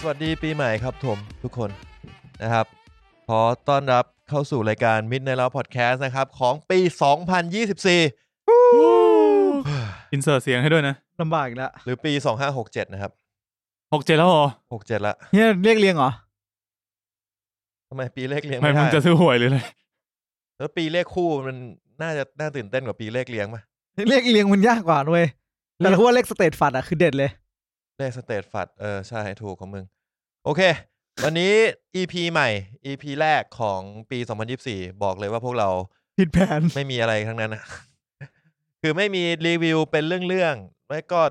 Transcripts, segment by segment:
สวัสดีปีใหม่ครับผมทุกคนนะครับ ขอต้อนรับเข้าสู่รายการ Midnight Love Podcast นะครับ ของปี 2024 อินเสิร์ตเสียงให้ด้วยนะ ลำบากอีกแล้ว หรือปี 2567 นะครับ หกเจ็ดแล้วเหรอ 67 ละ เนี่ยเรียกเรียงเหรอ ทำไมปีเลขเรียง ไม่ ไม่ มึ ได้ งจะซื้อหวยหรืออะไร แล้วปีเลขคู่มันน่าจะน่าตื่นเต้นกว่าปีเลขเรียงป่ะ เรียกเรียงมันยากกว่านะเว้ยแต่ถ้าว่าเลขสเตตฟัดอะคือเด็ดเลย เลขสเตตฟัดเออ ใช่ ถูกของมึง โอเค วันนี้ EP ใหม่ EP แรกของปี 2024 บอกเลยว่าพวกเรา ผิดแผน ไม่มีอะไรทั้งนั้นอะ คือไม่มีรีวิวเป็นเรื่องๆไม่ก็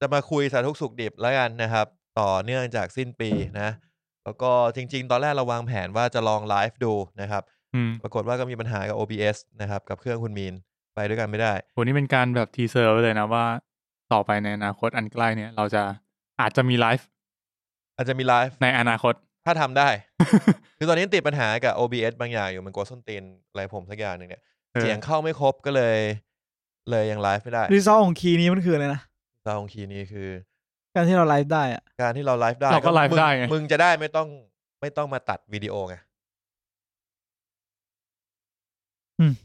จะมาคุยสารทุกข์สุขดิบแล้วกันนะครับ ต่อเนื่องจากสิ้นปีนะ แล้วก็จริงๆ ตอนแรกเราวางแผนว่าจะลองไลฟ์ดูนะครับ อืม ปรากฏว่าก็มีปัญหากับ OBS นะครับ กับเครื่องคุณมีน ไปด้วยกันไม่ได้ วันนี้เป็นการแบบทีเซอร์ไว้เลยนะว่า ต่อไปในอนาคตอันใกล้เนี่ย เราจะอาจจะมีไลฟ์ อาจจะมีไลฟ์ ในอนาคต ถ้าทำ ได้ คือตอนนี้ติดปัญหากับ OBS บางอย่างอยู่มันกลัวส้นตีนอะไรผมสักอย่างหนึ่งเนี่ย เออ เสียงเข้าไม่ครบก็เลย เลยยังไลฟ์ไม่ได้ รีซอลของคีย์นี้มันคืออะไรนะ ซาวของคีย์นี้คือ การที่เราไลฟ์ได้อะ การที่เราไลฟ์ได้ เราก็ไลฟ์ มึง ได้ไง มึงจะได้ไม่ต้องไม่ต้องมาตัดวิดีโอไง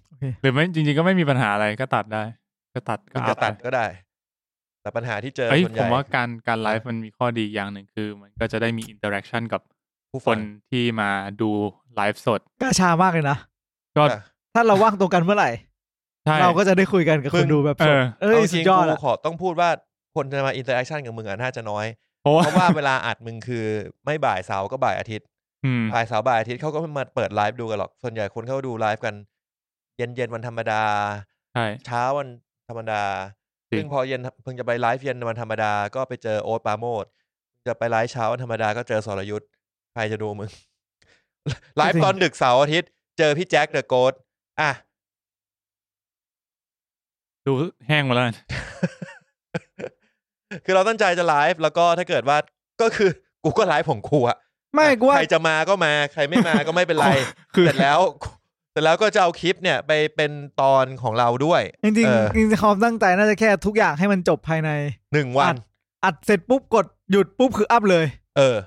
โอเค หรือไม่จริง ๆ ก็ไม่มีปัญหาอะไรก็ตัดได้ ก็ตัดก็ มึง อั จะ พ ตัดก็ได้ แต่ปัญหาที่เจอ เอ้ย ส่วนให ผ ญ่ มว่าการการไลฟ์มันมีข้อดีอย่างหนึ่งคือ มันก็จะได้มีอินเตอร์แอคชั่นกับ ผู้ ค ฟัง นที่มาดูไลฟ์สด กล้าชามากเลยนะ ก็ อ่ะ ถ้าเราว่างตรงกันเมื่อไหร่ ใช่ เราก็จะได้คุยกันกับ มึ ค ง นดูแบบ เอ สด อ เอ้ย เอาจ สุ ริ ด ง ยอด กู อะ ขอต้องพูดว่าคนจะมาอินเตอร์แอคชั่นกับมึงอ่ะน่าจะน้อย เพราะ เพ ว่า ราะว่าเวลาอัดมึงคือไม่บ่ายเสาร์ก็บ่ายอาทิตย์ อืม บ่ายเสาร์บ่ายอาทิตย์เขาก็ไม่มาเปิดไลฟ์ดูกันหรอก ส่วนใหญ่คนเขาดูไลฟ์กันเย็นเย็นๆวันธรรมดา ใช่ เช้าวันธรรมดา จริง ซึ่งพอเย็นเพิ่งจะไปไลฟ์เย็นวันธรรมดา ก็ไปเจอโอ๊ตปราโมดจะไปไลฟ์เช้าวันธรรมดาก็เจอสรยุทธ์ใครจะดูมึง ไลฟ์ตอนดึกเสาร์อาทิตย์ เจอพี่แจ็คเดอะโกดอ่ะ ดูแห้งหมาแล้วกัน คือเราตั้งใจจะไลฟ์แล้วก็ถ้าเกิดว่าก็คือ กูก็ไลฟ์ของกูอะ ไม่กูว่า ใครจะมาก็มา ใครไม่มาก็ไม่เป็นไร คือ เสร็จแล้วเสร็จแล้วก็จะเอาคลิปเนี่ยไปเป็นตอนของเราด้วย จริง เออ ๆจริงๆความตั้งใจน่าจะแค่ทุกอย่างให้มันจบภายใน หนึ่งวัน อัดเสร็จปุ๊บกดหยุดปุ๊บคืออัพเลย เออ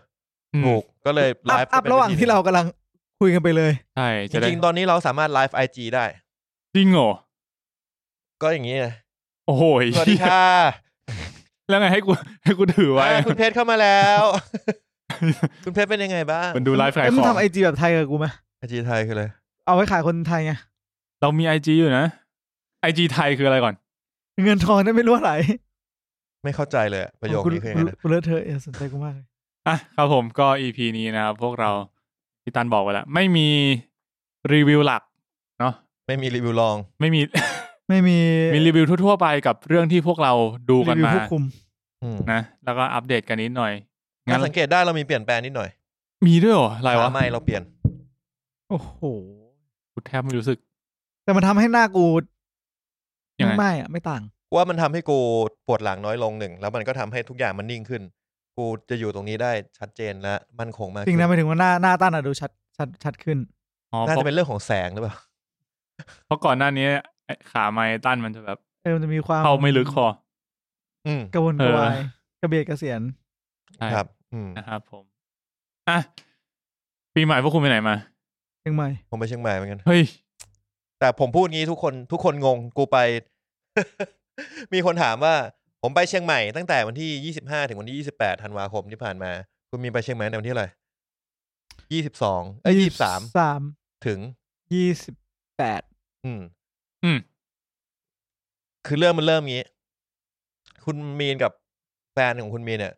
อืม ถูกก็เลยไล อัพ ฟ์ อัพระหว่างที่เรากำลังคุยกันไปเลย ใช่ จ จะได้ ริงๆตอนนี้เราสามารถไลฟ์ไอจีได้ จริงเหรอ ก็อย่างนี้นะ โอ้โห สวัสดีค่ะ แล้วไงให้กู ให้กูถือไว้ อ่าคุณเพชรเข้ามาแล้ว คุณเพชรเป็นยังไงบ้าง มันดูไลฟ์ขาย แล้ว ข มึง อง ทำไอจีแบบไทยกับกูไหม ไอจีไทยคืออะไร เอาไว้ขายคนไทยไง เรามีไอจีอยู่นะไอจีไทยคืออะไรก่อน เงินทองได้ไม่รั่วไหล ไม่เข้าใจเลยอะประโยค คุณ นี้คือยังไงนะ คุณเลอะเธอะอย่าสนใจกูมากเลย อ่ะครับผมก็อีพีนี้นะครับ พวกเราพี่ตันบอกไปแล้ว ไม่มีรีวิวหลักเนาะ ไม่มีรีวิวลอง ไม่มี ไม่มี มีรีวิวทั่วๆไปกับเรื่องที่พวกเราดูกัน รีวิว มา ควบคุม อืม นะแล้วก็อัปเดตกันนิดหน่อย งั้ งั้ น น สังเกตได้เรามีเปลี่ยนแปลงนิดหน่อย มีด้วยเหรออะไรวะ ไม่เราเปลี่ยน โอ้โห กูแทบไม่รู้สึก แต่มันทำให้หน้ากู ยังไง ไม่อะไม่ต่าง ว่ามันทำให้กูปวดหลังน้อยลงหนึ่ง แล้วมันก็ทำให้ทุกอย่างมันนิ่งขึ้น กูจะอยู่ตรงนี้ได้ชัดเจนและมั่นคงมาก จริงนะหมายถึงว่าหน้าหน้าตั้นอะดูชัดชัดชัดขึ้น อ๋อ น่า เพราะ จะเป็นเรื่องของแสงหรือเปล่า เพราะก่อนหน้านี้ไอ้ขาไม้ตันมันจะแบบ เออมันจะมีความ เข้าไม่ลึกคอ อืม กระวนกระวา เอย อ กระเบียดกระเสียน ใช่ ครับ อืม นะครับผมอ่ะปีใหม่พวกคุณไปไหนมา เชียงใหม่ ผมไปเชียงใหม่เหมือนกัน เฮ้ย แต่ผมพูดงี้ทุกคนทุกคนงงกูไป มีคนถามว่า ผมไปเชียงใหม่ตั้งแต่วันที่ยี่สิบห้าถึงวันที่ยี่สิบแปดธันวาคมที่ผ่านมา คุณมีไปเชียงใหม่ในวันที่อะไรยี่สิบสองยี่สิบสาม สาม ถึง ยี่สิบแปด อืม อืม คือเรื่องมันเริ่มงี้ คุณมีนกับแฟนของคุณมีนเนี่ย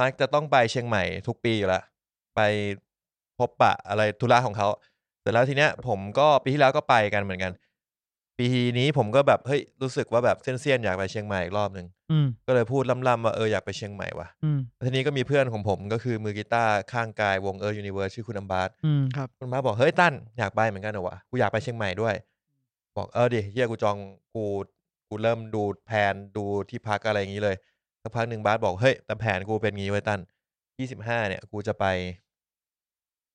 มักจะต้องไปเชียงใหม่ทุกปีอยู่ละไปพบปะอะไรธุระของเขาแต่แล้วทีเนี้ย ผมก็ปีที่แล้วก็ไปกันเหมือนกัน ปีนี้ผมก็แบบเฮ้ยรู้สึกว่าแบบเซียนๆอยากไปเชียงใหม่อีกรอบหนึ่ง อืม ก็เลยพูดล่ำๆว่าเอออยากไปเชียงใหม่ว่ะ อืม ทีนี้ก็มีเพื่อนของผมก็คือมือกีตาร์ข้างกายวงเออยูนิเวิร์สชื่อคุณอัมบาส อืมครับ คุณมาบอกเฮ้ยตั้นอยากไปเหมือนกันเหรอวะกูอยากไปเชียงใหม่ด้วย บอกเออดิเฮียกูจองกูกูเริ่มดูแผนดูที่พักอะไรอย่างนี้เลยสักพักหนึ่งบาสบอกเฮ้ยแต่แผนกูเป็นงี้ไว้ยตั้นยี่สิบห้าเนี่ย กูจะไป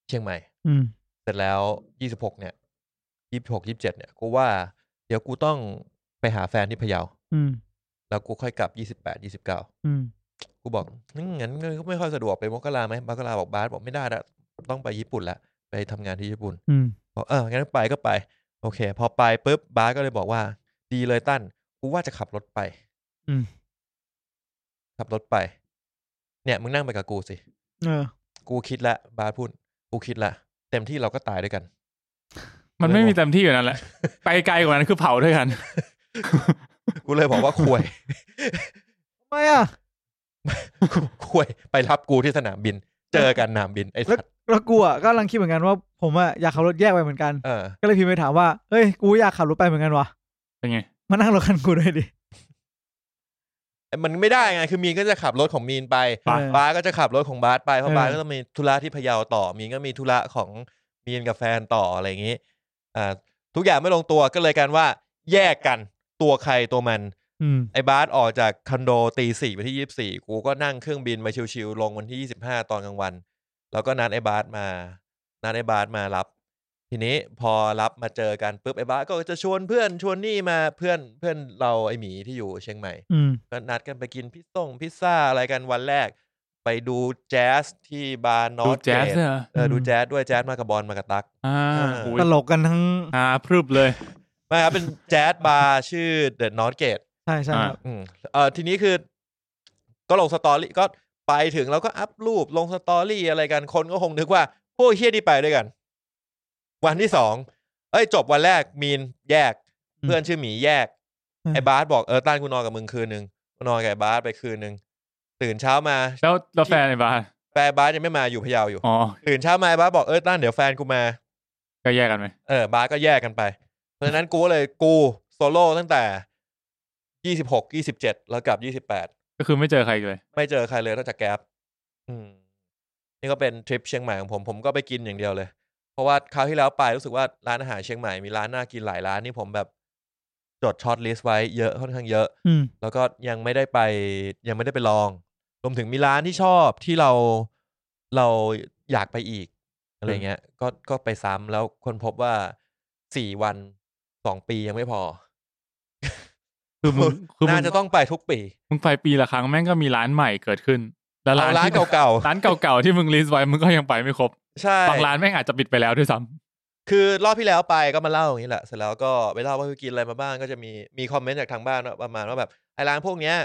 เชียงใหม่ อืม เสร็จแล้วยี่สิบหกเนี่ยยี่สิบหกยี่สิบเจ็ดเนี่ยกูว่าเดี๋ยวกูต้องไปหาแฟนที่พะเยา อืม แล้วกูค่อยกลับยี่สิบแปดยี่สิบเก้า อืม กูบอกงั้นงั้นก็ไม่ค่อยสะดวกไปมกราไหมมกราบอกบาสบอกไม่ได้ละต้องไปญี่ปุ่นละไปทำงานที่ญี่ปุ่น อืม บอกเออ งั้นไปก็ไป โอเค พอไปปุ๊บบาสก็เลยบอกว่า ดีเลยตั้น กูว่าจะขับรถไป อืม ขับรถไป เนี่ย มึงนั่งไปกับกูสิ เออ กูคิดละ บาสพูด กูคิดละ เต็มที่เราก็ตายด้วยกัน มันไม่มีเต็มที่อยู่นั่นแหละ ไปไกลกว่านั้นคือเผาด้วยกัน กูเลยบอกว่า ควย ทำไมอ่ะ ควย ไปรับกูที่สนามบิน เจอกันสนามบิน ไอ้สัตว์ แล้วกูอ่ะก็กำลังคิดเหมือนกันว่าผมอ่ะอยากขับรถแยกไปเหมือนกัน เออ ก็เลยพิมพ์ไปถามว่า เฮ้ย กูอยากขับรถไปเหมือนกันวะ เป็นไง มานั่งรถคันกูด้วยดิ มันไม่ได้ไง คือมีนก็จะขับรถของมีนไป ปะ บาสก็จะขับรถของบาสไป เพราะ เออ บาสก็ต้องมีธุระที่พะเยาต่อ มีนก็มีธุระของมีนกับแฟนต่ออะไรอย่างนี้ อ่า ทุกอย่างไม่ลงตัวก็เลยกันว่า แยกกันตัวใครตัวมัน อืม ไอ้บาสออกจากคอนโดตีสี่ไปที่ยี่สิบสี่กูก็นั่งเครื่องบินมาชิวๆลงวันที่ยี่สิบห้าตอนกลางวัน แล้วก็นัดไอ้บาสมา นัดไอ้บาสมารับ ทีนี้พอรับมาเจอกันปุ๊บไอ้บาสก็จะชวนเพื่อนชวนนี่มาเพื่อนเพื่อนเราไอ้หมีที่อยู่เชียงใหม่ อืม ก็นัดกันไปกินพิซซ่งพิซซ่าอะไรกันวันแรก ไปดูแจ๊สที่บาร์นอ ดู ต แจ๊ส เกรด เนี่ยเหรอ เออดู อืม แจ๊สด้วยแจ๊สมากับบอลมากับตัก อ่า เออ โอ้ย ตลกกันทั้ง อ่าพรึบเลย ไม่ครับเป็น แจ๊สบาร์ชื่อเดอะนอตเกต ใช่ใช่ครับ อืมเออทีนี้คือ ก็ลงสตอรี่ก็ไปถึงแล้วก็อัพรูปลงสตอรี่อะไรกันคนก็คงนึกว่าพวกเฮี้ยนี่ไปด้วยกัน วันที่สองเอ้ยจบวันแรกมีนแยก อืม เพื่อนชื่อหมีแยก อืม ไอ้บาสบอกเออต้านกูนอนกับมึงคืนนึงกูนอนกับไอ้บาสไปคืนนึงตื่นเช้ามา แล้วแล้วแฟนไอ้บ้าน แฟนบาสยังไม่มาอยู่พะเยาอยู่ อ๋อ ตื่นเช้ามาไอ้บ้าสบอกเออตั้นเดี๋ยวแฟนกูมา ก็แยกกันไหม เออบาสก็แยกกันไป เพราะฉะนั้นกูก็เลยกูโซโล่ตั้งแต่ยี่สิบหกยี่สิบเจ็ดแล้วกลับยี่สิบแปด ก็คือไม่เจอใครอีกเลย ไม่เจอใครเลยนอกจากแก๊ปอืม นี่ก็เป็นทริปเชียงใหม่ของผม ผมก็ไปกินอย่างเดียวเลย เพราะว่าคราวที่แล้วไปรู้สึกว่าร้านอาหารเชียงใหม่มีร้านน่ากินหลายร้านนี่ผมแบบ จดช็อตลิสต์ไว้เยอะค่อนข้างเยอะ อืม แล้วก็ยังไม่ได้ไปยังไม่ได้ไปลอง รวมถึงมีร้านที่ชอบที่เราเราอยากไปอีก อะไรเงี้ย ก็ก็ไปซ้ำแล้วคนพบว่าสี่วันสองปียังไม่พอ คือ มึงคือมึ น่าง จะต้องไปทุกปี มึงไปปีละครั้งแม่งก็มีร้านใหม่เกิดขึ้น แล้ว เอาร้าน ที่ เก่า ร้านเก่าๆที่มึงลิสต์ไว้มึงก็ยังไปไม่ครบ ๆ ใช่ บางร้านแม่งอาจจะปิดไปแล้วด้วยซ้ คือรอบที่แล้วไปก็มาเล่าอย่างนี้แหละ เสร็จแล้วก็ไปเล่าว่าคือกินอะไรมาบ้างก็จะมีมีคอมเมนต์จากทางบ้านว่าประมาณว่าแบบไอ้ร้านพวกเนี้ย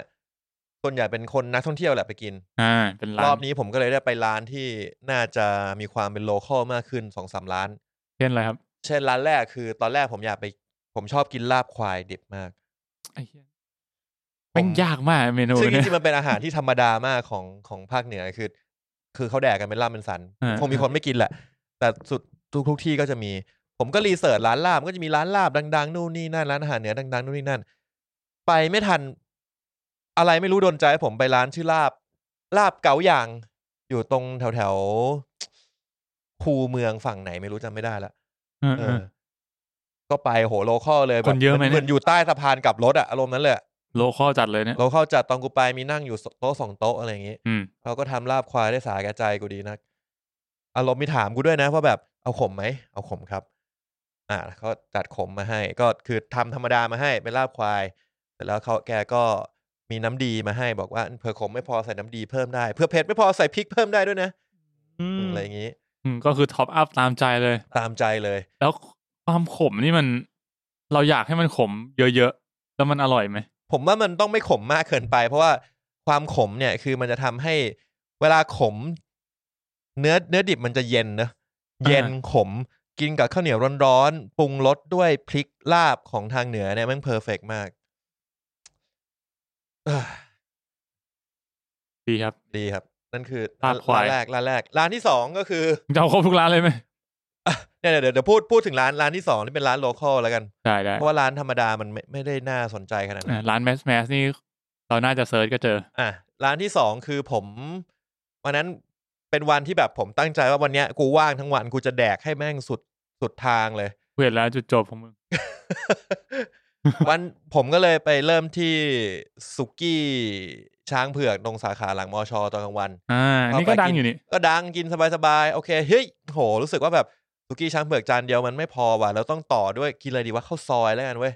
ส่วนใหญ่เป็นคนนักท่องเที่ยวแหละไปกิน ำอ่า เป็นร้าร น อบนี้ผมก็เลยได้ไปร้านที่น่าจะมีความเป็นโลคอลมากขึ้นสองสามร้าน เช่นอะไรครับ เช่นร้านแรกคือตอนแรกผมอยากไป ผมชอบกินลาบควายดิบมาก ไอ้เหี้ยแม่งยากมากเมนู ซึ่งจ เนี่ย ริงๆมันเป็นอาหารที่ธรรมดามากของของภาคเหนือคือ คือเขาแดกกันเป็นลาบเป็นสัน อ่า คงมีคนไม่กินแหละ แต่สุดทุกทุกที่ก็จะมี ผมก็รีเสิร์ชร้านลาบมันก็จะมีร้านลาบดังๆนู่นนี่นั่นร้านอาหารเหนือดังๆนู่นนี่นั่น ไปไม่ทัน อะไรไม่รู้โดนใจให้ผมไปร้านชื่อลาบ ลาบเก๋าหยาง อยู่ตรงแถวแถวๆคูเมืองฝั่งไหนไม่รู้จำไม่ได้ละ เออเออ เออก็ไปโหโลคอลเลยแบบ คนเยอะไหมเนี่ย เหมือนอยู่ใต้สะพานกลับรถอะอารมณ์นั้นเลยอะ โลคอลจัดเลยเนี่ย โลคอลจัดตอนกูไปมีนั่งอยู่โต๊ะสองโต๊ะอะไรอย่างงี้ อืม เขาก็ทำลาบควายได้สาแก่ใจกูดีนัก อารมณ์มีถามกูด้วยนะว่าแบบเอาขมไหมเอาขมครับ อ่าเขาจัดขมมาให้ ก็คือทำธรรมดามาให้เป็นลาบควายเสร็จแล้วเขาแกก็มีน้ำดีมาให้บอกว่าเผื่อขมไม่พอใส่น้ำดีเพิ่มได้เผื่อเผ็ดไม่พอใส่พริกเพิ่มได้ด้วยนะ อืม อะไรอย่างงี้ อืมก็คือท็อปอัพตามใจเลย ตามใจเลย แล้วความขมนี่มันเราอยากให้มันขมเยอะๆ แล้วมันอร่อยไหม ผมว่ามันต้องไม่ขมมากเกินไป เพราะว่าความขมเนี่ยคือมันจะทำให้เวลาขม เนื้อเนื้อดิบมันจะเย็นเนอะเย็นขมกินกับข้าวเหนียวร้อนๆปรุงรสด้วยพริกลาบของทางเหนือเนี่ยแมันเพอร์เฟกมาก เอ้อ ดีครับ ดีครับ นั่นคือ ลาบควาย ร้านแรกร้านแรกร้านที่สองก็คือ จะเอาครบทุกร้านเลยไหม เนี่ยเดี๋ยวเดี๋ยวพูดพูดถึงร้านร้านที่สองที่เป็นร้านโลคอลแล้วกัน ได้ได้ เพราะว่าร้านธรรมดามันไม่ไม่ได้น่าสนใจขนาดนั้น อ่ะร้านแมสแมสนี่เราน่าจะเซิร์ชก็เจอ อ่ะร้านที่สองคือผมวันนั้นเป็นวันที่แบบผมตั้งใจว่าวันเนี้ยกูว่างทั้งวันกูจะแดกให้แม่งสุดสุดทางเลย เห็นแล้วจุดจบของมึง วันผมก็เลยไปเริ่มที่สุกี้ช้างเผือกตรงสาขาหลังมอชอตอนกลางวัน อ่า เอาไป นี่ก็ดังอยู่นี่ ก็ดังกินสบายๆ โอเคเฮ้ยโห รู้สึกว่าแบบสุกี้ช้างเผือกจานเดียวมันไม่พอว่ะแล้วต้องต่อด้วยกินอะไรดีว่าข้าวซอยแล้วกันเว้ย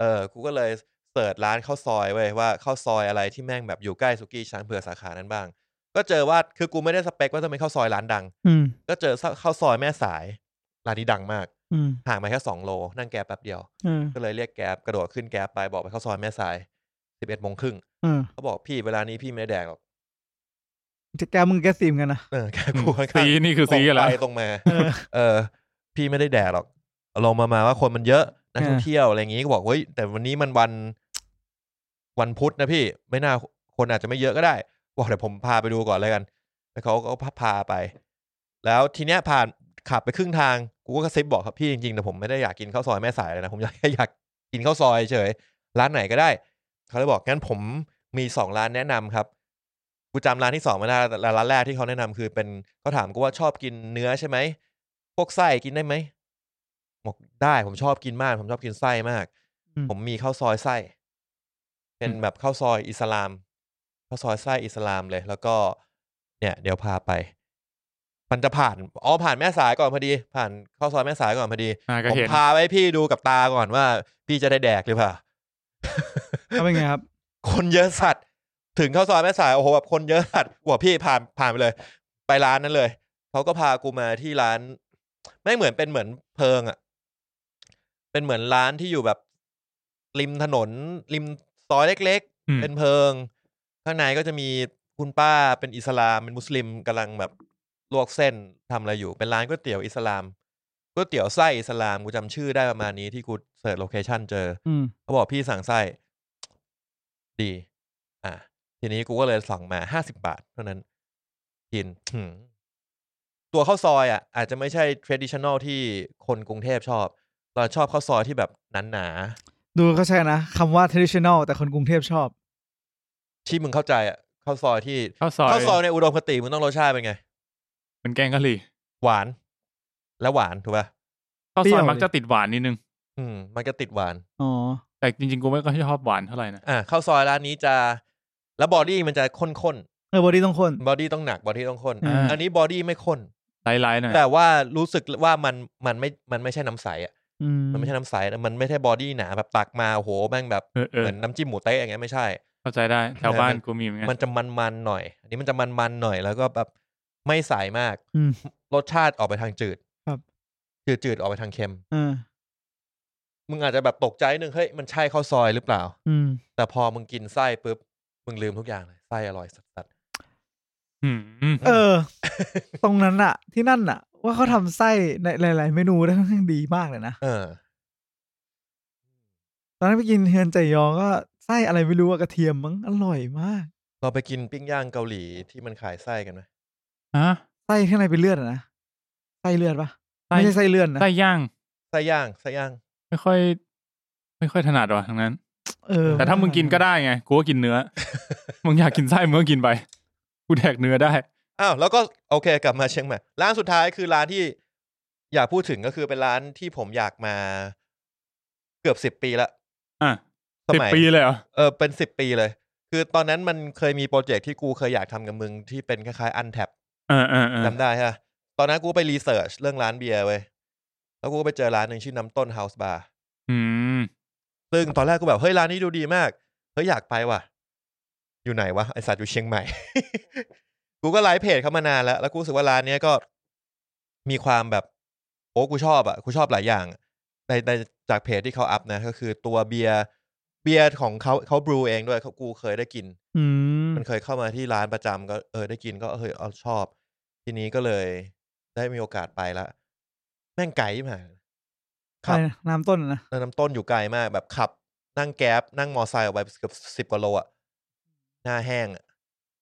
เออกูก็เลย เสิร์ชร้านข้าวซอยไว้ยว่าข้าวซอยอะไรที่แม่งแบบอยู่ใกล้สุกี้ช้างเผือกสาขานั้นบ้าง ก็เจอว่าคือกูไม่ได้สเปคว่าจะเป็นข้าวซอยร้านดัง อืม ก็เจอข้าวซอยแม่สายร้านนี้ดังมาก อืม ห่างไปแค่สองโล นั่งแกร็บแป๊บเดียว อืม ก็เลยเรียกแกร็บกระโดดขึ้นแกร็บไปบอกไปข้าวซอยแม่สายสิบเอ็ดโมงครึ่ง อืม เขาบอกพี่เวลานี้พี่ไม่ได้แดกหรอก จะแกมึงแกซีมกันนะ เออแกกูค่อนข้าง สีนี่คือสีกันแล้ว ตรงไปตรงมา เออ เออพี่ไม่ได้แดกหรอกลงมามาว่าคนมันเยอะนักท่อง อ่า เที่ยวอะไรอย่างงี้ก็บอกเฮ้ยแต่วันนี้มันวันวันพุธนะพี่ไม่น่าคนอาจจะไม่เยอะก็ได้ บอกเดี๋ยวผมพาไปดูก่อนเลยกันแล้วเขาก็พาไป แล้วทีเนี้ยผ่านขับไปครึ่งทางกูก็กระซิบบอกครับพี่จริงๆแต่ผมไม่ได้อยากกินข้าวซอยแม่สายเลยนะผมอยาก แค่อยากกินข้าวซอยเฉยร้านไหนก็ได้เขาเลยบอกงั้นผมมีสองร้านแนะนำครับกูจำร้านที่สองไม่ได้แต่ร้านแรกที่เขาแนะนำคือเป็นเขาถามกูว่าชอบกินเนื้อใช่ไหม พวกไส้กินได้ไหมบอกได้ผมชอบกินมาก ผมชอบกินไส้มาก อืม ผมมีข้าวซอยไส้ เป็น อืม แบบข้าวซอยอิสลามข้าวซอยไส้อิสลามเลย แล้วก็ เนี่ย เดี๋ยวพาไป มันจะผ่านอ๋อผ่านแม่สายก่อนพอดี ผ่านข้าวซอยแม่สายก่อนพอดี อ่าก็ ผม เห็น พาไปให้พี่ดูกับตาก่อนว่า พี่จะได้แดกหรือเปล่า แล้วเป็นไงครับ คนเยอะสัตว์ถึงเข้าซอยแม่สายโอ้โหแบบคนเยอะสัตว์หัวพี่ผ่านผ่านไปเลย ไปร้านนั้นเลยเขาก็พากูมาที่ร้าน ไม่เหมือนเป็นเหมือนเพิงอะเป็นเหมือนร้านที่อยู่แบบ ริมถนน ริมซอยเล็ก อืม ๆ เป็นเพิง ข้างในก็จะมีคุณป้าเป็นอิสลามเป็นมุสลิมกำลังแบบลวกเส้นทำอะไรอยู่ เป็นร้านก๋วยเตี๋ยวอิสลามก๋วยเตี๋ยวไส้อิสลามกูจำชื่อได้ประมาณนี้ที่กูเสิร์ชโลเคชั่นเจอ อืม เขาบอกพี่สั่งไส้ ดี อ่ะทีนี้กูก็เลยสั่งมาห้าสิบาท เท่านั้น กินหืมตัวข้าวซอยอ่ะ อาจจะไม่ใช่ traditional ที่คนกรุงเทพชอบ เราชอบข้าวซอยที่แบบหนา ดูเข้าใจนะคำว่า traditional แต่คนกรุงเทพชอบ ๆที่มึงเข้าใจอ่ะข้าวซอยที่ ข้าวซอย ข้าวซอยในอุดมคติมึงต้องรสชาติเป็นไง เป็นแกงกะหรี่ หวาน และหวานถูกป่ะ ข้าว เปรี้ ซอย ยว มักจะติดหวานนิดนึง อืม มันก็ติดหวาน อ๋อ แต่จริงๆ กูไม่ก็ชอบหวานเท่าไหร่นะ อ่ะข้าวซอยร้านนี้จะ แล้วบอดี้มันจะข้น เออบอดี้ต้องคน ๆบอดี้ต้องหนักบอดี้ต้องข้น อ่า อันนี้บอดี้ไม่ข้น ไลท์ๆหน่อย แต่ว่ารู้สึกว่ามันมันไม่มันไม่ใช่น้ำใสอ่ะ อืม มันไม่ใช่น้ำใสนะมันไม่ใช่บอดี้หนาแบบตักมาโอ้โหแม่งแบบ เออเอ เห อ มือนน้ำจิ้มหมูเต๊ะอย่างเงี้ยไม่ใช่ เข้าใจได้แถว เออ บ้าน มัน กูมีเหมือนกัน มันจะมันมันๆหน่อย อันนี้มันจะมันมันๆหน่อยแล้วก็แบบไม่ใสมาก อืม รสชาติออกไปทางจืด ครับ จืดจืดๆออกไปทางเค็ม เออ มึงอาจจะแบบตกใจหนึ่งเฮ้ยมันใช่ข้าวซอยหรือเปล่า อืม แต่พอมึงกินไส้ปุ๊บมึงลืมทุกอย่างเลยไส้อร่อยสัสๆ อืม เออ ตรงนั้นอะที่นั่นอะว่าเขาทำไส้ในหลาย ๆ เมนูได้ค่อนข้างดีมากเลยนะ เออ ตอนนั้นไปกินเฮือนใจยองก็ไส้อะไรไม่รู้อะกระเทียมมั้งอร่อยมาก เราไปกินปิ้งย่างเกาหลีที่มันขายไส้กันไหม ฮะ ไส้ข้างในเป็นเลือดอะนะไส้เลือดปะ ไส้ ไม่ใช่ไส้เลือดนะ ไส้ย่าง ไส้ย่างไส้ย่าง ไม่ค่อย ไม่ค่อยถนัดว่ะทั้งนั้น เออ แต่ถ้ามึงกินก็ได้ไง กูก็กิน เนื้อ มึงอยากกินไส้มึงก็กินไป กูแดกเนื้อได้ อ้าวแล้วก็โอเคกลับมาเชียงใหม่ร้านสุดท้ายคือร้านที่อยากพูดถึงก็คือเป็นร้านที่ผมอยากมาเกือบสิบ10 ปีละ อ่ะ ส สิบ มัย ปีเลยเหรอ เออเป็นสิบปีเลย คือตอนนั้นมันเคยมีโปรเจกต์ที่กูเคยอยากทำกับมึงที่เป็นคล้ายๆอันแท็บ เออเออเออ จำได้ฮะตอนนั้นกูไปรีเสิร์ชเรื่องร้านเบียร์เว้ยแล้วกูก็ไปเจอร้านหนึ่งชื่อน้ำต้นเฮาส์บาร์ อืม ซึ่งตอนแรกกูแบบเฮ้ยร้านนี้ดูดีมากเฮ้ยอยากไปว่ะ อยู่ไหนวะไอสัตว์อยู่เชียงใหม่ กูก็ไลฟ์เพจเขามานานแล้ว แล้วกูรู้สึกว่าร้านเนี้ยก็มีความแบบ โอ้กูชอบอ่ะกูชอบหลายอย่างในในจากเพจที่เขาอัพนะ ก็คือตัวเบียร์เบียร์ของเขาเขาบรูเองด้วยเขากูเคยได้กิน อืม มันเคยเข้ามาที่ร้านประจำก็เออได้กินก็เออเอาชอบ ทีนี้ก็เลยได้มีโอกาสไปละแม่งไกลมาก ใค ขั ร บ นะน้ำต้นนะ เออน้ำต้นอยู่ไกลมาก แบบขับ นั่งแก๊บนั่งมอไซค์ออกไปเกือบสิบกว่าโลอะหน้าแห้งอะ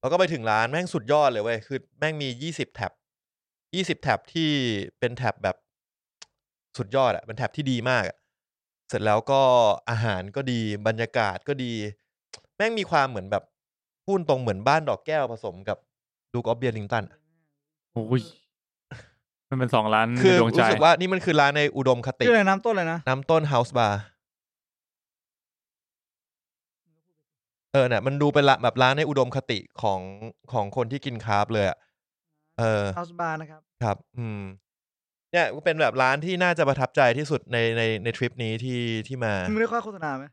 แล้วก็ไปถึงร้านแม่งสุดยอดเลยเว้ยคือแม่งมียี่สิบแท็บยี่สิบแท็บที่เป็นแท็บแบบสุดยอดอะเป็นแท็บที่ดีมากอะเสร็จแล้วก็อาหารก็ดีบรรยากาศก็ดี แม่งมีความเหมือนแบบพูดตรงเหมือนบ้านดอกแก้วผสมกับดูกออฟเบียร์ลิงตันอะ โอ้ยมันเป็นสองร้าน คือ ในดวงใจ รู้สึกว่านี่มันคือร้านในอุดมคติ ชื่ออะไรน้ำต้นเลยนะ น้ำต้นเฮาส์บาร์เออเนี่ยมันดูเป็นละแบบร้านในอุดมคติของของคนที่กินคาร์บเลยอะเออ ฮาส์บาร์นะครับ ครับ อืม เนี่ยเป็นแบบร้านที่น่าจะประทับใจที่สุดในในในทริปนี้ที่ที่มา มึงได้ค่าโฆษณาไหม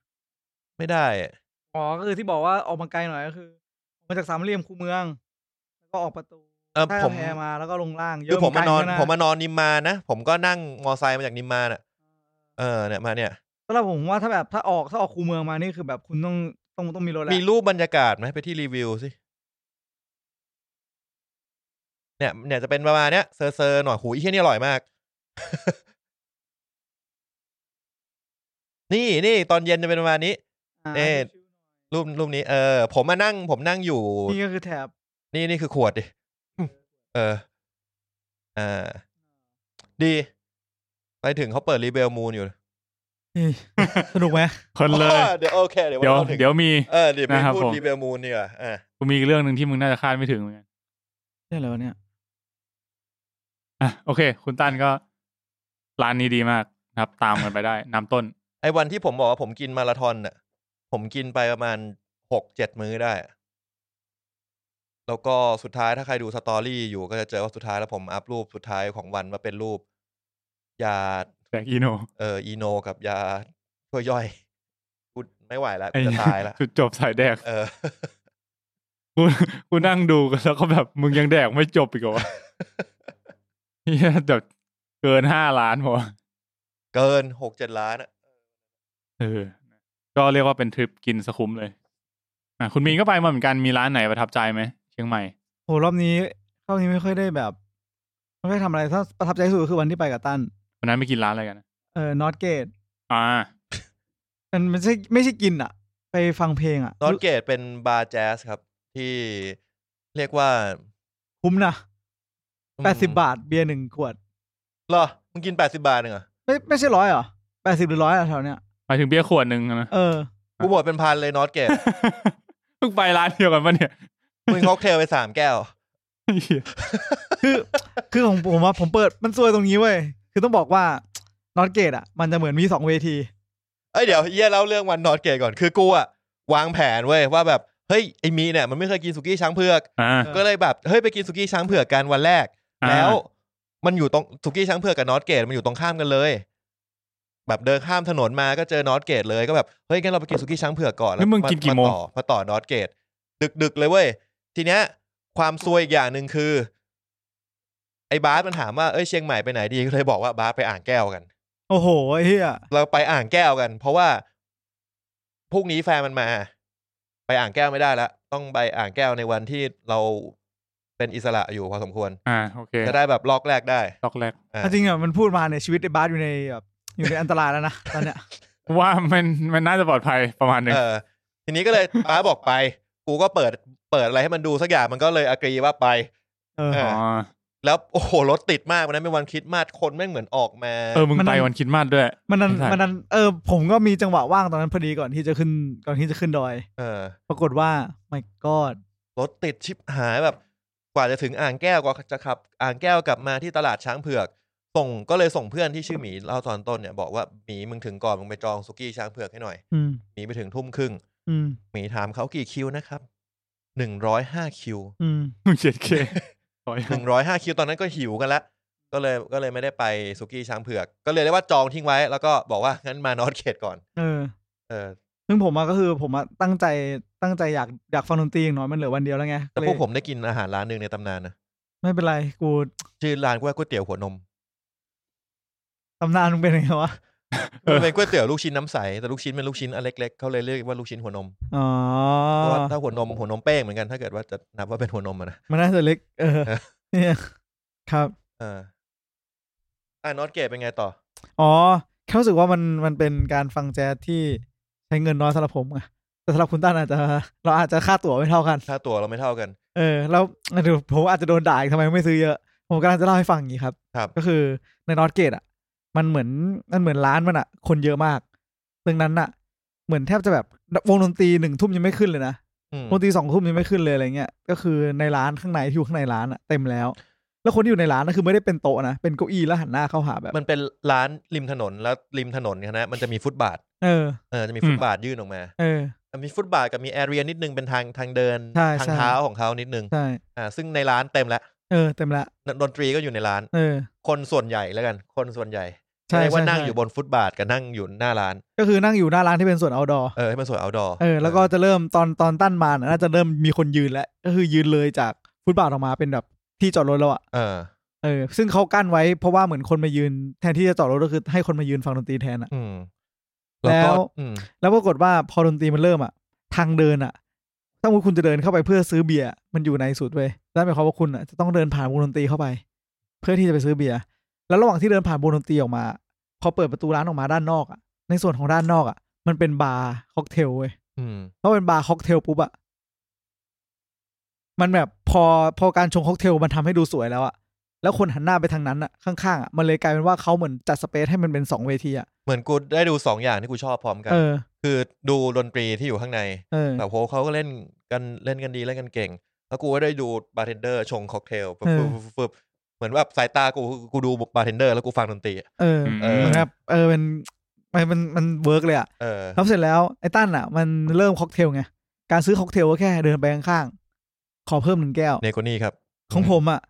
ไม่ได้อะ อ๋อก็คือที่บอกว่าออกมาไกลหน่อยก็คือออกมาจากสามเหลี่ยมคูเมือง แล้วก็ออกประตู เออ ใต้ ผม กำแพงมาแล้วก็ลงล่างเย คือ อะ ผมมานอน เหกัะ ผมมานอนนิมมานนะ ผมก็นั่งมอไซค์มาจากนิมมานอ่ะ เออเนี่ยมาเนี่ย สำหรับผมว่าถ้าแบบถ้าออกถ้าออกคูเมืองมานี่คือแบบคุณต้องต้องต้องมีรถแหละ มีรูปบรรยากาศไหมไปที่รีวิวสิ เนี่ยเนี่ยจะเป็นประมาณเนี้ยเซอร์เซอร์หน่อยหูยเฮี้ยนี่อร่อยมาก นี่นี่ตอนเย็นจะเป็นประมาณนี้ อ่า เอ๊ะ รูปรูปนี้เออผมมานั่ง ผมนั่งอยู่ นี่ก็คือแถบ นี่นี่คือขวดดิ เอออ่าดี ไปถึงเขาเปิดรีเบลมูนอยู่ นี่ สนุกไหม เพลินเลย เดี๋ยวโอเค เดี๋ยว เดี๋ยว วันนี้ราถึง เดี๋ยวมี เออเดี๋ยวไป นะครับ พูด ผม รีเบลมูนดีกว่าอ่า กูมีอีกเรื่องหนึ่งที่มึงน่าจะคาดไม่ถึงเหมือนกัน เรื่องอะไรวะเนี่ย อ่ะโอเค คุณตั้นก็ร้านนี้ดีมากนะครับ ตามกันไปได้ น้ำต้น ไอ้วันที่ผมบอกว่าผมกินมาราธอนน่ะ ผมกินไปประมาณหกเจ็ดมื้อได้อะแล้วก็สุดท้ายถ้าใครดูสตอรี่อยู่ก็จะเจอว่าสุดท้ายแล้วผมอัพรูปสุดท้ายของวันมาเป็นรูป ยา แต่อีโน เอ่ออีโนกับยาช่วยย่อยกูไม่ไหวแล้ว ไอ้ กูจะตาย แล้ว จุดจบสายแดก เอ อ กูกูนั่งดูกันแล้วก็แบบมึงยังแดกไม่จบอีกเหรอ วะเหียแบบเกินห้าล้านพอ เกินหกเจ็ดล้านอะ เออ ก็เรียกว่าเป็นทริปกินสะคุ้มเลยอ่ะคุณมีนก็ไปมาเหมือนกันมีร้านไหนประทับใจไหมเชียงใหม่ โหรอบนี้เข้านี้ไม่ค่อยได้แบบไม่ค่อยทำอะไรถ้าประทับใจที่สุดก็คือวันที่ไปกับตั้น วันนั้นไปกินร้านอะไรกันนะ เออนอตเกต อ่า มันไม่ใช่ไม่ใช่กินอ่ะ ไปฟังเพลงอ่ะ นอตเกตเป็นบาร์แจ๊สครับ ที่เรียกว่า คุ้มนะ อืม แปดสิบบาทเบียร์หนึ่งขวด เหรอมึงกินแปดสิบาทหนึ่งเหรอ ไม่ไม่ใช่ร้อยเหรอแปดสิบหรือร้อยอะแถวเนี้ย หมายถึงเบียร์ขวดหนึ่งอะนะ เออ กูหมดเป็นพันเลยนอตเกต เพิ่งไปร้านเดียวกันปะเนี่ย มึงค็อกเทลไปสามแก้ว เหี้ย คือคือของผมว่าผมเปิดมันซวยตรงนี้เว้ย คือต้องบอกว่านอตเกตอ่ะ มันจะเหมือนมีสองเวที เอ้ยเดี๋ยวเย่เล่าเรื่องวันนอตเกตก่อนคือกูอะวางแผนเว้ยว่าแบบเฮ้ยไอมีเนี่ยมันไม่เคยกินสุกี้ช้างเผือก อ่า เออ ก็เลยแบบเฮ้ยไปกินสุกี้ช้างเผือกกันวันแรก อ่า แล้วมันอยู่ตรงสุกี้ช้างเผือกกับนอตเกตมันอยู่ตรงข้ามกันเลย แบบเดินข้ามถนนมาก็เจอนอตเกตเลยก็แบบเฮ้ยงั้นเราไปกินสุกี้ช้างเผือกก่อน แล้วมึงกินกี่โมง าต่อมาต่อนอตเกตดึกดึกๆเลยเว้ยทีเนี้ยความซวยอีกอย่างหนึ่งคือ ไอ้บาสมันถามว่าเอ้ยเชียงใหม่ไปไหนดีก็เลยบอกว่าบาสไปอ่างแก้วกัน โอ้โหไอ้เฮีย เราไปอ่างแก้วกัน เพราะว่าพรุ่งนี้แฟนมันมา ไปอ่างแก้วไม่ได้แล้วต้องไปอ่างแก้วในวันที่เราเป็นอิสระอยู่พอสมควร อ่าโอเค จะได้แบบลอกแรกได้ ล็อกแรก อ่า เอาจริงอ่ะมันพูดมาเนี่ยชีวิตไอ้บาสอยู่ในแบบอยู่ในอันตรายแล้วนะตอนเนี้ย ว่ามันมันน่าจะปลอดภัยประมาณหนึ่ง เออ ทีนี้ก็เลย ป้าบอกไป กูก็เปิดเปิดอะไรให้มันดูสักอย่างมันก็เลยอ r e e ว่าไป เออ เ อ๋อ แล้วโอ้โหรถติดมากวันนั้นเป็นวันคริดมาสคนแม่งเหมือนออกมา เออมึง มัน ไป นั่น วันคริดมาสด้วย มันนั้น ใช่ มันนั้นเออ ผมก็มีจังหวะว่างตอนนั้นพอดีก่อนที่จะขึ้นก่อนที่จะขึ้นดอย เออ ปรากฏว่า my god รถติดชิบหายแบบ กว่าจะถึงอ่างแก้วกว่าจะขับ อ่างแก้วกลับมาที่ตลาดช้างเผือก ส่งก็เลยส่งเพื่อนที่ชื่อหมีเล่าตอนต้นเนี่ยบอกว่าหมีมึงถึงก่อนมึงไปจองสุกี้ช้างเผือกให้หน่อย อืม หมีไปถึงทุ่มครึ่ง อืม หมีถามเขากี่คิวนะครับหนึ่งร้อยห้าคิว อืม มึงเจ็ดเคถอย หนึ่งร้อยห้าคิวตอนนั้นก็หิวกันละก็เลยก็เลยไม่ได้ไปสุกี้ช้างเผือก ก็เลยได้ว่าจองทิ้งไว้ แล้วก็บอกว่างั้นมานอตเขตก่อน เออ เออ ซึ่งผมอะก็คือผมอะตั้งใจตั้งใจอยากอยากฟังดนตรีอย่างน้อยมันเหลือวันเดียวแล้วไง แต่ เลย พวกผมได้กินอาหารร้านหนึ่งในตำนานนะ ไม่เป็นไรกู ชื่อร้านว่าก๋วยเตี๋ยวหัวนม ตำนานมึงเป็นยังไงวะ เออ มันเป็นก๋วยเตี๋ยวลูกชิ้นน้ำใสแต่ลูกชิ้นเป็นลูกชิ้นอันเล็กๆเขาเลยเรียกว่าลูกชิ้นหัวนม อ๋อ เพราะว่าถ้าหัวนมหัวนมเป้งเหมือนกันถ้าเกิดว่าจะนับว่าเป็นหัวนมอะนะ มันน่าจะเล็ก เออ เออ เนี่ยครับ เอออ่านอตเกตเป็นไงต่อ อ๋อ แค่รู้สึกว่ามันมันเป็นการฟังแจ๊สที่ใช้เงินน้อยสำหรับผมไงแต่สำหรับคุณตั้นอาจจะ เราอาจจะค่าตั๋วไม่เท่ากัน ถ้าตัวเราไม่เท่ากัน เออ แล้วเดี๋ยวผมอาจจะโดนด่าอีกทำไมไม่ซื้อเยอะ ผมกำลังจะเล่าให้ฟังอย่างนี้ครับ ครับ ก็คือในนอตเกตอ่ะ มันเหมือนมันเหมือนร้านมันอ่ะ คนเยอะมากดังนั้นอ่ะ เหมือนแทบจะแบบวงดนตรีหนึ่งทุ่มยังไม่ขึ้นเลยนะ อืม วงดนตรีสองทุ่มยังไม่ขึ้นเลยอะไรเงี้ย ก็คือในร้านข้างในที่อยู่ข้างในร้านอ่ะเต็มแล้ว แล้วคนที่อยู่ในร้านก็คือไม่ได้เป็นโต๊ะนะ เป็นเก้าอี้แล้วหันหน้าเข้าหาแบบ มันเป็นร้านริมถนนแล้วริมถนนเนี่ยนะมันจะมีฟุตบาท เออ เออจะมีฟุตบาทยื่นออกมา เออ อ่ะมีฟุตบาทกับมีแอเรียนิดนึงเป็นทางทางเดิน ใช่ ทาง ใช่ เท้าของเขานิดนึง ใช่ อ่าซึ่งในร้านเต็มแล้ว เออ เต็มละ ดนตรีก็อยู่ในร้าน เออ คนส่วนใหญ่แล้วกัน คนส่วนใหญ่ ใช่ เรียกว่า ใช่ นั่ง ใช่ อยู่บนฟุตบาทกับนั่งอยู่หน้าร้าน ก็คือนั่งอยู่หน้าร้านที่เป็นส่วนเอาดอร์ เออให้มันสวยเอาดอร์ เออแล้วก็จะเริ่มตอนตอนตั้นมานะน่าจะเริ่มมีคนยืนแล้ว ก็คือยืนเลยจากฟุตบาทออกมาเป็นแบบที่จอดรถแล้วอะ เออ เออซึ่งเขากั้นไว้เพราะว่าเหมือนคนมายืนแทนที่จะจอดรถก็คือให้คนมายืนฟังดนตรีแทนอะ อืม แล้วก็ แล้ว อืม แล้วปรากฏว่าพอดนตรีมันเริ่มอะทางเดินอะถ้ามุติคุณจะเดินเข้าไปเพื่อซื้อเบียร์มันอยู่ในสุดเว้ยนั่นหมายความว่าคุณอะจะต้องเดินผ่านวงดนตรีเข้าไป เพื่อที่จะไปซื้อเบียร์แล้วระหว่างที่เดินผ่านวงดนตรีออกมา พอเปิดประตูร้านออกมาด้านนอกอะในส่วนของด้านนอกอะมันเป็นบาร์ค็อกเทลเว้ย อืม พอเป็นบาร์ค็อกเทลปุ๊บอะมันแบบพอพอการชงค็อกเทลมันทำให้ดูสวยแล้วอะแล้วคนหันหน้าไปทางนั้นอะข้างๆอะมันเลยกลายเป็นว่าเขาเหมือนจัดสเปซให้มันเป็นสองเวทีอะ เหมือนกูได้ดูสองอย่างที่กูชอบพร้อมกัน เออ คือดูดนตรีที่อยู่ข้างใน เออ แบบโหเขาก็เล่นกันเล่นกันดีเล่นกันเก่ง แล้วกูก็ได้ดูบาร์เทนเดอร์ชงค็อกเทลปึ๊บ เออ ปึ๊บปึ๊บปึ๊บเหมือนแบบสายตากูกูดูบาร์เทนเดอร์แล้วกูฟังดนตรีอะ เออ เออ เหมือนแบบเออเป็นมันมันมันเวิร์กเลยอะ เออ แล้วเสร็จแล้วไอ้ตั้นอะมันเริ่มค็อกเทลไงการซื้อค็อกเทลก็แค่เดินไปข้างๆขอเพิ่มหนึ่งแก้ว เนโกนี่ครับ ของผมอะ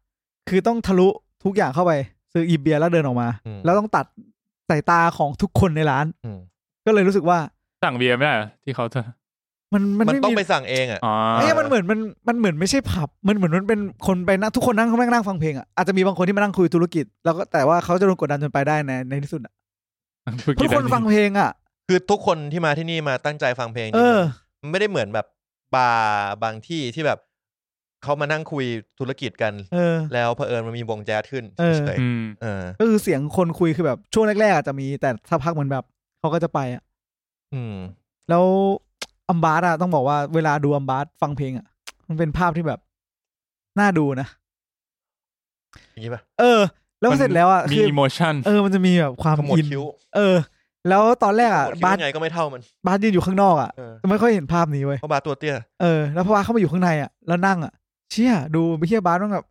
คือต้องทะลุทุกอย่างเข้าไป ซื้ออีเบียร์แล้วเดินออกมา อืม แล้วต้องตัดสายตาของทุกคนในร้าน อืม ก็เลยรู้สึกว่า สั่งเบียร์ไม่ได้เหรอที่เขาจะ มันมัน มัน ไม่ ต้อง มี ไปสั่งเองอ่ะ อ๋อ ไอ้เนี่ยมันเหมือนมันมันเหมือนไม่ใช่ผับ มันเหมือนมันเป็นคนไปนั่งทุกคนนั่งนั่งนั่งฟังเพลงอ่ะอาจจะมีบางคนที่มานั่งคุยธุรกิจ แล้วก็แต่ว่าเขาจะโดนกดดันจนไปได้ในในที่สุดอะ ธุร ทุกิ ก จ คนฟังเพลงอ่ะ คือทุกคนที่มาที่นี่มาตั้งใจฟังเพลงจริงๆ เออ มันไม่ได้เหมือนแบบบาร์บางที่ที่แบบเขามานั่งคุยธุรกิจกัน เออ แล้วเผอิญมันมีวงแจ๊สขึ้น เออ เฉย อืม ๆเออ ก็คือเสียงคนคุยคือแบบช่วงแรกๆอาจจะมีแต่สักพักเหมือนแบบเขาก็จะไปอ่ะ อืม แล้วอัมบาสอ่ะต้องบอกว่าเวลาดูอัมบาสฟังเพลงอ่ะ มันเป็นภาพที่แบบน่าดูนะ อย่างนี้ป่ะ เออ แล้ว มัน เสร็จแล้วอ่ะ มี คือ อิโมชัน เออมันจะมีแบบความ ขมวด อิน คิ้ว เออ แล้วตอนแรกอ่ะ ขมวดคิ้ว บาส ยังไงก็ไม่เท่ามัน บาสยืนอยู่ข้างนอกอ่ะ เออ จะไม่ค่อยเห็นภาพนี้เว้ย เพราะบาร์ตัวเตี้ย เออแล้วพอว่าเข้ามาอยู่ข้างในอ่ะแล้วนั่งอ่ะเชี่ยดูไปเที่ยวบาร์ต้องแบบ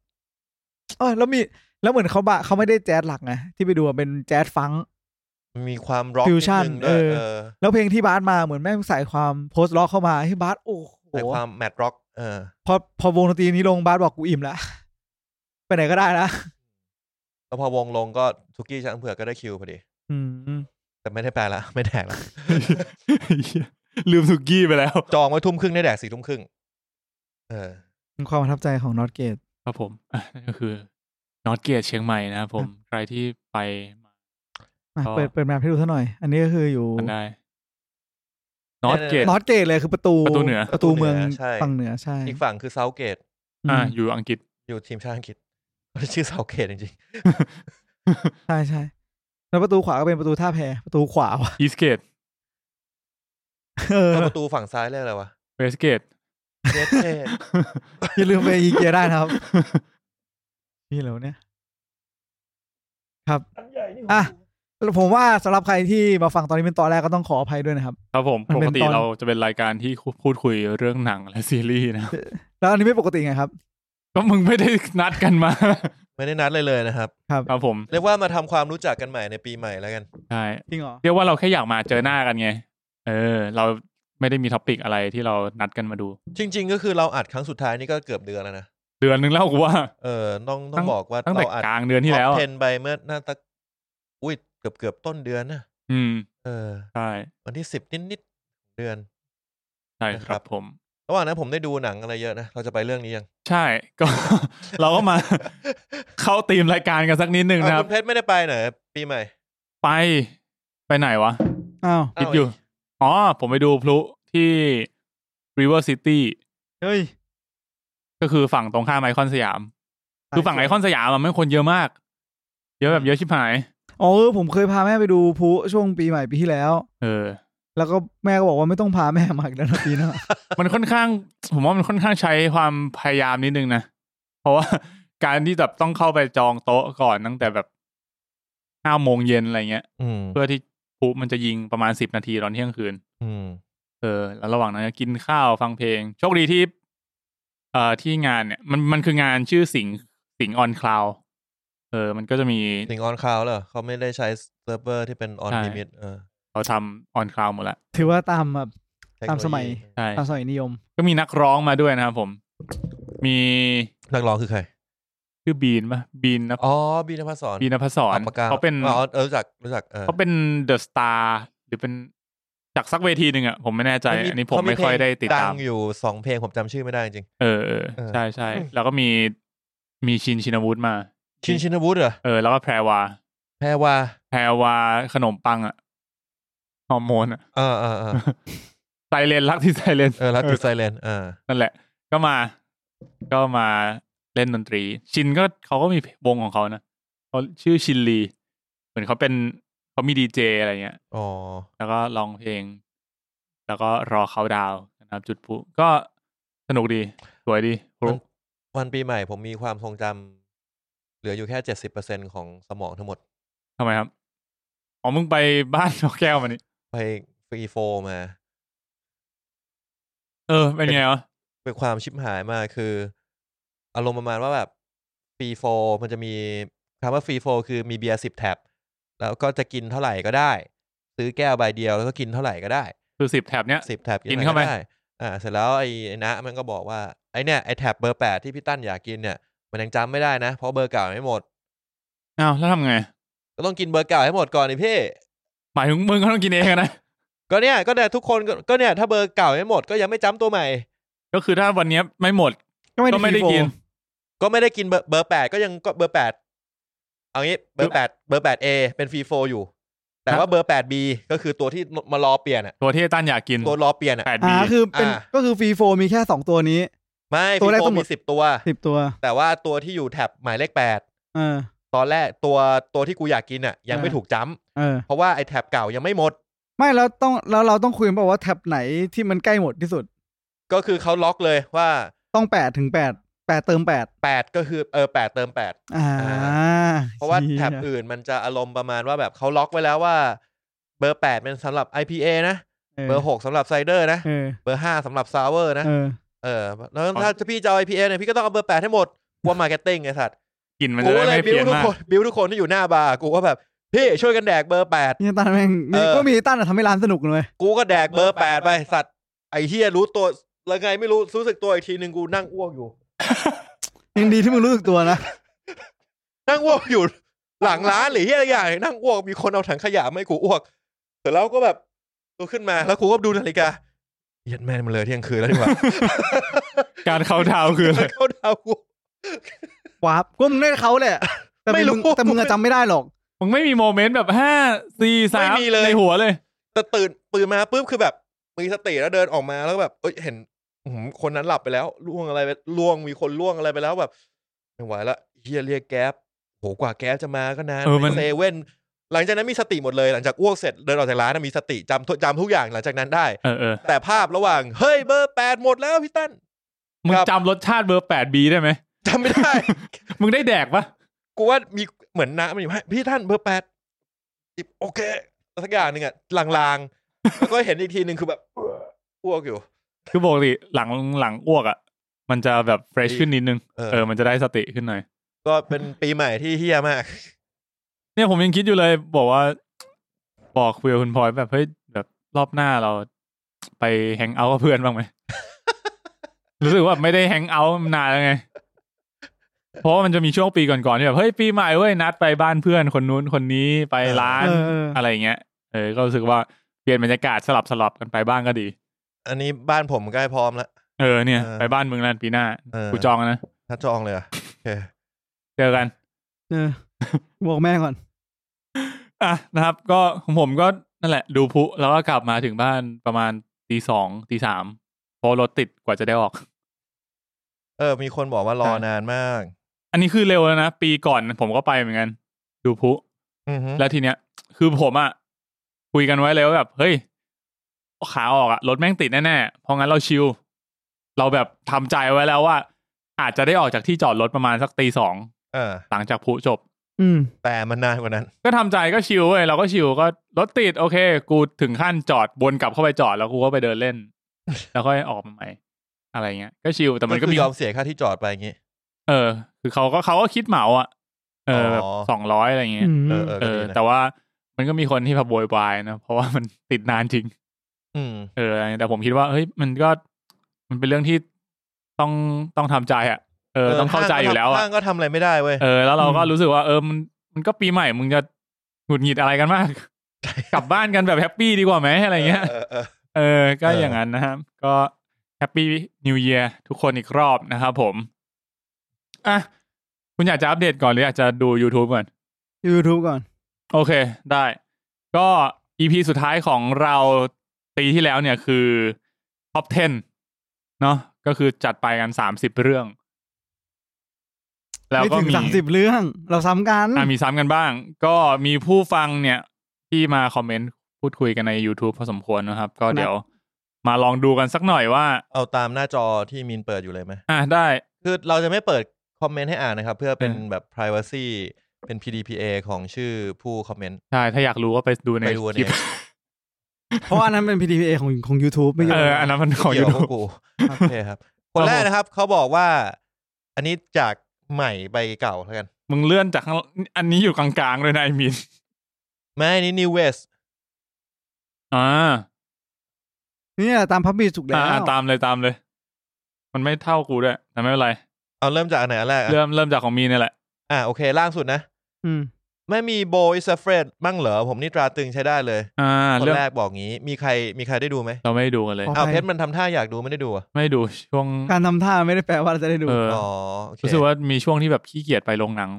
เออแล้วมีแล้วเหมือนเขาบะเขาไม่ได้แจ๊สหลักไงที่ไปดูอะเป็นแจ๊สฟังก์ มีความร็อกนิด Fusion นึงด้วย เออ เออ แล้วเพลงที่บาร์มาเหมือนแม่งใส่ความโพสต์ล็อกเข้ามาให้บาร์โอ้โห แต่ความแมทร็อกเออ พอพอวงดนตรีนี้ลงบาร์บอกกูอิ่มละ ไปไหนก็ได้นะ แล้วพอวงลงก็ทุกี้ช้างเผือกก็ได้คิวพอดี อืม แต่ไม่ได้แปลละ ไม่แดกละ เหี้ย ลืมสุกี้ไปแล้ว จองไว้ทุ่มครึ่งได้แดกสี่ทุ่มครึ่งเออ เป็นความประทับใจของนอตเกต ครับผม อ่ะนั่นก็คือนอตเกตเชียงใหม่นะครับผม ใครที่ไปมา อ่ะ ก็ เปิดเปิดแมพให้ดูซะหน่อย อันนี้ก็คืออยู่ กันได้นอตเกต นอตเกตเลยคือประตู ประตูเหนือ ประตูเมือง ใช่ ฝั่งเหนือใช่ อีกฝั่งคือเซาเกต อืม อ่ะอยู่อังกฤษ อยู่ทีมชาติอังกฤษ ชื่อเซาเกตจริง ใช่ใช่แล้วประตูขวาก็เป็นประตูท่าแพประตูขวาวะ อีสเกต เอ ๆ อ แล้วประตูฝั่งซ้ายเรียกอะไรวะ เวสเกต เนสเทส อย่าลืมไปอีเกียได้ นะครับ นี่แล้วเนี่ย ครับ อ่ะแล้วผมว่าสำหรับใครที่มาฟังตอนนี้เป็นตอนแรกก็ต้องขออภัยด้วยนะครับ ครับผม มัน ป เป็ ก น ติ ตอน เราจะเป็นรายการที่พูดคุยเรื่องหนังและซีรีส์นะครับ แล้วอันนี้ไม่ปกติไงครับ ก็มึงไม่ได้นัดกันมา ไม่ได้นัดเลยเลยนะครับ ครับผม เรียกว่ามาทำความรู้จักกันใหม่ในปีใหม่แล้วกัน ใช่ จริงเหรอ เรียกว่าเราแค่อยากมาเจอหน้ากันไง เออ เราไม่ได้มีท็อปิกอะไรที่เรานัดกันมาดู จริง ๆ ก็คือเราอัดครั้งสุดท้ายนี่ก็เกือบเดือนแล้วนะ เดือนนึงเล่ากูว่า เออต้องต้องบอกว่า ตั้งแต่ เราอัด กลางเดือนที่แล้ว ท็อป อะ เทนไปเมื่อน่าตะอุ้ยเกือบเกือบต้นเดือนนะ อืม เออ ใช่ วันที่สิบนิดๆเดือน ใช่ นะ ค ครั รับ บผม ระหว่างนั้นผมได้ดูหนังอะไรเยอะนะ เราจะไปเรื่องนี้ยัง ใช่ ก็ เราก็มา เข้าธีมรายการกันสักนิดนึงนะค อ้าวคุรับ ณเพชรไม่ได้ไปไหนปีใหม่ ไปไปไหนวะ อ้าว คิดอยู่ อ๋อ ผมไปดูพลุที่ River City เฮ้ย ก็คือฝั่งตรงข้ามไอคอนสยาม คือฝั่งไอคอนสยามอะมันคนเยอะมาก เยอะแบบเยอะชิบหาย อ๋อเออผมเคยพาแม่ไปดูพลุช่วงปีใหม่ปีที่แล้ว เออ แล้วก็แม่ก็บอกว่าไม่ต้องพาแม่มาอีกแล้วนะปีหน้า มันค่อนข้าง ผมว่ามันค่อนข้างใช้ความพยายามนิดนึงนะ เพราะว่า การที่แบบต้องเข้าไปจองโต๊ะก่อนตั้งแต่แบบห้าโมงเย็นอะไรเงี้ย อืม เพื่อที่พลุมันจะยิงประมาณสิบนาทีตอนเที่ยงคืน อืม เออแล้วระหว่างนั้นก็กินข้าวฟังเพลง โชคดีที่ เอ่อที่งานเนี่ย มันมันคืองานชื่อสิงสิงออนคลาวเออ มันก็จะมี สิงออนคลาวเหรอเขาไม่ได้ใช้เซิร์ฟเวอร์ที่เป็นออนลิมิตเออ เขาทำออนคลาวหมดละ ถือว่าตามแบบ เทคโนโลยี ตามสมัย ใช่ ตามสมัยนิยม ก็มีนักร้องมาด้วยนะครับผม มี นักร้องคือใคร ชื่อบีนปะบีนนะ อ๋อบีนภัสสร บีนพศร อัปปากา เขาเป็น อ๋อออรู้จักรู้จักเออ เขาเป็นเดอะสตาร์หรือเป็นจากสักเวทีหนึ่งอ่ะผมไม่แน่ใจ เขา อันนี้ผม เขา ไม่ค่อเพยลง ได้ติดตาม งอยู่สองเพลงผมจำชื่อไม่ได้จริง เออเออ เออ ใช่ใช่แล้วก็มีมีชินชินวุฒิมา ชินชินวุฒิเหรอ เออ แล้วก็แพรวา แพรว่า แพรวาขนมปังอ่ะฮอร์โมน อ่ะ เออเออเออ ไซเรนรักที่ไซเรน เออรัต เอ ติ อ ไซเลนเออ นั่นแหละ ก็มา ก็มาเล่นดนตรี ชินก็เขาก็มีวงของเขานะเขาชื่อชินลี เหมือนเขาเป็นเขามีดีเจอะไรเงี้ย อ๋อ แล้วก็ร้องเพลง แล้วก็รอเขาดาวน์นะครับ จุดพลุก็สนุกดี สวยดีพลุ วันปีใหม่ผมมีความทรงจำเหลืออยู่แค่เจ็ดสิบเปอร์เซ็นของสมองทั้งหมด ทำไมครับ อ๋อ มึงไปบ้าน นกแก้วมานี่ ไปฟรีโฟมา เออ เป็นไงวะ เป็นความชิบหายมากคือ อารมณ์ประมาณว่าแบบฟรีโฟมันจะมีคำว่าฟรีโฟคือมีเบียร์สิบแท็บแล้วก็จะกินเท่าไหร่ก็ได้ ซื้อแก้วใบเดียวแล้วก็กินเท่าไหร่ก็ได้ คือสิบแถบเนี้ย สิบแท็บ กินเข้าไป หด้อ่า เสร็จแล้วไอ้ไอ้นะมันก็บอกว่าไอ้เนี่ยไอ้แท็บเบอร์แปดที่พี่ตั้นอยากกินเนี่ย มันยังจำไม่ได้นะ เพราะเบอร์เก่าไม่หมด อ้าว แล้วทำไง ก็ต้องกินเบอร์เก่าให้หมดก่อนดิพี่ หมายถึงมึงก็ต้องกินเองอะนะ ก็เนี่ยก็เนี่ยทุกคนก็ก็เนี่ย ถ้าเบอร์เก่าไม่หมดก็ยังไม่จำตัวใหม่ ก็ ก็คือถ้าวันเนี้ยไม่หมด ก็ไม่ ก็ไม่ได้ ได้ กิ กิ น น ก็ไม่ได้กินเบอร์เบอร์แปดก็ยังก็เบอร์แปดเอางี้เบอร์แปดเบอร์แปดเอเป็นฟรีโฟอยู่ แต่ว่าเบอร์แปดบีก็คือตัวที่มารอเปลี่ยนอะ ตัวที่ไอ้ตั้นอยากกิน ตัวรอเปลี่ยนอะ แปดบี อ่าคือเป็น อ่า ก็คือฟรีโฟมีแค่สองตัวนี้ ไม่ฟ ตัวแร รี ก โฟ ทั้งหม มี ด สิบตัว สิบตัว แต่ว่าตัวที่อยู่แท็บหมายเลขแปด เออ ตอนแรกตัวตัวที่กูอยากกินอะยังไม่ อ่า ถูกจำ เออ เพราะว่าไอ้แท็บเก่ายังไม่หมด ไม่แล้วต้องแล้วเราต้องคุยกันเปล่าว่าแท็บไหนที่มันใกล้หมดที่สุด ก็คือเขาล็อกเลยว่า ต้องแปดถึงแปดแปดเติมแปด แปดก็คือเออแปดเติมแปด อ่า อ่ เพราะว่า ชี่ย แท็บอื่นมันจะอารมณ์ประมาณว่าแบบเขาล็อกไว้แล้วว่า เบอร์แปดเป็นสำหรับ IPA นะ เบอร์หกสำหรับไซเดอร์นะ เออ เบอร์ห้าสำหรับซาวเวอร์นะ เออ เออแล้วถ้าพี่จะเอา IPA เนี่ยพี่ก็ต้องเอาเบอร์แปดให้หมดกลัว่ามาร์เก็ตติ้งไอ้สัตว์ กลินมัน กู จะ ก็เลได้ย ไม่ บิ เปลี่ วย น ทุก มาก คนบิวทุกคนที่อยู่หน้าบาร์กูก็แบบพี่ช่วยกันแดกเบอร์แปด นี่ตั้นแม่งนี่ เออ ก็มีตั้นอะทำให้ร้านสนุกเลย กูก็แดกเบอร์แปดไปสัตว์ไอ้เฮียรู้ตัวแล้วไงไม่รู้รู้สึกตัวอีกทีหนึ่งกูนั่งอ้วกอยู่ ยังดีที่มึงรู้สึกตัวนะ นั่งอ้วกอยู่ หลังร้านหรือเหี้ยอะไรอย่างนั่งอ้วกมีคนเอาถังขยะมาให้กูอ้วกเสร็จแล้วก็แบบตัวขึ้นมาแล้วกูก็ดูนาฬิกาเหี้ย็ดแม่นมันเลยเที่ยงคืนแล้วดีกว่า การเข้าดาวน์คืออะไร เข้าดาวกู วาบก็มึงได้เขาแหละ แต่ ไม่ มึ รู้ งแต่มึงอะจำไม่ได้หรอก มึงไม่มีโมเมนต์แบบห้าสี่สา ไม่ ม มีเลย ในหัวเลย แต่ตื่นตื่นมาปุ๊บคือแบบมีสติแล้วเดินออกมาแล้วก็แบบเอ้ยเห็นอื้อหือคนนั้นหลับไปแล้วล่วงอะไรไปล่วงมีคนล่วงอะไรไปแล้วแบบไม่ไหวละเฮียเรียกแก๊บโหกว่าแก๊บจะมาก็นาน เออมัน เซเว่นหลังจากนั้นมีสติหมดเลยหลังจากอ้วกเสร็จเดินออกจากร้านนะมีสติจำทุกจำทุกอย่างหลังจากนั้นได้ เออเออ แต่ภาพระหว่าง เฮ้ยเบอร์แปดหมดแล้วพี่ตั้น มึง ครับ จำรสชาติเบอร์แปดบีได้ไหม จำไม่ ได้ มึงได้แดกปะ กูว่ามีเหมือนน้ำมันอยู่ให้พี่ท่านเบอร์แปดอิบโอเคสักอย่างหนึ่งอะลางๆ แล้วก็เห็นอีกทีหนึ่งคือแบบอ้วกอยู่ คือปกติหลังหลังอ้วกอ่ะ มันจะแบบเฟรช ดี ขึ้นนิดนึง เออ เออ มันจะได้สติขึ้นหน่อย ก็เป็นปีใหม่ที่เฮี้ยมาก เนี่ยผมยังคิดอยู่เลย บอกว่า บอกคุยกับคุณพลอยแบบเฮ้ยแบบรอบหน้าเราไปแฮงเอาท์กับเพื่อน บ้างไหม รู้สึกว่าไม่ได้แฮงเอาท์นานแล้วไง เพราะว่ามันจะมีช่วงปีก่อนๆที่แบบเฮ้ยปีใหม่เว้ยนัดไปบ้านเพื่อนคนนู้นคนนี้ไปร้าน เออเอออ อะไรอย่างเงี้ยเออก็รู้สึกว่าเปลี่ยนบรรยากาศสลับสลับๆกันไปบ้างก็ดี อันนี้บ้านผมใกล้พร้อมแล้ว เออเนี่ย เออ ไปบ้านมึงนั่นปีหน้า เออ กูจองแล้วนะ ถ้าจองเลยเหรอะโอเค เจอกัน เออบอกแม่ก่อน อ่ะนะครับก็ของผมก็นั่นแหละ ดูพลุแล้วก็กลับมาถึงบ้านประมาณตีสองตีสามเพราะรถติดกว่าจะได้ออก เออ มีคนบอกว่ารอนานมาก อันนี้คือเร็วแล้วนะ ปีก่อนผมก็ไปเหมือนกัน ดูพลุ อือฮึ แล้วทีเนี้ย คือผมอะคุยกันไว้เลยว่าแบบ เฮ้ย ขาออกอะรถแม่งติดแน่ๆเพราะงั้นเราชิลเราแบบทำใจไว้แล้วว่า อาจจะได้ออกจากที่จอดรถประมาณสักตีสอง เออ หลังจากพลุจบ อืม แต่มันนานกว่านั้น ก็ทำใจก็ชิลเว้ยเราก็ชิลก็รถติดโอเค กูถึงขั้นจอดวนกลับเข้าไปจอดแล้วกูก็ไปเดินเล่น แล้วค่อยออกมาใหม่อะไรเงี้ยก็ชิลแต่มันก็ คื มี อยอมเสียค่าที่จอดไปอย่างงี้ เออ คือเขาก็เขาก็คิดเหมาอ่ะเออแบบ อ๋อ สองร้อยอะไรเงี้ย อืม เออเออ เอ ก็ อ ดีนะ แต่ว่ามันก็มีคนที่พับโวยวายนะเพราะว่ามันติดนานจริง อืม เอออะไรเงี้ยแต่ผมคิดว่าเฮ้ยมันก็มันเป็นเรื่องที่ต้องต้องทำใจอ่ะ เออต้องเข้าใจอยู่แล้วอะ ห้างก็ทำอะไรไม่ได้เว้ย เออแล้วเราก็ อืม รู้สึกว่าเออมันมันก็ปีใหม่มึงจะหงุดหงิดอะไรกัน มาก กลับบ้านกันแบบแฮปปี้ดีกว่าไหมอะไรเงี้ย เออเออ เออก็ เออ อ อ ย่างนั้นนะครับก็แฮปปี้นิว e ยีทุกคนอีกรอบนะครับผมอ่ะคุณอยากจะอัปเดตก่อนหรืออยากจะดู YouTube ก่อน ยูทูบก่อน โอเค ได้ ก็อีพีสุดท้ายของเราปีที่แล้วเนี่ยคือ Top 10 เนาะก็คือจัดไปกันสามสิบเรื่อง แล้ว ไม่ ก็ ถึง มี สามสิบเรื่อง เราซ้ำกัน อ่ะมีซ้ำกันบ้าง ก็มีผู้ฟังเนี่ย ที่มาคอมเมนต์พูดคุยกันใน YouTube พอสมควรนะครับ ก็เดี๋ยวมาลองดูกันสักหน่อยว่า เอาตามหน้าจอที่มีนเปิดอยู่เลยไหม อ่ะได้ คือเราจะไม่เปิดคอมเมนต์ให้อ่านนะครับ เพื่อเป็น เออ แบบ Privacy เป็น PDPA ของชื่อผู้คอมเมนต์ ใช่ ถ้าอยากรู้ก็ไปดูใน ไปดูใน คลิป เพราะอันนั้นเป็น PDPA ของของ YouTube ไม่เกี่ เอ ยว ออันนั้นมันของ เกี่ยวกับพว YouTube กกูโอเคครับ คนแรกนะครับ เขาบอกว่า อันนี้จากใหม่ไปเก่าแล้วกัน มึงเลื่อนจากข้างอันนี้อยู่กลางๆเลยนายมิน ไม่อันนี้ New West อ่า เนี่ยตามพับบีถูกแล้ อ่าว อ่าตามเลยตามเลย มันไม่เท่ากูด้วย แต่ไม่เป็นไร เอาเริ่มจากอันไหนอันแรกอะ เริ่มเริ่มจากของมีนเนี่ยแหละ อ่ะโอเค ล่างสุดนะ อืม ไม่มีโบอิสเฟรดบ้างเหรอ ผมนี่ตราตรึงใช้ได้เลย อ่า คน เรื่อง แรกบอกงี้ มีใครมีใครได้ดูไหม เราไม่ได้ดูกันเลย อ้าวเพชรมันทำท่าอยากดูไม่ได้ดูอะ ไม่ดูช่วง การทำท่าไม่ได้แปลว่าเราจะได้ดู เออ อ๋อโอเค รู้สึกว่ามีช่วงที่แบบขี้เกียจไปโรงหนัง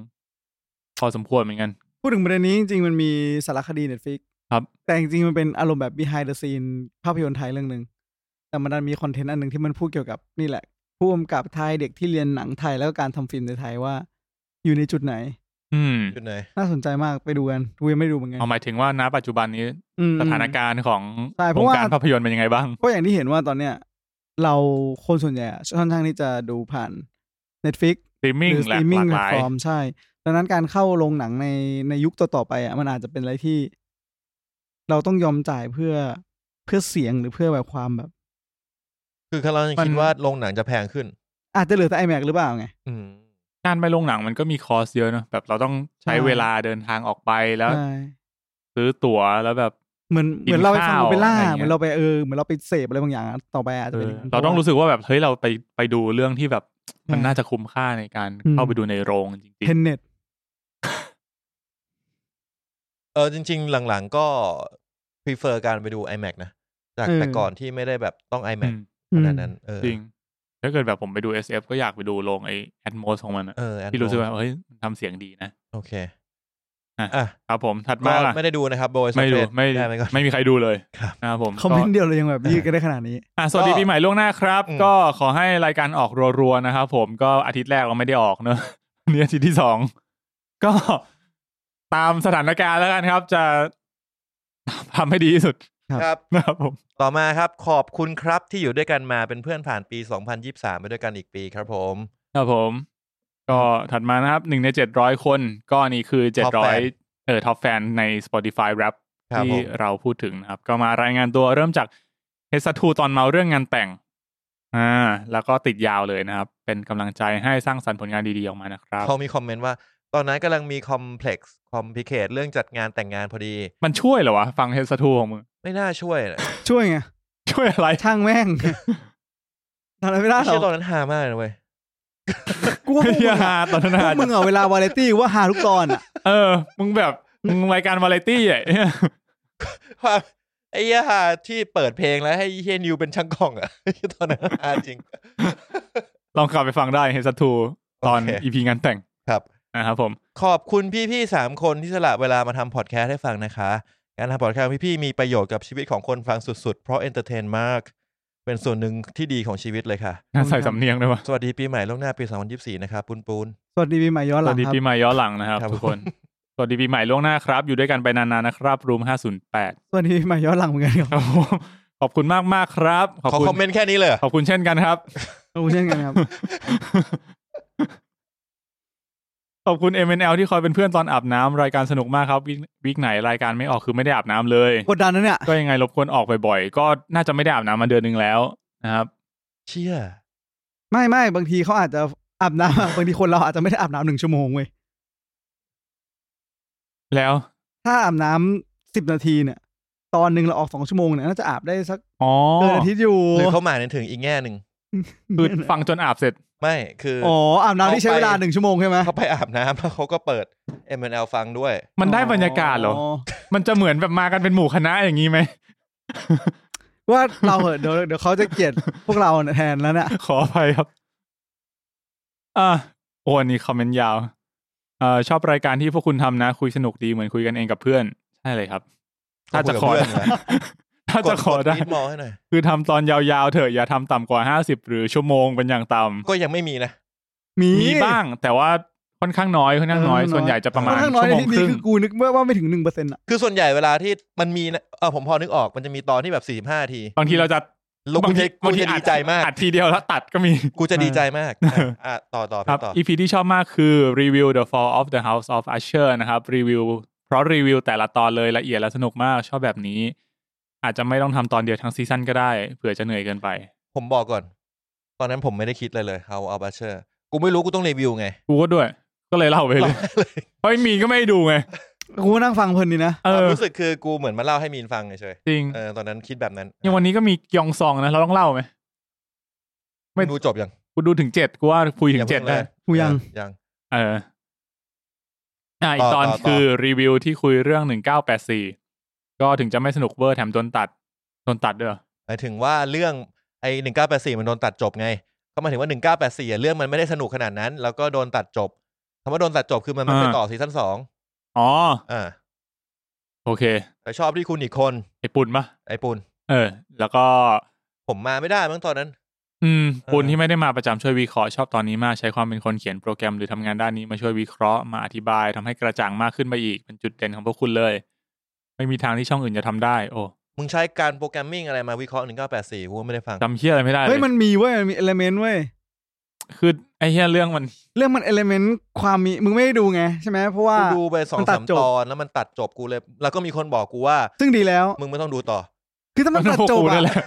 พอสมควรเหมือนกัน พูดถึงประเด็นนี้จริงๆ มันมีสารคดี Netflix ครับ แต่จริงๆ มันเป็นอารมณ์แบบ behind the scene ภาพยนตร์ไทยเรื่องหนึ่งแต่มันดันมีคอนเทนต์อันหนึ่งที่มันพูดเกี่ยวกับนี่แหละผู้กำกับไทยเด็กที่เรียนหนังไทยแล้วก็การทำฟิล์มในไทยว่า อยู่ในจุดไหน อืม จุดไหน น่าสนใจมากไปดูกันกูยังไม่ดูเหมือนกัน เอาหมายถึงว่าณปัจจุบันนี้ อืม สถานการณ์ของ ใช่เพ ว ราะ ง ว่า การภาพยนตร์เป็นยังไงบ้าง เพราะอย่างที่เห็นว่าตอนเนี้ยเราคนส่วนใหญ่อะค่อนข้างที่จะดูผ่าน Netflix สตรีมมิ่ง หรือส หลา ตรีมมิ่ง กหแพลต ลาย ฟอร์มใช่ ดังนั้นการเข้าโรงหนังในในยุคต่อๆไปอ่ะมันอาจจะเป็นอะไรที่ เราต้องยอมจ่ายเพื่อเพื่อเสียงหรือเพื่อแบบความแบบ คือเรายังคิด มัน ว่าโรงหนังจะแพงขึ้น อาจจะเหลือแต่ iMac หรือเปล่าไง อืม การไปโรงหนังมันก็มีคอสเยอะเนอะแบบเราต้องใช้ ใช่ เวลาเดินทางออกไปแล้ว ใช่ ซื้อตั๋วแล้วแบบ เหมือน กิน เหมือนเราไปฟัง ข้าว โอเปร่า อะไรเงี้ย เหมือนเราไปเออเหมือนเราไปเสพอะไรบางอย่างอะต่อไปอาจจะ เออเป็นอย่าง นั้น เราต้องรู้สึกว่าแบบเฮ้ยเราไปไปดูเรื่องที่แบบมันน่า ใช่ จะคุ้มค่าในการ อืม เข้าไปดูในโรงจริง เทนเน็ต เออจริง ๆ หลังๆก็ prefer การไปดู iMac นะ จากแต่ก่อนที่ไม่ได้แบบต้อง ๆอื iMac ม ขนาดนั้นเออ จริง ถ้าเกิดแบบผมไปดู SF ก็อยากไปดูโรงไอแอดมอสของมันอะ เออ Android ที่รู้สึกว่าเฮ้ยมันทำเสียงดีนะ โอเค อ่ะ อ่ะ ครับผมถัด ก็ มาล่ะ ไม่ได้ดูนะครับโบย ไม่ดูไม่ ได้ไหมก่อน ไม่มีใครดูเลย ครับ นะครับผม คอม ก็ เมนต์เดียวเลยยังแบบยืดกันได้ขนาดนี้ อ่ะสวัสดีปีใหม่ล่วงหน้าครับ อืม ก็ขอให้รายการออกรัวๆนะครับผมก็อาทิตย์แรกเราไม่ได้ออกเนอะ นี่อาทิตย์ที่สองก็ ตามสถานการณ์แล้วกันครับ จะทำให้ดีที่สุด ครับ ครับ นะครับผม ต่อมาครับขอบคุณครับที่อยู่ด้วยกันมาเป็นเพื่อนผ่านปี 2023 ไปด้วยกันอีกปีครับผม ครับผม ก็ถัดมานะครับหนึ่งในเจ็ดร้อยคน ก็นี่คือเจ็ดร้อยเออท็อปแฟนใน Spotify Rap ครับผ ที่ ม เราพูดถึงนะครับ ก็มารายงานตัวเริ่มจากเฮสทูตอนเมาเรื่องงานแต่งอ่าแล้วก็ติดยาวเลยนะครับ เป็นกำลังใจให้สร้างสรรค์ผลงานดีๆออกมานะครับ เขามีคอมเมนต์ว่า ตอนนั้นกำลังมี complex complicate เรื่องจัดงานแต่งงานพอดี มันช่วยเหรอวะ ฟังเฮสทูของมึง ไม่น่าช่วยเลย ช่วยไง ช่วยอะไร ช่างแม่ งทำอะไรไม่ได้หร เชื่ อ อก ตอนนั้นฮามากเลยเว้ย กูว่าพวกมึง เฮีย อะ ฮา ตอนนั้น พว ฮาก มึงเอาเวลาวาไรตี้ว่าฮาทุกตอนอะ เออ มึงแบบมึงรายการวาไรตี้อ่ะค วามไอ้เหี้ยฮาที่เปิดเพลงแล้วให้เฮียนิวเป็นช่างกล่องอะ ตอนนั้นฮาจริง ลองกลับไปฟังได้เฮสทูตอน โอเค อีพีงานแต่ง ครับ นะครับผม ขอบคุณพี่ๆสามคนที่สละเวลามาทำพอดแคสต์ให้ฟังนะคะ การทำพอดแคสต์ของพี่ๆมีประโยชน์กับชีวิตของคนฟังสุดๆ เพราะเอนเตอร์เทนมาก เป็นส่วนหนึ่งที่ดีของชีวิตเลยค่ะ น่าใส่ ครับ สำเนียงด้วยวะ สวัสดีปีใหม่ล่วงหน้าปี 2024 นะครับปูนปูน สวัสดีปีใหม่ย้อนห ส ลั วั ง สดี ครับ ปีใหม่ย้อนหลังนะครับ ครับ ทุกคน สวัสดีปีใหม่ล่วงหน้าครับ อยู่ด้วยกันไปนานๆนะครับ รูมห้าศูนย์แปด สวัสดีปีใหม่ย้อนหลังเหมือนกันครับ ครับผมขอบคุณมากมากๆครับ ขอบ ขอ คุณ คอมเมนต์แค่นี้เลยเหรอ ขอบคุณเช่นกันครับ โอ้เช่นกันครับ ขอบคุณ MNL ที่คอยเป็นเพื่อนตอนอาบน้ำรายการสนุกมากครับวิกวิกไหนรายการไม่ออกคือไม่ได้อาบน้ำเลย กดดันนะเนี่ย ก็ยังไงรบกวนออกบ่อยๆก็น่าจะไม่ได้อาบน้ำมาเดือนหนึงแล้วนะครับ เชี่ย ไม่ไม่บางทีเขาอาจจะอาบน้ำอะ บางทีคนเราอาจจะไม่ได้อาบน้ำหนึ่งชั่วโมงเว้ย แล้ว ถ้าอาบน้ำสิบนาทีเนี่ย ตอนหนึ่งเราออกสองชั่วโมงเนี่ยน่าจะอาบได้สัก อ๋อ เกินอาทิตย์อยู่ หรือเขาหมายถึงอีกแง่หนึ่ง คือฟังจนอาบเสร็จ ไม่คืออ อ๋ออาบน้ำที่ใช้เวลา เขาไป หนึ่งชั่วโมงใช่ไหม เขาไปอาบน้ำแล้วเขาก็เปิด m l ฟังด้วย มันได้บรรยากาศเหรอ มันจะเหมือนแบบมากันเป็นหมู่คณะอย่างนี้ไหม ว่าเราเหอะเดี๋ยวเดี๋ยวเขาจะเกลียดพวกเราแทนแล้วเนี่ย ขออภัยครับ อ่าโอ้อันนี้คอมเมนต์ยาวเอ่อชอบรายการที่พวกคุณทำนะ คุยสนุกดีเหมือนคุยกันเองกับเพื่อน ใช่เลยครับ ถ้าจะขอ ก็คุยกับ ได้ เพื่อนนะ ถ้า จะขอได้ กดมอให้หน่อย คือทำตอนยาวๆเถอะอย่าทำต่ำกว่าห้าสิบหรือชั่วโมงเป็นอย่างต่ำ ก็ยังไม่มีนะ มี มีบ้าง แต่ว่าค่อนข้างน้อยค่อนข้างน้อย เออ ส่วนใหญ่จะประมาณ ค่อนข้างน้อย ชั่ว ใน โมงคที่นี้ รึ่ง คือกูนึกว่าไม่ถึงหนึ่งเปอร์เซ็นต์อ่ะ คือส่วนใหญ่เวลาที่มันมีนะเออผมพอนึกออกมันจะมีตอนที่แบบสี่ห้าที บางทีเราจะ แล้วกูจะกูจะดีใจมาก อัดทีเดียวแล้วตัดก็มี กูจะดีใจมากอ่ะอ่ะต่อต่อ ค พี่ รับ ต่อ EP ที่ชอบมากคือ Review the Fall of the House of Usher นะครับ รีวิว เพราะรีวิวแต่ละตอนเลยละเอียดและสนุกมากชอบแบบนี้ อาจจะไม่ต้องทำตอนเดียวทั้งซีซั่นก็ได้เผื่อจะเหนื่อยเกินไป ผมบอกก่อน ตอนนั้นผมไม่ได้คิดเลยเลยเอาเอาบัชเชอร์กูไม่รู้กูต้องรีวิวไง กูก็ด้วย ก็เลยเล่าไปเลย เพราะไม่มีก็ไม่ดูไง กูนั่งฟังเพลินดีนะ เอ ความ อ รู้สึกคือกูเหมือนมาเล่าให้มีนฟังเฉย จริง ๆเออตอนนั้นคิดแบบนั้น ยังวันนี้ก็มียองซองนะ เราต้องเล่าไหม ไม่ ดูจบยัง กูดูถึงเจ็ดกูว่าคุยถึงเจ็ด ยั ได้ พิ่ กู ล ยัง ยัง เอออ่ะอีกตอน ต่อต่อ คือรีวิวที่คุยเรื่องหนึ่งเก้าแปดสี่ก็ถึงจะไม่สนุกเวอร์แถมโดนตัดโดนตัดด้วยเหรอ หมายถึงว่าเรื่องไอ้หนึ่งเก้าแปดสี่มันโดนตัดจบไง ก็หมายถึงว่าหนึ่งเก้าแปดสี่เรื่องมันไม่ได้สนุกขนาดนั้น แล้วก็โดนตัดจบคำว่าโดนตัดจบคือมันไม่ไป อ่า ต่อซีซั่นสอง อ๋อ อ่า โอเค แต่ชอบที่คุณอีกคน ไอปุ่นปะ ไอ้ปุน เออ แล้วก็ ผมมาไม่ได้มั้งตอนนั้น อืม เออ ปุณที่ไม่ได้มาประจำช่วยวิเคราะห์ชอบตอนนี้มากใช้ความเป็นคนเขียนโปรแกรมหรือทำงานด้านนี้มาช่วยวิเคราะห์มาอธิบายทำให้กระจ่างมากขึ้นไปอีก เป็นจุดเด่นของพวกคุณเลย ไม่มีทางที่ช่องอื่นจะทำได้ โอ้ มึงใช้การโปรแกรมมิ่งอะไรมาวิเคราะห์หนึ่งเก้าแปดสี่กูก็ไม่ได้ฟัง จำเฮียอะไรไม่ได้เล เฮ้ย ย มันมีเว้ยมันมีเอลเมนต์เว้ย คือไอ้เฮียเรื่องมัน เรื่องมันเอลเมนต์ความมี มึงไม่ได้ดูไงใช่ไหมเพราะว่า กูดูไปสอง มันตัด สาม จบ ตอนแล้วมันตัดจบกูเลย แล้วก็มีคนบอกกูว่า ซึ่งดีแล้ว มึงไม่ต้องดูต่อ คือถ้ามันตัดจมันบโหดเลย อะ แหละ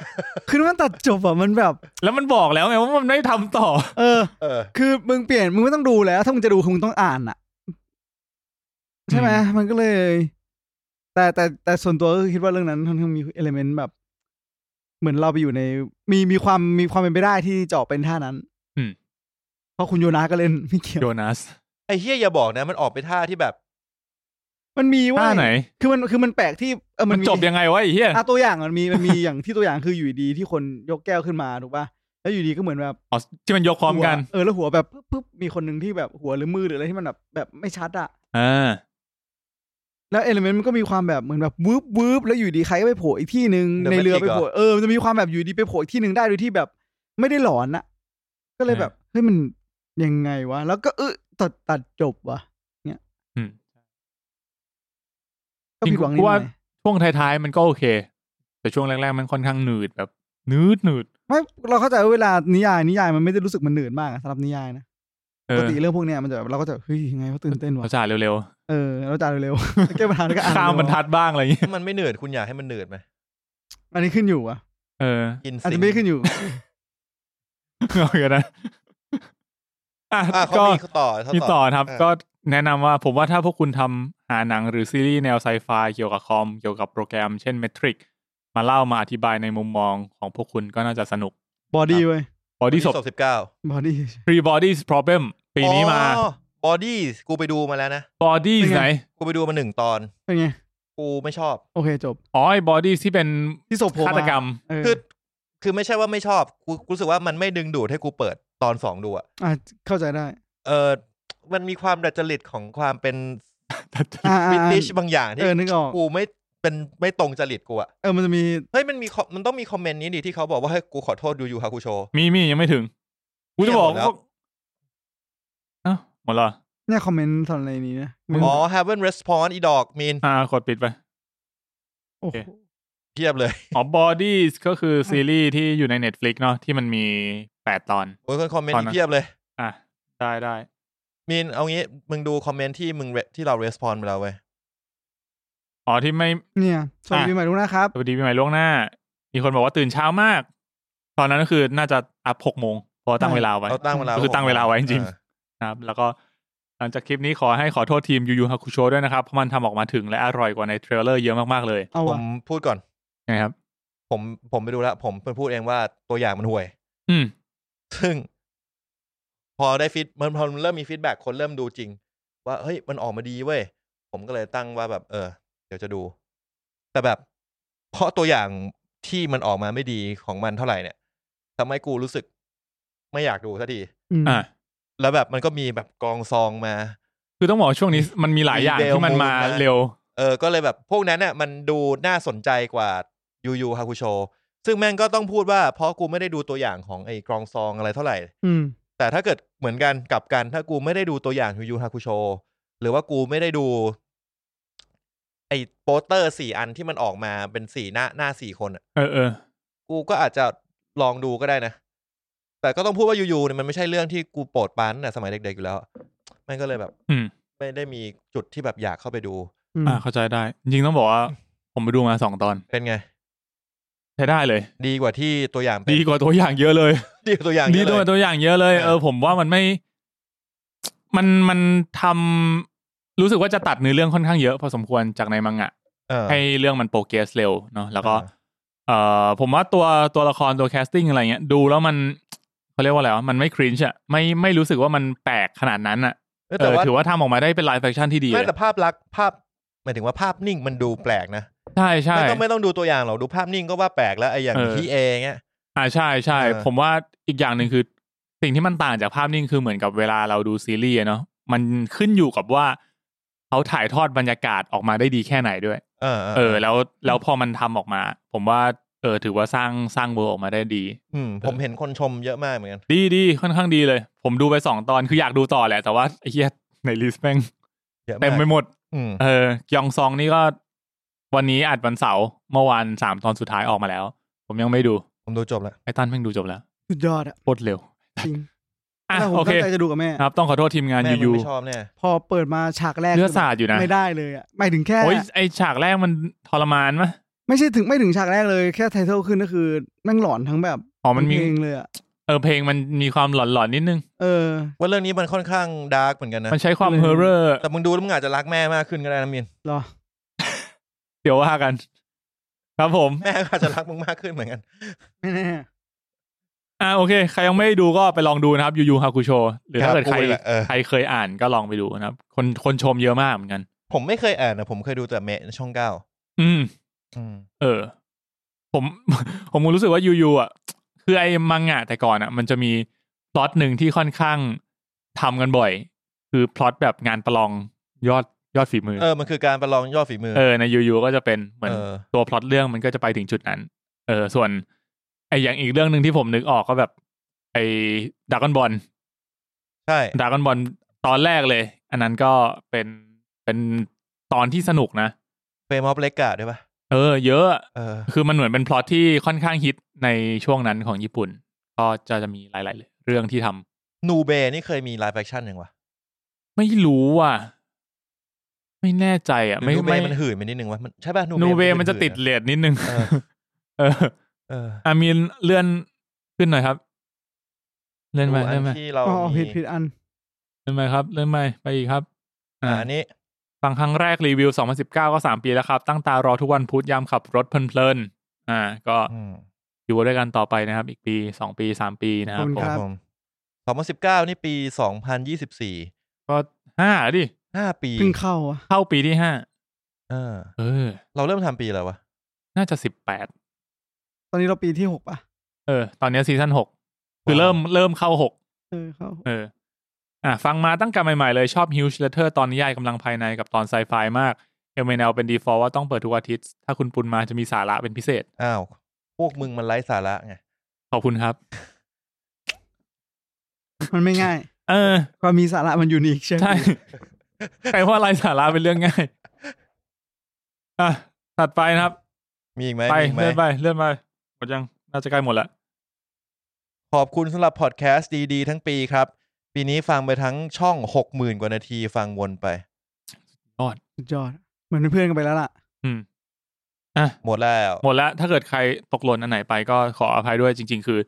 คือถ้ามันตัดจบอะมันแบบ แล้วมันบอกแล้วไงว่ามันไม่ทำต่อ เออ เออ คือมึงเปลี่ยนมึงไม่ต้องดูแล้ว ถ้ามึงจะดูคือมึงต้องอ่านอะใช่ไหมมันก็เลย แต่แต่แต่ส่วนตัวก็คือคิดว่าเรื่องนั้นค่อนข้างมีเอลเมนต์แบบ เหมือนเราไปอยู่ใน มีมีความมีความเป็นไปได้ที่จะออกเป็นท่านั้น อืม เพราะคุณโยนาก็เล่น ไม่เกี่ยว โยนัส ไอ้เฮียอย่าบอกนะ มันออกไปท่าที่แบบ มันมีเว่า ท่าไหน คือมันคือมันแปลกที่เออ มัน มี จบยังไงวะไอ้เฮีย อ่ะตัวอย่างมันมีมันมีอย่างที่ตัวอย่างคืออยู่ดีๆที่คนยกแก้วขึ้นมาถูกป่ะแล้วอยู่ดีก็เหมือนแบบ อ๋อที่มันยกพร้อมกัน หัวเออแล้วหัวแบบปึ๊บปึ๊บมีคนหนึ่งที่แบบหัวหรือมือหรืออะไรที่มันแบบแบบไม่ชัดอ่ะ อ่า แล้วเอลเมนต์มันก็มีความแบบเหมือนแบบวืบวืบแล้วอยู่ดีใครก็ไปโผล่อีกที่หนึ่ง The ในเรือ Matrix ไปโผล่เออมันจะมีความแบบอยู่ดีไปโผล่อีกที่หนึ่งได้โดยที่แบบ ไม่ได้หลอนอ่ะ ก็เลยแบบเฮ้ยมันยังไงวะแล้วก็เออตัดตัดจบวะเนี่ย อืม ก็ผิดหวังนิด จริงๆกู หน่ ว่า อย ช่วงท้ายๆมันก็โอเค แต่ช่วงแรกๆมันค่อนข้างหนืดแบบหนืดหนืด ไม่เราเข้าใจว่าเวลานิยายนิยายมันไม่ได้รู้สึกมันเหนื่อยมากอะสำหรับนิยายนะ เอ ป อก ติเรื่องพวกเนี้ยมันจะแบบเราก็จะเฮ้ยยังไงว่าตื่นเต้นวะ ภาษาเร็ว เออเราจ่ายเร็ว ๆ แก้ปัญหาแล้วก็อ่าน ๆข้ามบรรทัดบ้างอะไรอย่างเงี้ย ถ้ามันไม่เหนื่อยคุณอยากให้มันเหนื่อยไหม อันนี้ขึ้นอยู่อ่ะ เออ กิน อาจ สิ จะไม่ขึ้นอยู่ เอาอย่างนั้นอ่ะ อ่ะเขา ก็ มีต่อเขา มีต่อครับ า ก็แนะนำว่าผมว่าถ้าพวกคุณทำหาหนังหรือซีรีส์แนวไซไฟเกี่ยวกับคอม เกี่ยวกับโปรแกรม เช่น Metric มาเล่ามาอธิบายในมุมมองของพวกคุณก็น่าจะสนุก บอดี้เว้ย Body ที่ Shop ศพสิบเก้า บอดี้ Free Bodies Problem ปีนี้มา บอดี้กูไปดูมาแล้วนะ Bodies เป็นไง ไหน กูไปดูมาหนึ่งตอน เป็นไง กูไม่ชอบ โอเคจบ อ๋อไอ้ Bodies ที่เป็น ที่ศพโผล่ ฆาตกรรม เออ คือ คือไม่ใช่ว่าไม่ชอบ กูกูรู้สึกว่ามันไม่ดึงดูดให้กูเปิดตอนสองดูอะ อ่ะเข้าใจได้ เออมันมีความดัดจริตของความเป็น อ่า บิ อ่า ติชบางอย่าง เอ ที่ อนึกออก กูไม่เป็นไม่ตรงจริตกูอะ เออมันจะมี เฮ้ยมันมีคอมมันต้องมีคอมเมนต์นี้ดิที่เขาบอกว่าเฮ้ยกูขอโทษดูยูฮาคุโช มีมียังไม่ถึง กูจะบอก เนี่ยหมดแล้ว ว่าอ้าวหมดและ เนี่ยคอมเมนต์ตอนในนี้นะมึง อ๋อ haven't respond อีดอกมีน อ่ากดปิดไป โอ้โห เทียบเลย อ๋อ Bodies ก็คือซีรีส์ที่อยู่ใน Netflix เนาะที่มันมีแปดตอน โอ้ยคนคอมเมน ต ต์ อนนั้นี่นเทียบเลย อ่ะ ได้ได้ มีนเอางี้มึงดูคอมเมนต์ที่มึง re- ที่เรา respond ไปแล้วเว้ย อ๋อที่ไม่ เนี่ยสวัสดี อ่ะ ปีใหม่ลูกนะครับ สวัสดีปีใหม่ล่วงหน้า มีคนบอกว่าตื่นเช้ามาก ตอนนั้นก็คือน่าจะอัพหกโมงเพราะว่าตั้ง ใช่ เวลาไว้ เราตั้งเวลา ก็คือตั้งเวลาไว้จริง เออ นะครับ แล้วก็หลังจากคลิปนี้ขอให้ขอโทษทีมยูยูฮาคุโชด้วยนะครับ เพราะมันทำออกมาถึงและอร่อยกว่าในเทรลเลอร์เยอะมากๆเลย เอา ผ อ่ะ มพูดก่อน นะครับ ผมผมไปดูแล้ว ผมเพิ่งพูดเองว่าตัวอย่างมันห่วย อืม ซึ่ง พอได้ฟีดมันพอเริ่มมีฟีดแบ็คนเริ่มดูจริง ว่าเฮ้ยมันออกมาดีเว้ย ผมก็เลยตั้งว่าแบบ เออ เดี๋ยวจะดู แต่แบบ เพราะตัวอย่างที่มันออกมาไม่ดีของมันเท่าไหร่เนี่ยทำให้กูรู้สึก ไม่อยากดูสักที ม อ่า แล้วแบบมันก็มีแบบกองซองมา คือต้องบอกว่าช่วงนี้มันมีหลายอย่าง มีเบล ที่มันมา มูนนะ เร็ว เออ ก็เลยแบบพวกนั้นน่ะมันดูน่าสนใจกว่ายูยูฮาคุโช ซึ่งแม่งก็ต้องพูดว่าเพราะกูไม่ได้ดูตัวอย่างของไอ้กรองซองอะไรเท่าไหร่ อืม แต่ถ้าเกิดเหมือนกันกลับกัน ถ้ากูไม่ได้ดูตัวอย่างยูยูฮาคุโช หรือว่ากูไม่ได้ดู ไอ้โปสเตอร์สี่อันที่มันออกมาเป็นสี่หน้าหน้าสี่คนอะ เออเออ กูก็อาจจะลองดูก็ได้นะ แต่ก็ต้องพูดว่ายูยูเนี่ยมันไม่ใช่เรื่องที่กูโปรดปรานตั้งแต่สมัยเด็กๆอยู่แล้วมันก็เลยแบบ อืม ไม่ได้มีจุดที่แบบอยากเข้าไปดู อืม อ่า เข้าใจได้ จริงๆต้องบอกว่า ผมไปดูมาสองตอน เป็นไง ใช้ได้เลย ดีกว่าที่ตัวอย่างเป็น ดีกว่าตัวอย่างเยอะเลย ดีกว่าตัวอย่าง ดี เยอะ ตั เล วย ตัวอย่างเยอะเลย เออ เออ ผมว่ามันไม่ มันมันทำรู้สึกว่าจะตัดเนื้อเรื่องค่อนข้างเยอะพอสมควรจากในมังงะ เออ ให้เรื่องมันโปรเกรสเร็วเนาะแล้วก็ อ่า เอ่อผมว่าตัวตัวละครตัวแคสติ้งอะไรเงี้ยดูแล้วมันเขาเรียกว่าอะไรวะมันไม่ครินช์อะไม่ไม่รู้สึกว่ามันแปลกขนาดนั้นอะ เออ เอ แต่ อ ว่า ถือว่าทำออกมาได้เป็นไลฟ์แฟคชั่นที่ดีเล ไม่ ย แต่ภาพลักษณ์ภาพหมายถึงว่าภาพนิ่งมันดูแปลกนะ ใช่ใช่ ไม่ต้องไม่ต้องดูตัวอย่างหรอกดูภาพนิ่งก็ว่าแปลกแล้วไอ้อย่าง เออ พี่เอเงี้ย อ่าใช่ใช่ เออ ผมว่าอีกอย่างหนึ่งคือ สิ่งที่มันต่างจากภาพนิ่งคือเหมือนกับเวลาเราดูซีรีส์อะเนาะมันขึ้นอยู่กับว่าเขาถ่ายทอดบรรยากาศออกมาได้ดีแค่ไหนด้วย เออ เออ แล้วแล้วพอมันทำออกมา ผมว่าเออถือว่าสร้างสร้างเวอร์ออกมาได้ดี อืมผมเห็นคนชมเยอะมากเหมือนกัน ดีดีค่อนข้างดีเลย ผมดูไปสองตอนคืออยากดูต่อแหละ แต่ว่าไอ้เหี้ยในลิสต์แม่ง เยอะ เต็ มาม ก ไปหมด อืม เออยองซองนี่ก็วันนี้อัดวันเสาร์เมื่อวานสามตอนสุดท้ายออกมาแล้ว ผมยังไม่ดู ผมดูจบแล้ว ไอ้ตั้นแม่งดูจบแล้ว สุดยอดอ่ะ โคตรเร็ว จริง อ่ะ แล้วผม โอเค ตั้งใจจะดูกับแม่ ครับ ต้องขอโทษทีมงาน แม่มึงยูยู ไม่ชอบแน่ พอเปิดมาฉากแรก เลือดสาดอยู่นะ ไม่ได้เลยอ่ะไม่ถึงแค่ โอ้ยไอฉากแรกมันทรมานมะ ไม่ใช่ถึงไม่ถึงฉากแรกเลยแค่ไทเทลขึ้นก็คือแม่งหลอนทั้งแบบ อ๋อมันมี เพลงเลยอ่ะ เออเพลงมันมีความหลอนๆนิดนึง เออ ว่าเรื่องนี้มันค่อนข้างดาร์กเหมือนกันนะ มันใช้ความ เลย เฮอร์เรอร์ แต่มึงดูแล้วมึงอาจจะรักแม่มากขึ้นก็ได้นะ มิน เหรอ เดี๋ยวว่ากัน ครับผม แม่ก็อาจจะรักมึงมากขึ้นเหมือนกัน ไม่แน่ อ่าโอเค ใครยังไม่ได้ดูก็ไปลองดูนะครับยูยูฮาคุโชหรือ ครั ถ้า บ เกิดใคร กูนี่แหละเออ ใครเคยอ่านก็ลองไปดูนะครับ คนคนชมเยอะมากเหมือนกัน ผมไม่เคยอ่านนะผมเคยดูแต่เมะช่องเก้า อืม อืม เออ ผม ผมรู้สึกว่ายูยูอ่ะ คือไอ้มังงะแต่ก่อนอ่ะ มันจะมีพล็อตหนึ่งที่ค่อนข้างทำกันบ่อย คือพล็อตแบบงานประลองยอดยอดฝีมือ เออมันคือการประลองยอดฝีมือ เออในยูยูก็จะเป็นเหมือน เออ ตัวพล็อตเรื่องมันก็จะไปถึงจุดนั้น เออ ส่วนไออย่างอีกเรื่องหนึ่งที่ผมนึกออกก็แบบ ไอดากอนบอล ใช่ ดรากอนบอลตอนแรกเลย อันนั้นก็เป็นเป็นตอนที่สนุกนะ เฟมอฟเลกาด้วยปะ เออ เยอะ เออ คือมันเหมือนเป็นพล็อตที่ค่อนข้างฮิตในช่วงนั้นของญี่ปุ่น ก็จะจะมีหลาย ๆ เรื่องที่ทำ นูเบนี่เคยมีไลฟ์แฟคชั่นยังวะ ไม่รู้ว่ะ ไม่แน่ใจอ่ะ หรือ ไม่ นูเบ ไม่ มันหื่นไปนิดนึงวะมันใช่ปะ นู นู เวมันจะติด หื่ เลดนิดนึง เออ เออ เออ อามีนเลื่อนขึ้นหน่อยครับ เลื่อนไป ดูอั เลื่อนไป ที่เรา อ๋อ มี ผิดผิดอัน เลื่อนไปครับ เลื่อนไปไปอีกครับ อ่าอันนี้ ฟังครั้งแรกรีวิว 2019 ก็ 3 ปีแล้วครับ ตั้งตารอทุกวันพุธยามขับรถเพลินๆ อ่า ก็ อืม อยู่ด้วยกันต่อไปนะครับ อีกปี 2 ปี 3 ปีนะครับ ขอผมบคุณครับ ผมสองพันสิบเก้านี่ปีสองพันยี่สิบสี่ ก็ห้าแล้วดิ ห้าปี เพิ่งเข้าอ่ะ เข้าปีที่ห้า เออ เออ เราเริ่มทำปีอะไรวะ น่าจะ 18 ตอนนี้เราปีที่หกป่ะ เออ ตอนนี้ซีซั่น6คือเริ่มเริ่มเข้า 6 เออเข้า เออ อ่ะฟังมาตั้งแต่ใหม่ ๆ เลยชอบ Huge Letter ตอนนิยายกำลังภายในกับตอนไซไฟมาก MNL เป็น default ว่าต้องเปิดทุกอาทิตย์ ถ้าคุณปุณมาจะมีสาระเป็นพิเศษ อ้าว พวกมึงมันไร้สาระไง ขอบคุณครับ มันไม่ง่าย เออ ความมีสาระมันอยู่ในอีกเช่น ใช่ ใครว่าไรสาระเป็นเรื่องง่าย อ่ะ ถัดไปนะครับ มีอีกไหม ไป มีอีกไหม เลื่อนไปเลื่อนไปหมดยัง น่าจะใกล้หมดละ ขอบคุณสำหรับพอดแคสต์ดีๆ ทั้งปีครับ ปีนี้ฟังไปทั้งช่องหกหมื่นกว่านาทีฟังวนไป สุดยอดเหมือนเป็นเพื่อนกันไปแล้วล่ะ อืม อ่ะ หมดแล้ว หมดละ ถ้าเกิดใครตกหล่นอันไหนไปก็ขออภัยด้วยจริง ๆ คือ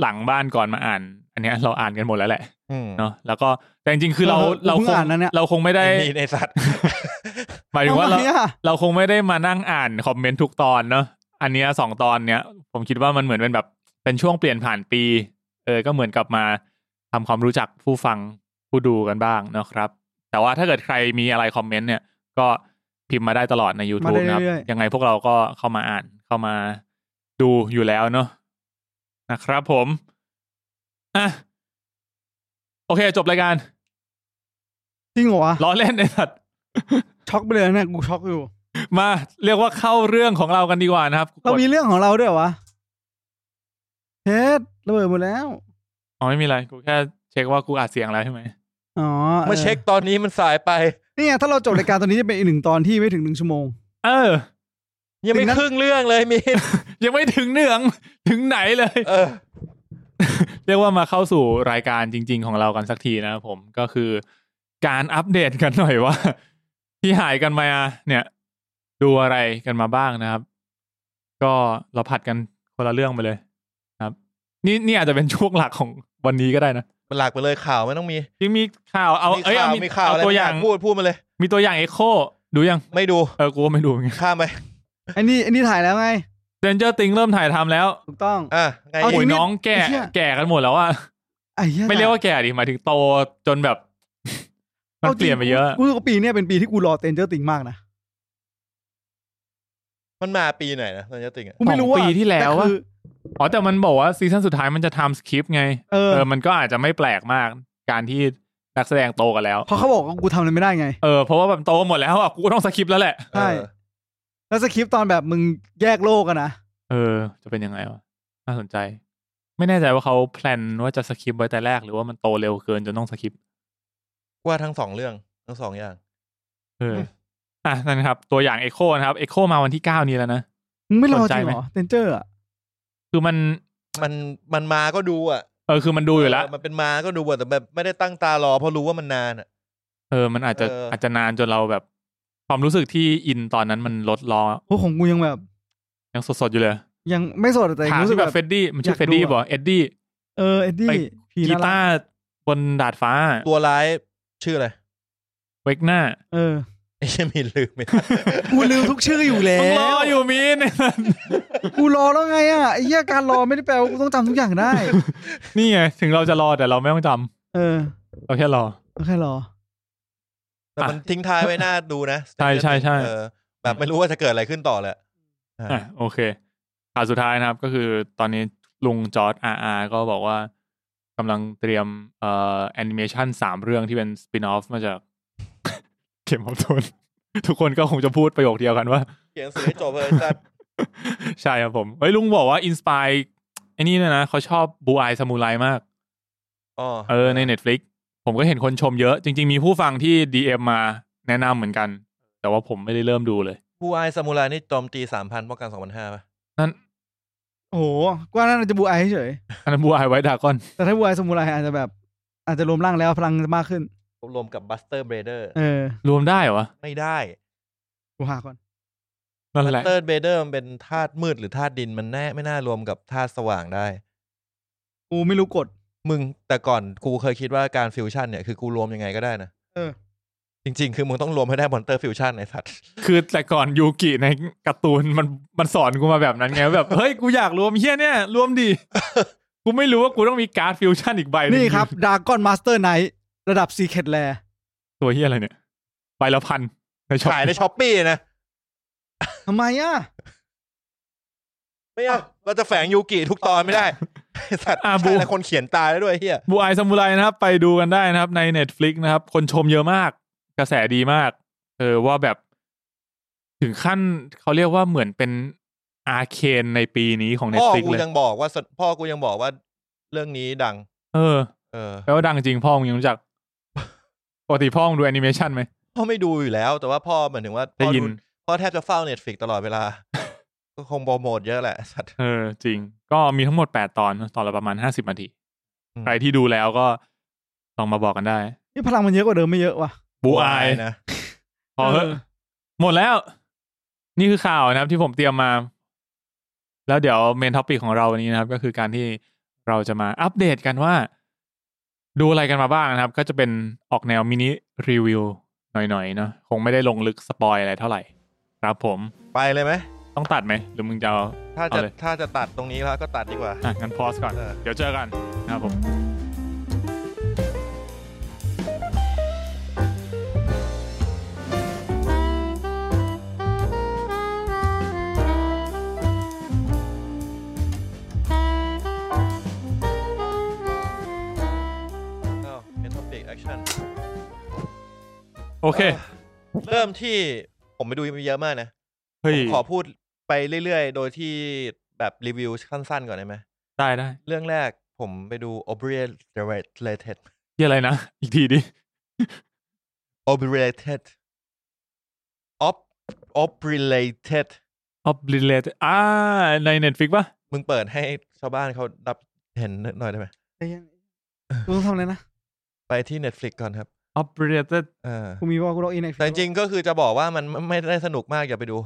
หลังบ้านก่อนมาอ่าน อันเนี้ยเราอ่านกันหมดแล้วแหละ อืม เนาะ แล้วก็แต่จริงๆคือเรา เรา เรา เพิ่ง คง อ่านนะเนี่ย เราคงไม่ได้ มีในสัตว์ หมายถึงว่า เอ เรา ไอ่ะ เราคงไม่ได้มานั่งอ่านคอมเมนต์ทุกตอนเนาะ อันเนี้ยสองตอนเนี้ยผมคิดว่ามันเหมือนเป็นแบบเป็นช่วงเปลี่ยนผ่านปี เ เออก็เหมือนกับมาทำความรู้จักผู้ฟังผู้ดูกันบ้างนะครับ แต่ว่าถ้าเกิดใครมีอะไรคอมเมนต์เนี่ย ก็พิมพ์มาได้ตลอดใน มา YouTube ได้ นะครับ เรื่อยๆ ยังไงพวกเราก็เข้ามาอ่านเข้ามาดูอยู่แล้วเนอะนะครับผมอ่ะโอเค จบรายการ จริงเหรอวะ ล้อเล่นไอ้สัตว์ ช็อกไปเลยนะเนี่ยกูช็อกอยู่ มาเรียกว่าเข้าเรื่องของเรากันดีกว่านะครับ เรามีเรื่องของเราด้วยเหรอวะเฮ็ดระเบิดหมดแล้ว อ๋อไม่มีอะไรกูแค่เช็คว่ากูอัดเสียงแล้วใช่ไหม อ๋อ มาเช็คตอนนี้มันสายไป นี่ไงถ้าเราจบรายการตอนนี้จะเป็นอีกหนึ่งตอนที่ไม่ถึงหนึ่งชั่วโมง เออ ยัง ถึ ไม่ งนั้น ครึ่งเรื่องเลย มีน ยังไม่ถึงเนือง ถึงไหนเลย เออ เรียกว่ามาเข้าสู่รายการจริง ๆ ของเรากันสักทีนะครับผมก็คือการอัปเดตกันหน่อยว่า ที่หายกันมาเนี่ย ดูอะไรกันมาบ้างนะครับ ก็เราผัดกันคนละเรื่องไปเลยนะครับ นี่นี่อาจจะเป็นช่วงหลักของวันนี้ก็ได้นะ มันหลักไปเลยข่าวไม่ต้องมี ยังมีข่าวเอา มี เอ้ย ข่า เอา ว มี มีข่าว เอา อะไร ตัวอย่าง ไม่กพูดพูดมาเลย มีตัวอย่างเอ็กโคดูยัง ไม่ดู เออ กูก็ไม่ดูเหมือนกัน ข้ามไป ไอ้นี่ไอ้นี่ถ่ายแล้วไง เดนเจอร์ติงเริ่มถ่ายทำแล้ว ถูกต้อง อ่ะไง เอา โอ้ อีกยจริ น้องแก่ ไอ้เหี้ย แก่กันหมดแล้วอะ อ้หี้ ไม่เรียกว่าแก่ดิหมายถึงโตจนแบบ มัน อาจริง เปลี่ยนไปเยอะ กูรู้สึกว่าปีเนี้ยเป็นปีที่กูรอเตนเจอร์ติงมากนะ มันมาปีไหนนะตอนนี้ติงอ่ะ กูไม่รู้ สอง ว่า ปีที่แล้วอะ ต่คือ อ๋อแต่มันบอกว่าซีซั่นสุดท้ายมันจะทำสคริปต์ไง เออ เออ มันก็อาจจะไม่แปลกมาก การที่นักแสดงโตกันแล้ว เพราะเขาบอกว่ากูทำอะไรไม่ได้ไง เออ เพราะว่าแบบโตหมดแล้วอะกูก็ต้องสคริปต์แล้วแหละ ใช่ เออ แล้วสคริปต์ตอนแบบมึงแยกโลกอะนะ เออ จะเป็นยังไงวะน่าสนใจ ไม่แน่ใจว่าเขาแพลนว่าจะสคริปต์ไว้แต่แรกหรือว่ามันโตเร็วเกินจนต้องสคริปต์ ว่าทั้งสองเรื่องทั้งสองอย่าง เอออ่ะนั่นครับ ตัวอย่างเอ็กโคนะครับเอ็กโคมาวันที่เก้านี้แล้วนะ มึงไม่รอ สนใจ จริง ไหม เหรอเตนเจอร์อะ คือมัน มันมันมาก็ดูอ่ะ เออคือมันดูอยู่แล้ว เมันเป็นมาก็ดูอะแต่แบบไม่ได้ตั้งตารอเพราะรู้ว่ามันนานอ่ะ เออ มันอาจจะ เอออ อาจจะนานจนเราแบบ ความรู้สึกที่อินตอนนั้นมันลดลง โอ้ของกูยังแบบ ยังสดๆอยู่เลย ยังไม่สดแต่ยั ถาง ม รู้สึ ที่ ก แบ แบบ บ เฟดดี้มันชื่อ อ เฟ ยาดกดู ดี้ อะ บอกเอ็ดดี้ เออเอ็ดดี้ ไป พี กี น่ารั ตากร์บนดาดฟ้า ตัวร้ายชื่ออะไร เวกหน้า เออ ไอ้เชี่ยมีนลืมไป กูลืมทุกชื่ออยู่แล้ มึงรอ ว อยู่มีน กูรอแล้วไงอะไอ้เหี้ยการรอไม่ได้แปลว่ากูต้องจำทุกอย่างได้ นี่ไง ถึงเราจะรอแต่เราไม่ต้องจ เอำอเราแค่รอ ก็แค่รอ แต่มันทิ้งท้ายไว้หน้าดูนะ ใช่ใช่ใช่ เออแบบไม่รู้ว่าจะเกิดอะไรขึ้นต่อแหละ อ่ะโอเคข่าวสุดท้ายนะครับ ก็คือตอนนี้ลุงจอร์ดอาร์อาร์ก็บอกว่ากำลังเตรียมเอ่อแอนิเมชันสามเรื่องที่เป็นสปินออฟมาจาก เข็มออฟโทนทุกคนก็คงจะพูดประโยคเดียวกันว่า เขียนหนังสือให้จบเลยจัด ใช่ครับผมเฮ้ยลุงบอกว่าอินสปายไอ้นี่เนยนะเขาชอบบูไอซามูไรมาก อ๋อ เออใน Netflix ผมก็เห็นคนชมเยอะ จริง ๆ มีผู้ฟังที่ DM มาแนะนำเหมือนกัน แต่ว่าผมไม่ได้เริ่มดูเลย ผู้อายซามูไรนี่โจมตีสามพันป้องกันสองพันห้าป่ะ โอ้โหกว่านั้นจะบูไอเฉย อันนั้นบูไอไว้ดากอน แต่ถ้าบูไอสมุไรอาจจะแบบ อาจจะรวมร่างแล้วพลังจะมากขึ้น รวมกับบัสเตอร์เบรเดอร์ เออ รวมได้เหรอ ไม่ได้ กูหาก่อน นั่น บั แห ส ละ เตอร์เบรเดอร์มันเป็นธาตุมืดหรือธาตุดินมันแน่ไม่น่ารวมกับธาตุสว่างได้ กูไม่รู้กฎ มึงแต่ก่อนกูเคยคิดว่าการฟิวชั่นเนี่ยคือกูรวมยังไงก็ได้นะ เออ จริง ๆ คือมึงต้องรวมให้ได้มอนเตอร์ฟิวชั่นไอ้สัต ว์ คือแต่ก่อนยูกิในการ์ตูนมันมันสอนกูมาแบบนั้นไงว่าแบบ เฮ้ย กูอยากรวมเฮียเนี่ย รวมดี กูไม่รู้ว่ากูต้องมีการ์ดฟิวชั่นอีกใบหง นี่ครับดากอนมาสเตอร์ไนท์ระดับซีเคดแล ตัวเฮียอะไรเนี่ย ใบละพันในช็อป ขายในช้อปปี้นะ ทำไมอ่ะ ไม่เอาเราจะแฝงยูกิทุกตอนไม่ได้ไอ้สัตว์ อ่าบู ใช่แล้วคนเขียนตายแล้วด้วยเฮีย บูไอซามูไรนะครับ ไปดูกันได้นะครับ ใน Netflix นะครับ คนชมเยอะมาก กระแสดีมากเออว่าแบบ ถึงขั้นเขาเรียกว่าเหมือนเป็นอาเคนในปีนี้ของ พ่อ Netflix กู เลย ยังบอกว่าสพ่อกูยังบอกว่าเรื่องนี้ดัง เออ เอ อ แปลว่าดังจริงพ่อมึงยังรู้จัก ปกติพ่อมึงดูแอนิเมชันไหม พ่อไม่ดูอยู่แล้ว แต่ว่าพ่อเหมือนถึงว่า ได้ พ่อ ยิน พ่อแทบจะเฝ้าเน็ตฟิกตลอดเว ลา ก็คงโปรโมทเยอะแหละสัตว์ เออจริง ก็มีทั้งหมดแปดตอนตอนละประมาณห้าสิบนาที อืม ใครที่ดูแล้วก็ลองมาบอกกันได้ นี่พลังมันเยอะกว่าเดิมไม่เยอะว่ะ บูอาย นะ พอเหอะ เออ หมดแล้ว นี่คือข่าวนะครับที่ผมเตรียมมา แล้วเดี๋ยวเมนท็อปิกของเราวันนี้นะครับ ก็คือการที่เราจะมาอัปเดตกันว่า ดูอะไรกันมาบ้างนะครับ ก็จะเป็นออกแนวมินิรีวิวหน่อยๆเนาะคงไม่ได้ลงลึกสปอยอะไรเท่าไหร่ ครับผม ไปเลยไหม ต ต้องตัดไหมหรือมึงจะเอา ถ้าจะ เอาเลย ถ้าจะตัดตรงนี้แล้วก็ตัดดีกว่า อ่ะงั้นพอสก่อน เออ เดี๋ยวเจอกันนะครับผม อ้าวเป็นท็อปิกแอคชั่น โอเค เริ่มที่ผมไปดูมาเยอะมากนะ เฮ้ย ขอพูดไปเรื่อยๆ โดยที่แบบรีวิวสั้นๆก่อนได้ไหม ได้ได้ เรื่องแรกผมไปดู Oblivion Related ที่อะไรนะ อีกทีดิ Oblivion Ob Oblivion obliterate อ่าใน Netflix ป่ะ มึงเปิดให้ชาวบ้านเขารับเห็นหน่อยได้ไหม ไอ้เหี้ยกูต้องทำอะไรนะ ไปที่ Netflix ก่อนครับ obliterate เออ กูมีว่ากูล็อกอิน แต่จริงๆก็คือจะบอกว่ามันไม่ได้สนุกมากอย่าไปดู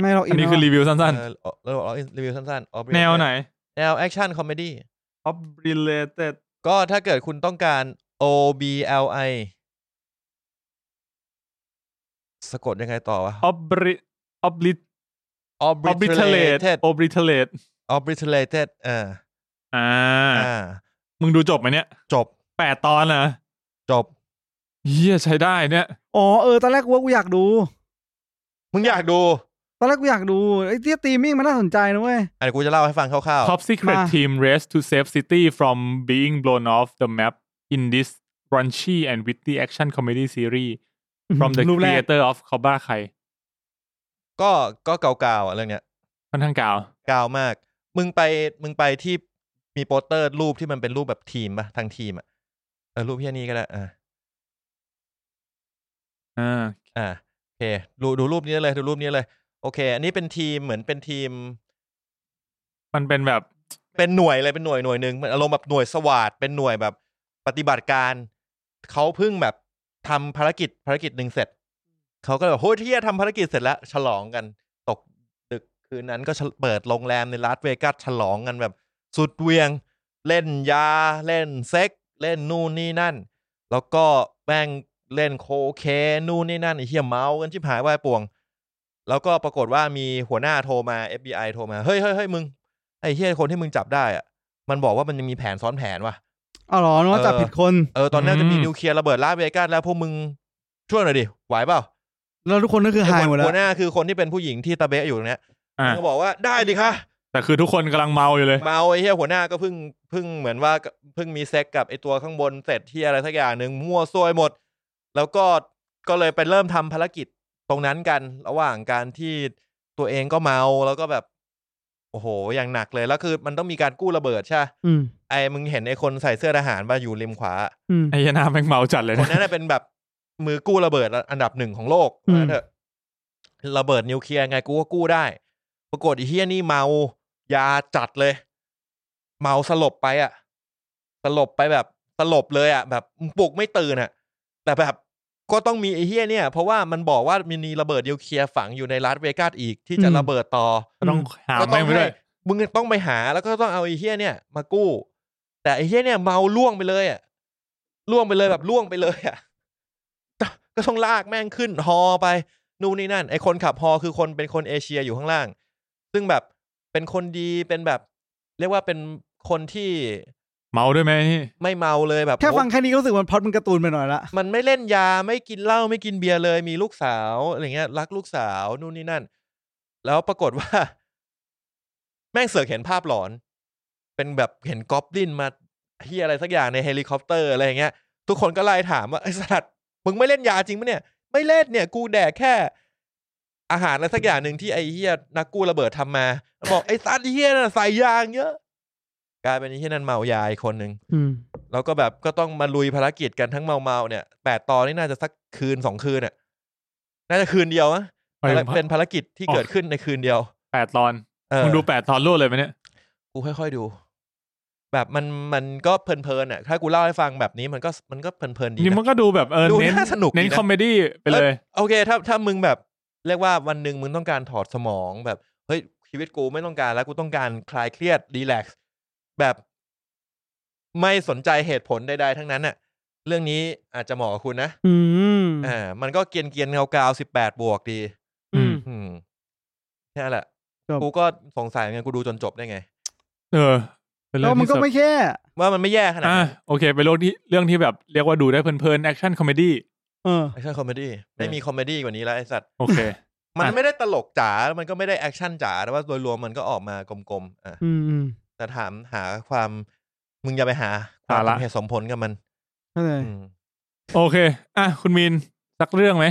ไม่ล็อกอิ อัน น นี้คือรีวิวสั้น เออแล้วเรารีวิวสั้นๆ Oblivion ๆ แนวไหน แนวแอคชั่นคอมเมดี้ obliterate ก็ถ้าเกิดคุณต้องการ O B L I สะกดยังไงต่อวะ obli obli- Obliterated obliterate obliterate Obliterated เออ อ่า อ่า มึงดูจบไหมเนี่ย จบ แปดตอนนะ จบ เฮียใช้ได้เนี่ย อ๋อเออตอนแรกกูว่ากูอยากดู มึงอยากดู ตอนแรกกูอยากดูไอ้เตี้ยตีมิ่งมันน่าสนใจนะเว้ย อันกูจะเล่าให้ฟังคร่าว Top secret มา team race to save city from being blown off the map in this raunchy and witty action comedy series from the รูปแรก creator of Cobra Kai ๆ ก็ก็เก่าๆอ่ะเรื่องเนี้ย ค่อนข้างกล่าว เก่ามาก มึงไปมึงไปที่มีโปสเตอร์รูปที่มันเป็นรูปแบบทีมปะทางทีมอ่ะเออรูปที่นี้ก็ได้อ่า อ่า อ่าโอเคดูดูรูปนี้เลยดูรูปนี้เลย โอเค อันนี้เป็นทีมเหมือนเป็นทีม มันเป็นแบบ เป็นหน่วยอะไรเป็นหน่วยหน่วยหนึ่งมันอารมณ์แบบหน่วยสวาดเป็นหน่วยแบบปฏิบัติการเขาเพิ่งแบบทำภารกิจภารกิจหนึ่งเสร็จเขาก็เลยแบบโหเที่ยทำภารกิจเสร็จแล้วฉลองกัน ตกดึกคืนนั้นก็เปิดโรงแรมในลาสเวกัสฉลองกันแบบสุดเหวียง เล่นยาเล่นเซ็ก เล่นนู่นนี่นั่น แล้วก็แม่งเล่นโคเคนนู่นนี่นั่นไอ้เหี้ยเมากันชิบหายวายป่วง แล้วก็ปรากฏว่ามีหัวหน้าโทรมา FBI โทรมาเฮ้ยเฮ้ยเฮ้ยมึง ไอ้เฮียคนที่มึงจับได้อะมันบอกว่ามันยังมีแผนซ้อนแผนว่ะ เอาเหรอนึกว่าจับ เออ ผิดคน เออตอนนี้ อืม จะมีนิวเคลียร์ระเบิดลาสเวกัสแล้วพวกมึงช่วยหน่อยดิไหวเปล่า แล้วทุกคนก็คือหายหมดแล้ว หัวหน้าคือคนที่เป็นผู้หญิงที่ตะเบะอยู่ตรงเนี้ย อ่า มันก็บอกว่าได้ดิคะ แต่คือทุกคนกำลังเมาอยู่เลย มาเอาไอ้เฮียหัวหน้าก็เพิ่งเพิ่งเหมือนว่าเพิ่งมีเซ็กกับไอ้ตัวข้างบนเสร็จที่อะไรสักอย่างหนึ่งมั่วซวยหมด แล้วก็ก็เลยไปเริ่มทำภารกิจตรงนั้นกันระหว่างการที่ตัวเองก็เมาแล้วก็แบบ โอ้โหอย่างหนักเลยแล้วคือ มันต้องมีการกู้ระเบิดใช่ปะ อืม ไอ้มึงเห็นไอ้คนใส่เสื้อทหารมาอยู่ริมขวา อืม ไอ้ยานาแม่งเมาจัดเลย ค นะ นนั้นน่ะเป็นแบบมือกู้ระเบิดอันดับหนึ่งของโลก อืม ว่างั้นเถอะระเบิดนิวเคลียร์ไงกูก็กู้ได้ ปรากฏไอ้เฮียนี่เมายาจัดเลย เมาสลบไปอ่ะ สลบไปแบบสลบเลยอ่ะ แบบปลุกไม่ตื่นอ่ะ แต่แบบก็ต้องมีไอ้เฮียเนี่ย เพราะว่ามันบอกว่ามีนีระเบิดนิวเคลียร์ฝังอยู่ในรัฐเวกัสอีกที่จะระเบิดต่อ ต้องหา ก็ต้ แม่ อง ง ไปด้ ให้ วย มึงต้องไปหาแล้วก็ต้องเอาไอ้เฮี้ยเนี่ย มากู้ แต่ไอ้เฮี้ยเนี่ยเมาล่วงไปเลยอ่ะล่วงไปเลยแบบล่วงไปเลยอ่ะ ก็ก็ต้องลากแม่งขึ้นฮอไปนู่นนี่นั่น ไอ้คนขับฮอคือคนเป็นคนเอเชียอยู่ข้างล่าง ซึ่งแบบเป็นคนดีเป็นแบบ เรียกว่าเป็นคนที่ เมาด้วยไหมนี่ ไม่เมาเลยแบบ แค่ฟัง โอ้ แค่นี้ก็รู้สึกมันพล็อดมันการ์ตูนไปหน่อยละ มันไม่เล่นยาไม่กินเหล้าไม่กินเบียร์เลย มีลูกสาวอะไรเงี้ยรักลูกสาวนู่นนี่นั่น แล้วปรากฏว่า แม่งเสือกเห็นภาพหลอน เป็นแบบเห็นก๊อบลินมาเฮียอะไรสักอย่างในเฮลิคอปเตอร์อะไรอย่างเงี้ย ทุกคนก็ไล่ถามว่าไอ้สัตว์มึงไม่เล่นยาจริงปะเนี่ย ไม่เล่นเนี่ย กูแดกแค่ อาหารอะไรสักอย่างหนึ่งที่ไอ้เฮียนักกู้ระเบิดทำมาแล้วบอกไอ้สัตว์เฮียน่ะใส่ยางเยอะ กลายเป็นไอ้เฮียนั่นเมายาอีกคนหนึ่ง อืม แล้วก็แบบก็ต้องมาลุยภารกิจกันทั้งเมาเมาๆเนี่ยแปดตอนนี่น่าจะสักคืนสองคืนน่ะน่าจะคืนเดียวมั้ง หมายถึง เป็นภารกิจที่เกิดขึ้นในคืนเดียว แปดตอน เออ มึงดูแปดตอนรวดเลยไหมเนี่ย กูค่อยๆดู แบบมันมันก็เพลินๆอ่ะ ถ้ากูเล่าให้ฟังแบบนี้มันก็มันก็เพลินๆดี นี่มัน นะ ก็ดูแบบเออ ดู เน้น น่าสนุกดีนะ เน้นคอมเมดี้ไปเลย โอเค ถ้าถ้ามึงแบบ เรียกว่าวันหนึ่งมึงต้องการถอดสมองแบบเฮ้ยชีวิตกูไม่ต้องการแล้วกูต้องการคลายเครียดรีแลกซ์แบบไม่สนใจเหตุผลใดๆทั้งนั้นน่ะ เรื่องนี้อาจจะเหมาะกับคุณนะ อืม อ่ามันก็เกรียนเกียนเงาๆสิบแปดบวกดี อืม อืมแค่นั้นแหละ ครับ กูก็สงสัยเหมือนกันกูดูจนจบได้ไง เออ เป็นเรื่ แล้ อ ว ง มัน ที่ ก็ไม่แค่ ว่ามันไม่แย่ขนาด อ่า นั้น โอเค เป็นเรื่องที่เรื่องที่แบบเรียกว่าดูได้เพลินๆแอคชั่นคอมเมดี้ เออ แอคชั่นคอมเมดี้ไม่มีคอมเมดี้กว่านี้แล้วไอสัตว์ โอเค มัน อ่ะ ไม่ได้ตลกจ๋า มันก็ไม่ได้แอคชั่นจ๋า แต่ว่าโดยรวมมันก็ออกมากลมๆอ่ะ อืมอืม แต่ถามหาความมึงอย่าไปหาความ สาสระมเหตุสมผลกับมัน เข้าใจ อืม โอเค อ่ะ คุณมีนสักเรื่องไหม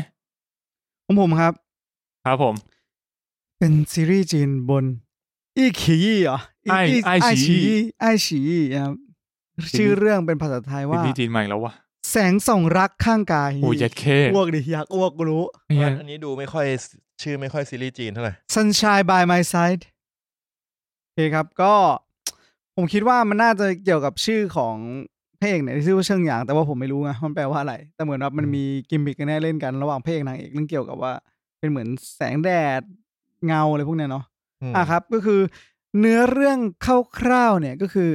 ผมผมครับ ครับผม เป็นซีรีส์จีนบนอีคียี่เหรอ ไอ้ไอ้ฉี่ ฉี่ไอฉี่นะครับชื่อเรื่องเป็นภาษาไทย ซี ว่า รีส์จีนใหม่แล้ววะ แสงส่องรักข้างกาย โอ้ยยัดเค อ้วกดิอยากอ้วกกูรู้ เพราะ เหี้ย ว่าอันนี้ดูไม่ค่อยชื่อไม่ค่อยซีรีส์จีนเท่าไหร่ Sunshine by my side โอเคครับก็ ผมคิดว่ามันน่าจะเกี่ยวกับชื่อของพระเอกเนี่ยที่ชื่อว่าเชิงหยาง แต่ว่าผมไม่รู้ไงว่ามันแปลว่าอะไร แต่เหมือนว่ามันมีกิมมิกกันแน่เล่นกันระหว่างพระเอกนางเอกเรื่องเกี่ยวกับว่า เป็นเหมือนแสงแดดเงาอะไรพวกเนี้ยเนาะ ม อ่ะครับก็คือเนื้อเรื่องคร่าวๆเนี่ยก็คือ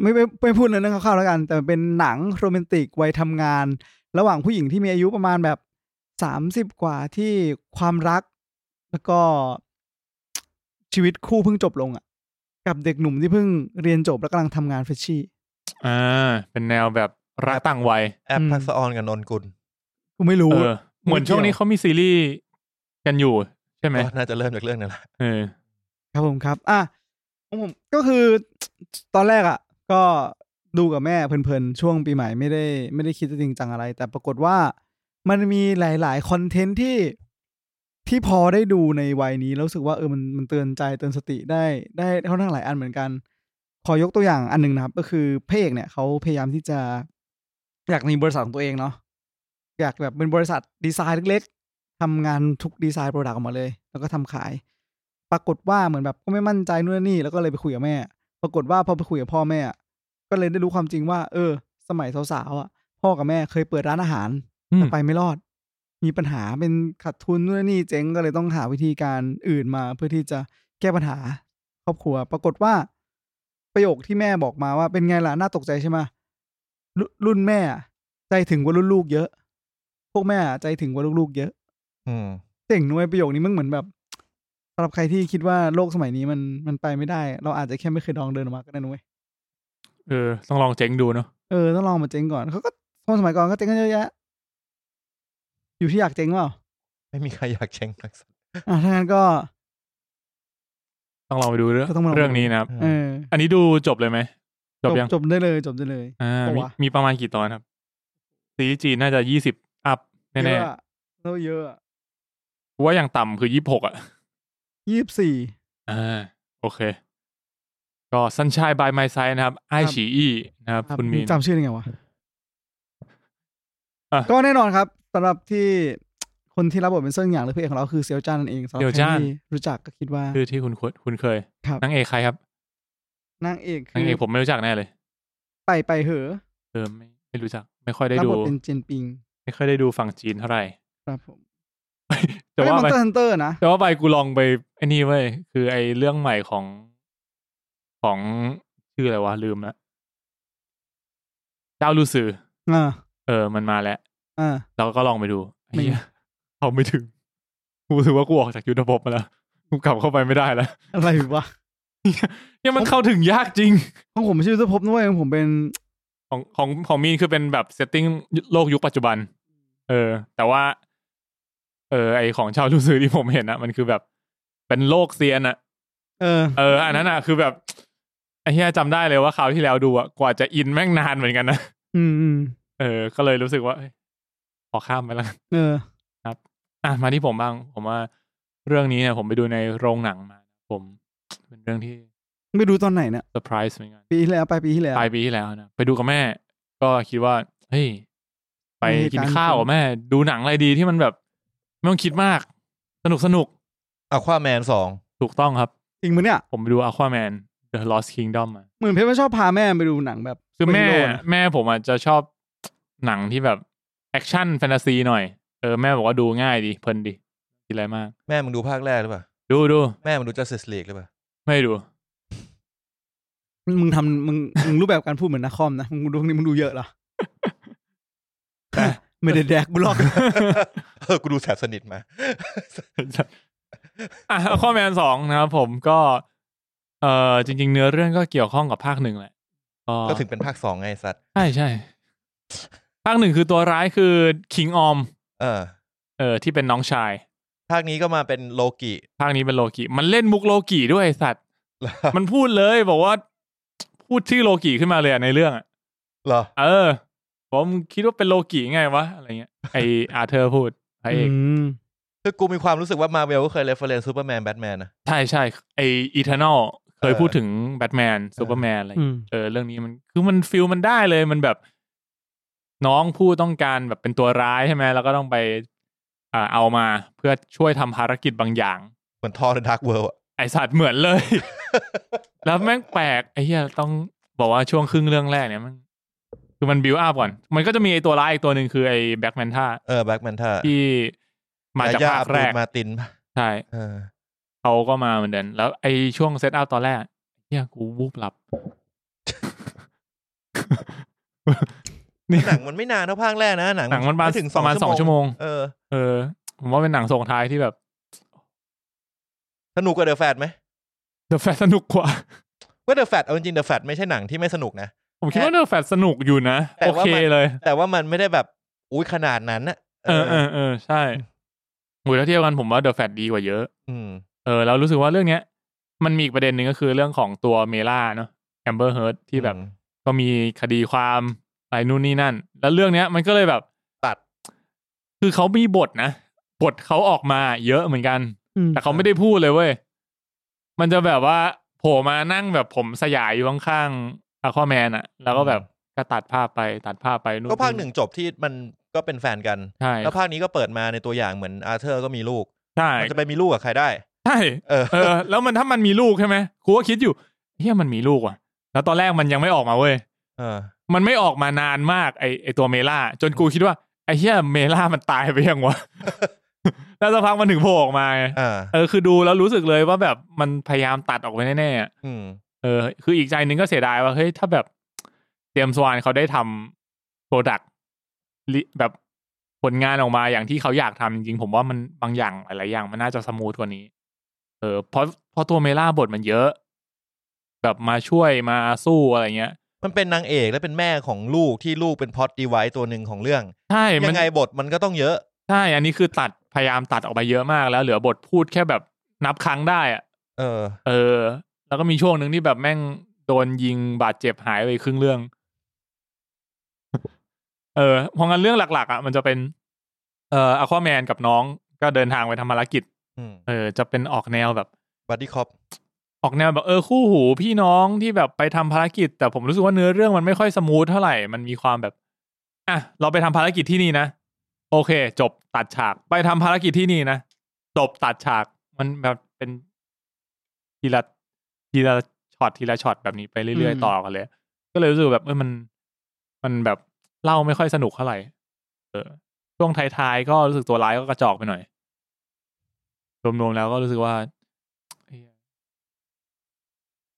ไม่ไม่ไม่พูดเนื้อเรื่องคร่าวๆแล้วกัน แต่มันเป็นหนังโรแมนติกวัยทำงาน ระหว่างผู้หญิงที่มีอายุประมาณแบบสามสิบกว่าที่ความรัก แล้วก็ชีวิตคู่เพิ่งจบลงอะ่ะ กับเด็กหนุ่มที่เพิ่งเรียนจบแล้วกำลังทำงานเฟรชชี่ อ่า เป็นแนวแบบรักต่างวัย แอป อืม ทักษะออนกับนนกุล กูไม่รู้ เออ เหมือนช่วงนี้เขามีซีรีส์กันอยู่ ใช่ไหม ก็น่าจะเริ่มจากเรื่องนั้นแหละ เออ ครับผมครับ อ่ะของผมก็คือ ตอนแรกอะ่ะ ก็ดูกับแม่เพลินๆ ช่วงปีใหม่ไม่ได้ไม่ได้คิดจะจริงจังอะไร แต่ปรากฏว่ามันมีหลายๆคอนเทนต์ที่ที่พอได้ดูในวัยนี้แล้วรู้สึกว่าเออมันมันเตือนใจเตือนสติได้ได้ค่อนข้างหลายอันเหมือนกัน ขอยกตัวอย่างอันหนึ่งนะครับ ก็คือเพระเอกเนี่ยเขาพยายามที่จะอยากมีบริษัทของตัวเองเนาะอยากแบบเป็นบริษัทดีไซน์เล็กๆทำงานทุกดีไซน์โปรดักต์ออกมาเลย แล้วก็ทำขาย ปรากฏว่าเหมือนแบบก็ไม่มั่นใจนู่นนนนี่ แล้วก็เลยไปคุยกับแม่ ปรากฏว่าพอไปคุยกับพ่อแม่อะก็เลยได้รู้ความจริงว่า เออ สมัยสาวๆอ่ะ พ่อกับแม่เคยเปิดร้านอาหาร อืม แต่ไปไม่รอด มีปัญหาเป็นขาดทุนนู่นนนนี่เจ๊งก็เลยต้องหาวิธีการอื่นมา เพื่อที่จะแก้ปัญหาครอบครัว ปรากฏว่า ประโยคที่แม่บอกมาว่าเป็นไงล่ะน่าตกใจใช่ไหมรุรุ่นแม่อะใจถึงกว่ารุ่นลูกเยอะ พวกแม่อะใจถึงกว่าลูกๆเยอะ อืม เจ๋งด้วยประโยคนี้มันเหมือนแบบ สำหรับใครที่คิดว่าโลกสมัยนี้มันมันไปไม่ได้ เราอาจจะแค่ไม่เคยลองเดินออกมาก็ได้นุ้ย เออ ต้องลองเจ๊งดูเนาะ เออต้องลองมาเจ๊งก่อนเขาก็คนสมัยก่อนก็เจ๊งกันเยอะแยะ อยู่ที่อยากเจ๊งเปล่า ไม่มีใครอยากเช็งทักษะ อ่ะถ้างั้นก็ ต้องลองไปดูเรื่อง ก็ต้องลองไปดู เรื่องนี้นะครับ เออ อันนี้ดูจบเลยไหม จบยัง จบได้เลยจบได้เลย อ่า ปะ มี วะ มีประมาณกี่ตอนครับ ซีรีส์จีนน่าจะยี่สิบอัพแน่ เย ๆ อะอะเราเยอะ กูว่าอย่างต่ำคือยี่สิบหกอ่ะ ยี่สิบสี่ อ่า โอเค ก็ Sunshine by My Side นะครับไอ ครับ ฉีอีนะครับ คุณมีน จำชื่อได้ไงวะ อ่ะ ก็แน่นอนครับสำหรับที่คนที่รับบทเป็นเสื้ออย่างหรือพระเอกของเราคือเซียวจ้านนั่นเองสำหรับ เซียว ใคร จ้าน ที่รู้จักก็คิดว่า คือที่คุณคุ้นคุณเคย ครับ นางเอกใครครับ นางเอกคื นาง อ เอกผมไม่รู้จักแน่เลย ไปไปเหอะ เออไม่ไม่รู้จัก ไม่ค่อยได้ รั ดู บทเป็นเจนปิง ไม่ค่อยได้ดูฝั่งจีนเท่าไหร่ ครับผม แต่ว่า ไม่ ไป Monster Hunter นะ แต่ว่าไปกูลองไปไอ้นี่เว้ยคือไอ้เรื่องใหม่ของของชื่ออะไรวะลืมละเจ้าลูซือ อ่า เออ มันมาแล้ว อ่า เราก็ลองไปดู ไม่ เหี้ย เอาไม่ถึงกูรู้สึกว่ากูออกจากยุทธภพมาแล้วกูกลับเข้าไปไม่ได้แล้ว อะไรวะ เนี่ยมันเข้าถึงยากจริง ของผมไม่ใชื่อยุทธภพนะเว้ยของผมเป็น ของของของมีนคือเป็นแบบเซตติ้งโลกยุคปัจจุบัน เออ แต่ว่า เออ ไอของชาวลูซือที่ผมเห็นนะมันคือแบบเป็นโลกเซียนอะ เออ เอออันนั้นอ่ะคือแบบไอ้เฮียจำได้เลยว่าคราวที่แล้วดูอ่ะกว่าจะอินแม่งนานเหมือนกันนะ อืมอืม เออ ก็เลยรู้สึกว่าเอ้ยขอข้ามไปแล้วกัน เออ อ่ะมาที่ผมบ้าง ผมว่าเรื่องนี้เนี่ยผมไปดูในโรงหนังมา ผม เป็นเรื่องที่ ไม่ดูตอนไหนเนี่ย เซอร์ไพรส์เหมือนกัน ปีที่แล้วปลายปีที่แล้ว ปลายปีที่แล้วนะไปดูกับแม่ ก็คิดว่าเฮ้ยไปกินข้าวกับแม่ ดูหนังอะไรดีที่มันแบบ ไม่ต้องคิดมาก สนุกสนุก อะควาแมนสอง ถูกต้องครับ จริงมั้ยเนี่ย ผมไปดู Aquaman The Lost Kingdom มา เหมือนเพชรมันชอบพาแม่ไปดูหนังแบบ คือแม่ เปิดโรงอะ แม่ผมอาจจะชอบหนังที่แบบแอคชั่นแฟนตาซีหน่อย เออแม่บอกว่าดูง่ายดีเพลินดีดีอะไรมาก แม่มึงดูภาคแรกหรือเปล่า ดูดู แม่มึงดู Justice League หรือเปล่า ไม่ดู มึงทำมึงมึงรูปแบบการพูดเหมือนนักคอมนะ มึงดูพวกนี้มึงดูเยอะเหรอ แต่ ไม่ได้แดกบล็อก เออ กูดูแสบสนิทมา อ่ะ ข้อแมนสองนะครับผมก็เอ่อจริง ๆ เนื้อเรื่องก็เกี่ยวข้องกับภาคหนึ่งแหละก็ ก็ถึงเป็นภาคสองไงไอ้สัตว์ ใช่ใช่ภาคหนึ่งคือตัวร้ายคือคิงออม เออ เออที่เป็นน้องชาย ภาคนี้ก็มาเป็นโลกิ ภาคนี้เป็นโลกิมันเล่นมุกโลกิด้วยไอ้สัตว์ เหรอ มันพูดเลยบอกว่า พูดชื่อโลกิขึ้นมาเลยอะในเรื่องอะ เหรอ เออผมคิดว่าเป็นโลกิไงวะอะไรเงี้ยไออาเธอร์พูดพระเอก อืม คือกูมีความรู้สึกว่ามาเวลก็เคยเรฟเฟอเรนซ์ซูเปอร์แมนแบทแมนนะ ใช่ใช่ไออีเทอร์นอลเคย เออ พูดถึงแบทแมนซูเปอร์แมนอะไร อืม เออเรื่องนี้มันคือมันฟิลมันได้เลยมันแบบ น้องผู้ต้องการแบบเป็นตัวร้ายใช่ไหมแล้วก็ต้องไปอ่าเอามาเพื่อช่วยทำภารกิจบางอย่าง เหมือนทอร์เดอะดาร์กเวิลด์อะ ไอสัตว์เหมือนเลย แล้วแม่งแปลกไอ้เหี้ยต้องบอกว่าช่วงครึ่งเรื่องแรกเนี่ยมัน คือมันบิวอัพก่อน มันก็จะมีไอตัวร้ายอีกตัวหนึ่งคือไอแบ็กแมนท่า เออแบ็กแมนท่า ที่มาจากภาคแรก มาติน ใช่ เออ เขาก็มาเหมือนเดิมแล้วไอช่วงเซตอัพตอนแรกเฮียกูวูบหลับ นี่ หนังมันไม่นานเท่าภาคแรกนะหนัง หนังมันประมาณ ไถึง ประมาณสองชั่วโมง เออ เออ ผมว่าเป็นหนังส่งท้ายที่แบบ สนุกกว่าเดอะแฟตไหม เดอะแฟสนุกกว่า ว่าเดอะแฟตเอาจริงเดอะแฟตไม่ใช่หนังที่ไม่สนุกนะ ผมคิดว่าเดอะแฟสนุกอยู่นะ แต่ โอ ว่า เค มัน เลย แต่ว่ามันไม่ได้แบบอุ้ยขนาดนั้นน่ะ เออเออเออใช่โอ้ยถ้าเทียบกันผมว่าเดอะแฟดีกว่าเยอะ ม เออแล้วรู้สึกว่าเรื่องเนี้ย มันมีอีกประเด็นหนึ่งก็คือเรื่องของตัวเมล่าเนาะแอมเบอร์เฮิร์ที่แบบ อืม ก็มีคดีความอะไรนู่นนี่นั่น แล้วเรื่องเนี้ยมันก็เลยแบบ ตัด คือเขามีบทนะบทเขาออกมาเยอะเหมือนกัน อืม แต่เขาไม่ได้พูดเลยเว้ย มันจะแบบว่าโผล่มานั่งแบบผมสยายอยู่ข้างๆอาควาแมนอะแล้วก็แบบก็ตัดภาพไปตัดภาพไปนู่น ก็ภาคหนึ่งจบที่มันก็เป็นแฟนกัน ใช่ แล้วภาคนี้ก็เปิดมาในตัวอย่างเหมือนอาร์เธอร์ก็มีลูก ใช่ มันจะไปมีลูกกับใครได้ ใช่ เออ เออ แล้วมันถ้ามันมีลูกใช่ไหมกูก็คิดอยู่เฮียมันมีลูกว่ะ แล้วตอนแรกมันยังไม่ออกมาเว้ย เออ มันไม่ออกมานานมากไอไอตัวเมล่า จนกูคิดว่าไอเฮียเมล่ามันตายไปยังวะ แล้วสักพักมันถึงโผล่ออกมาไง อ่า เออคือดูแล้วรู้สึกเลยว่าแบบมันพยายามตัดออกไปแน่ๆอะ อืม เออคืออีกใจหนึ่งก็เสียดายว่าเฮ้ยถ้าแบบเจมส์วานเขาได้ทำโปรดักแบบผลงานออกมาอย่างที่เขาอยากทำจริงๆ ผมว่ามันบางอย่างหลายๆอย่าง มันน่าจะสมูทกว่านี้ เออเพราะเพราะตัวเมล่าบทมันเยอะ แบบมาช่วยมาสู้อะไรเงี้ย มันเป็นนางเอกและเป็นแม่ของลูกที่ลูกเป็นพล็อดดีไวตัวหนึ่งของเรื่อง ใช่มั ยั น งไงบทมันก็ต้องเยอะ ใช่ อันนี้คือตัดพยายามตัดออกไปเยอะมากแล้วเหลือบทพูดแค่แบบนับครั้งได้อะ เออ เออ แล้วก็มีช่วงหนึ่งที่แบบแม่งโดนยิงบาดเจ็บหายไปครึ่งเรื่อง เออเพราะงั้นเรื่องหลัก ๆ อ่ะ มันจะเป็น เอ่ออควาแมนกับน้องก็เดินทางไปทำภารกิจ อืม เออ จะเป็นออกแนวแบบ บัดดี้คอป ออกแนวแบบเออคู่หูพี่น้องที่แบบไปทำภารกิจ แต่ผมรู้สึกว่าเนื้อเรื่องมันไม่ค่อยสมูทเท่าไหร่มันมีความแบบอ่ะเราไปทำภารกิจที่นี่นะ โอเค จบตัดฉากไปทำภารกิจที่นี่นะจบตัดฉากมันแบบเป็นทีละทีละช็อตทีละช็อตแบบนี้ไปเรื่อย อืม ๆต่อกันเลย ก็เลยรู้สึกแบบเออมันมันแบบเล่าไม่ค่อยสนุกเท่าไหร่เออ ช่วงท้ายๆก็รู้สึกตัวร้ายก็กระจอกไปหน่อย รวมๆแล้วก็รู้สึกว่าเหี้ย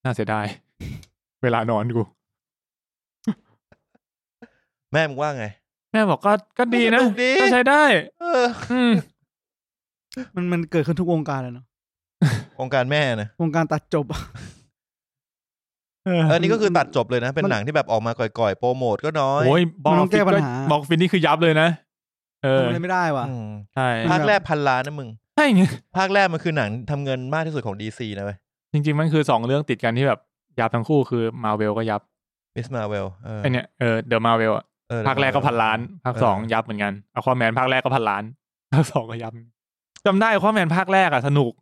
น่าเสียดาย เวลานอนกู แม่มึงว่าไง แม่บอกก็ก็ดีนะ ก็สนุกดี ก็ใช้ได้ เออ อืม มันมันเกิดขึ้นทุกวงการเลยเนาะ องค์การแม่นะ วงการตัดจบอะ เอ เออ อ อนนี่ก็คือตัดจบเลยนะ เป็น มัน หนังที่แบบออกมาก่อยๆ โปรโมทก็น้อย โอ้ยบอ มันกต้องแก้ ฟิน ปัญ ก็ หา บอกฟินนี่คือยับเลยนะ เออ ทำอะไรไม่ได้ว่ะ อืม ใช่ ภาคแรกพันล้านนะมึง ใช่ ไง ภาคแรกมันคือหนังทำเงินมากที่สุดของดีซีนะเว้ย จริง ๆ มันคือสองเรื่องติดกันที่แบบยับทั้งคู่คือมาเวลก็ยับ มิสมาเวลเออ ไอเนี่ยเออเดอะมาเวลอะ เออ ภาคแรกก็พันล้าน ภาค เออ สองยับเหมือนกันอควาแมนภาคแรกก็พันล้าน ภาคสองก็ยับจำได้อควาแมนภาคแรกอะสนุก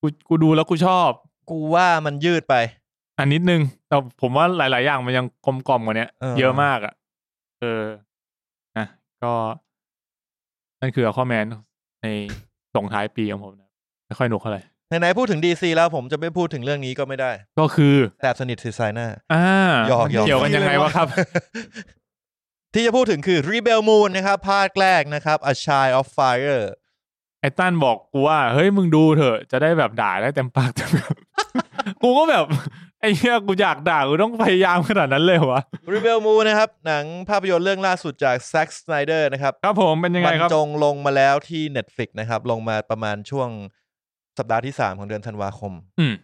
กูกูดูแล้วกูชอบ กูว่ามันยืดไป อันนิดนึง แต่ผมว่าหลาย ๆ อย่างมันยังกลมกล่อมกว่าเนี้ย เออ เยอะมากอะเออนะก็นั่นคืออควาแมนในส่งท้ายปีของผมนะไม่ค่อยหนุกเท่าไหร่ ไหนๆพูดถึงดีซีแล้วผมจะไม่พูดถึงเรื่องนี้ก็ไม่ได้ ก็คือ แสบสนิทสิไซน่า อ่า หยอกหยอก เกี่ยวกันยังไงวะครับ ที่จะพูดถึงคือ Rebel Moon นะครับ ภาคแรกนะครับ A Child of Fire ไอ้ตั้นบอกกูว่า เฮ้ยมึงดูเถอะจะได้แบบด่าได้เต็มปากเต็ มคำ กูก็แบบ ไอ้เหี้ยกูอยากด่ากูต้องพยายามขนาดนั้นเลยวะ Rebel Moon นะครับ หนังภาพยนตร์เรื่องล่าสุดจาก Zack Snyder นะครับ ครับผมเป็นยังไงครับ รรจงลงมาแล้วที่ Netflix นะครับ ลงมาประมาณช่วง สัปดาห์ที่สามของเดือนธันวาคม อืม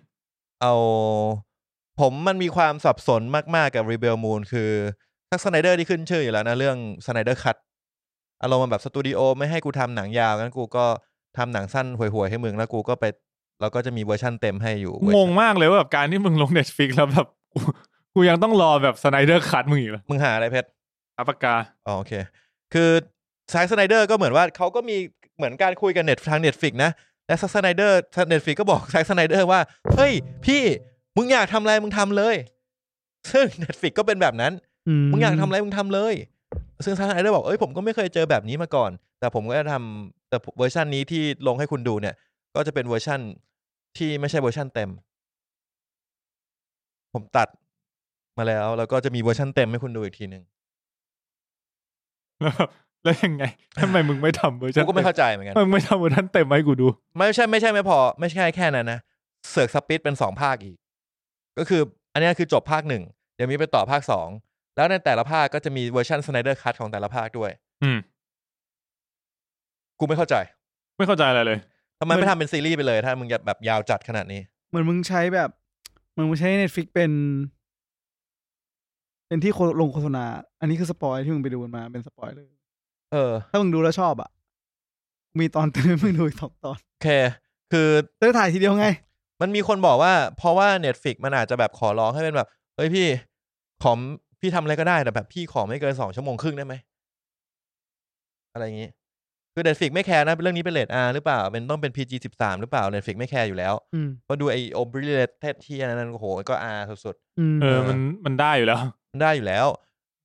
เอาผมมันมีความสับสนมาก ๆ กับ Rebel Moon คือทักสไนเดอร์ที่ขึ้นชื่ออยู่แล้วนะ เรื่องสไนเดอร์คัตอารมณ์มันแบบสตูดิโอไม่ให้กูทำหนังยาวงั้นกูก็ทำหนังสั้นห่วย ๆ ให้มึง แล้วกูก็ไปแล้วก็จะมีเวอร์ชั่นเต็มให้อยู่เวอร์ ง ชั ง น มากเลยว่าแบบการที่มึงลงเน็ตฟิกแล้วแบบกูกูยังต้องรอแบบสไนเดอร์คัดมึงอีกเหรอ มึงหาอะไรเพชร อัปปากกา อ๋อโอเค คือซ a กสไนเดอร์ก็เหมือนว่าเขาก็มีเหมือนการคุยกันเน็ตทางเน็ตฟิกนะ และซักสไนเดอร์เน็ตฟิกก็บอกซักสไนเดอร์ว่า เฮ้ย พี่มึงอยากทำอะไรมึงทำเลย ซึ่งเน็ตฟิกก็เป็นแบบนั้น มึงอยากทำอะไรมึงทำเลย ซึ่งซักสไนเดอร์บอก เอ้ยผมก็ไม่เคยเจอแบบนี้มาก่อน แต่ผมก็จะทำแต่เวอร์ชันนี้ที่ลงให้คุณดูเนี่ย ก็จะเป็นเวอร์ชันที่ไม่ใช่เวอร์ชันเต็ม ผมตัดมาแล้ว แล้วก็จะมีเวอร์ชันเต็มให้คุณดูอีกทีหนึ่ง แล้วแบบแล้วยังไงทำไมมึงไม่ทำเวอร์ชั กู น ก็ไม่เข้าใจเหมือนกัน มึงไม่ทำเวอร์ชันเต็มมาให้กูดู ไม่ใช่ไม่ใช่ไม่พอ ไม่ใช่แค่นั้นนะเสือกสปิดเป็นสองภาคอีก ก็คืออันเนี้ยคือจบภาคหนึ่งเดี๋ยวมีไปต่อภาคสองแล้วในแต่ละภาคก็จะมีเวอร์ชันสไนเดอร์คัตของแต่ละภาคด้วย อืม กูไม่เข้าใจ ไม่เข้าใจอะไรเลย ทำไมไม่ทำเป็นซีรีส์ไปเลย ถ้ามึงจะแบบยาวจัดขนาดนี้ เหมือนมึงใช้แบบเหมือนมึงใช้เน็ตฟิกเป็น เป็นที่โฆลงโฆษณา อันนี้คือสปอยที่มึงไปดูมันมาเป็นสปอยเลย เออ ถ้ามึงดูแล้วชอบอ่ะ มีตอนเต็มให้มึงดูอีกสองตอน โอเค คือ จะได้ถ่ายทีเดียวไง มันมีคนบอกว่า เพราะว่า Netflix มันอาจจะแบบขอร้องให้เป็นแบบเฮ้ยพี่ขอมพี่ทำอะไรก็ได้แต่แบบพี่ขอไม่เกินสองชั่วโมงครึ่งได้ไหมอะไรอย่างนี้ คือ Netflix ไม่แคร์นะเรื่องนี้เป็นเลทอาหรือเปล่าเป็นต้องเป็น PG สิบสามหรือเปล่า Netflix ไม่แคร์อยู่แล้ว อืม พอดูไอโอมบริเลตเทสที่อันนั้นโอ้โหก็อาสุด อืม เออ มันมันได้อยู่แล้ว ๆมันได้อยู่แล้ว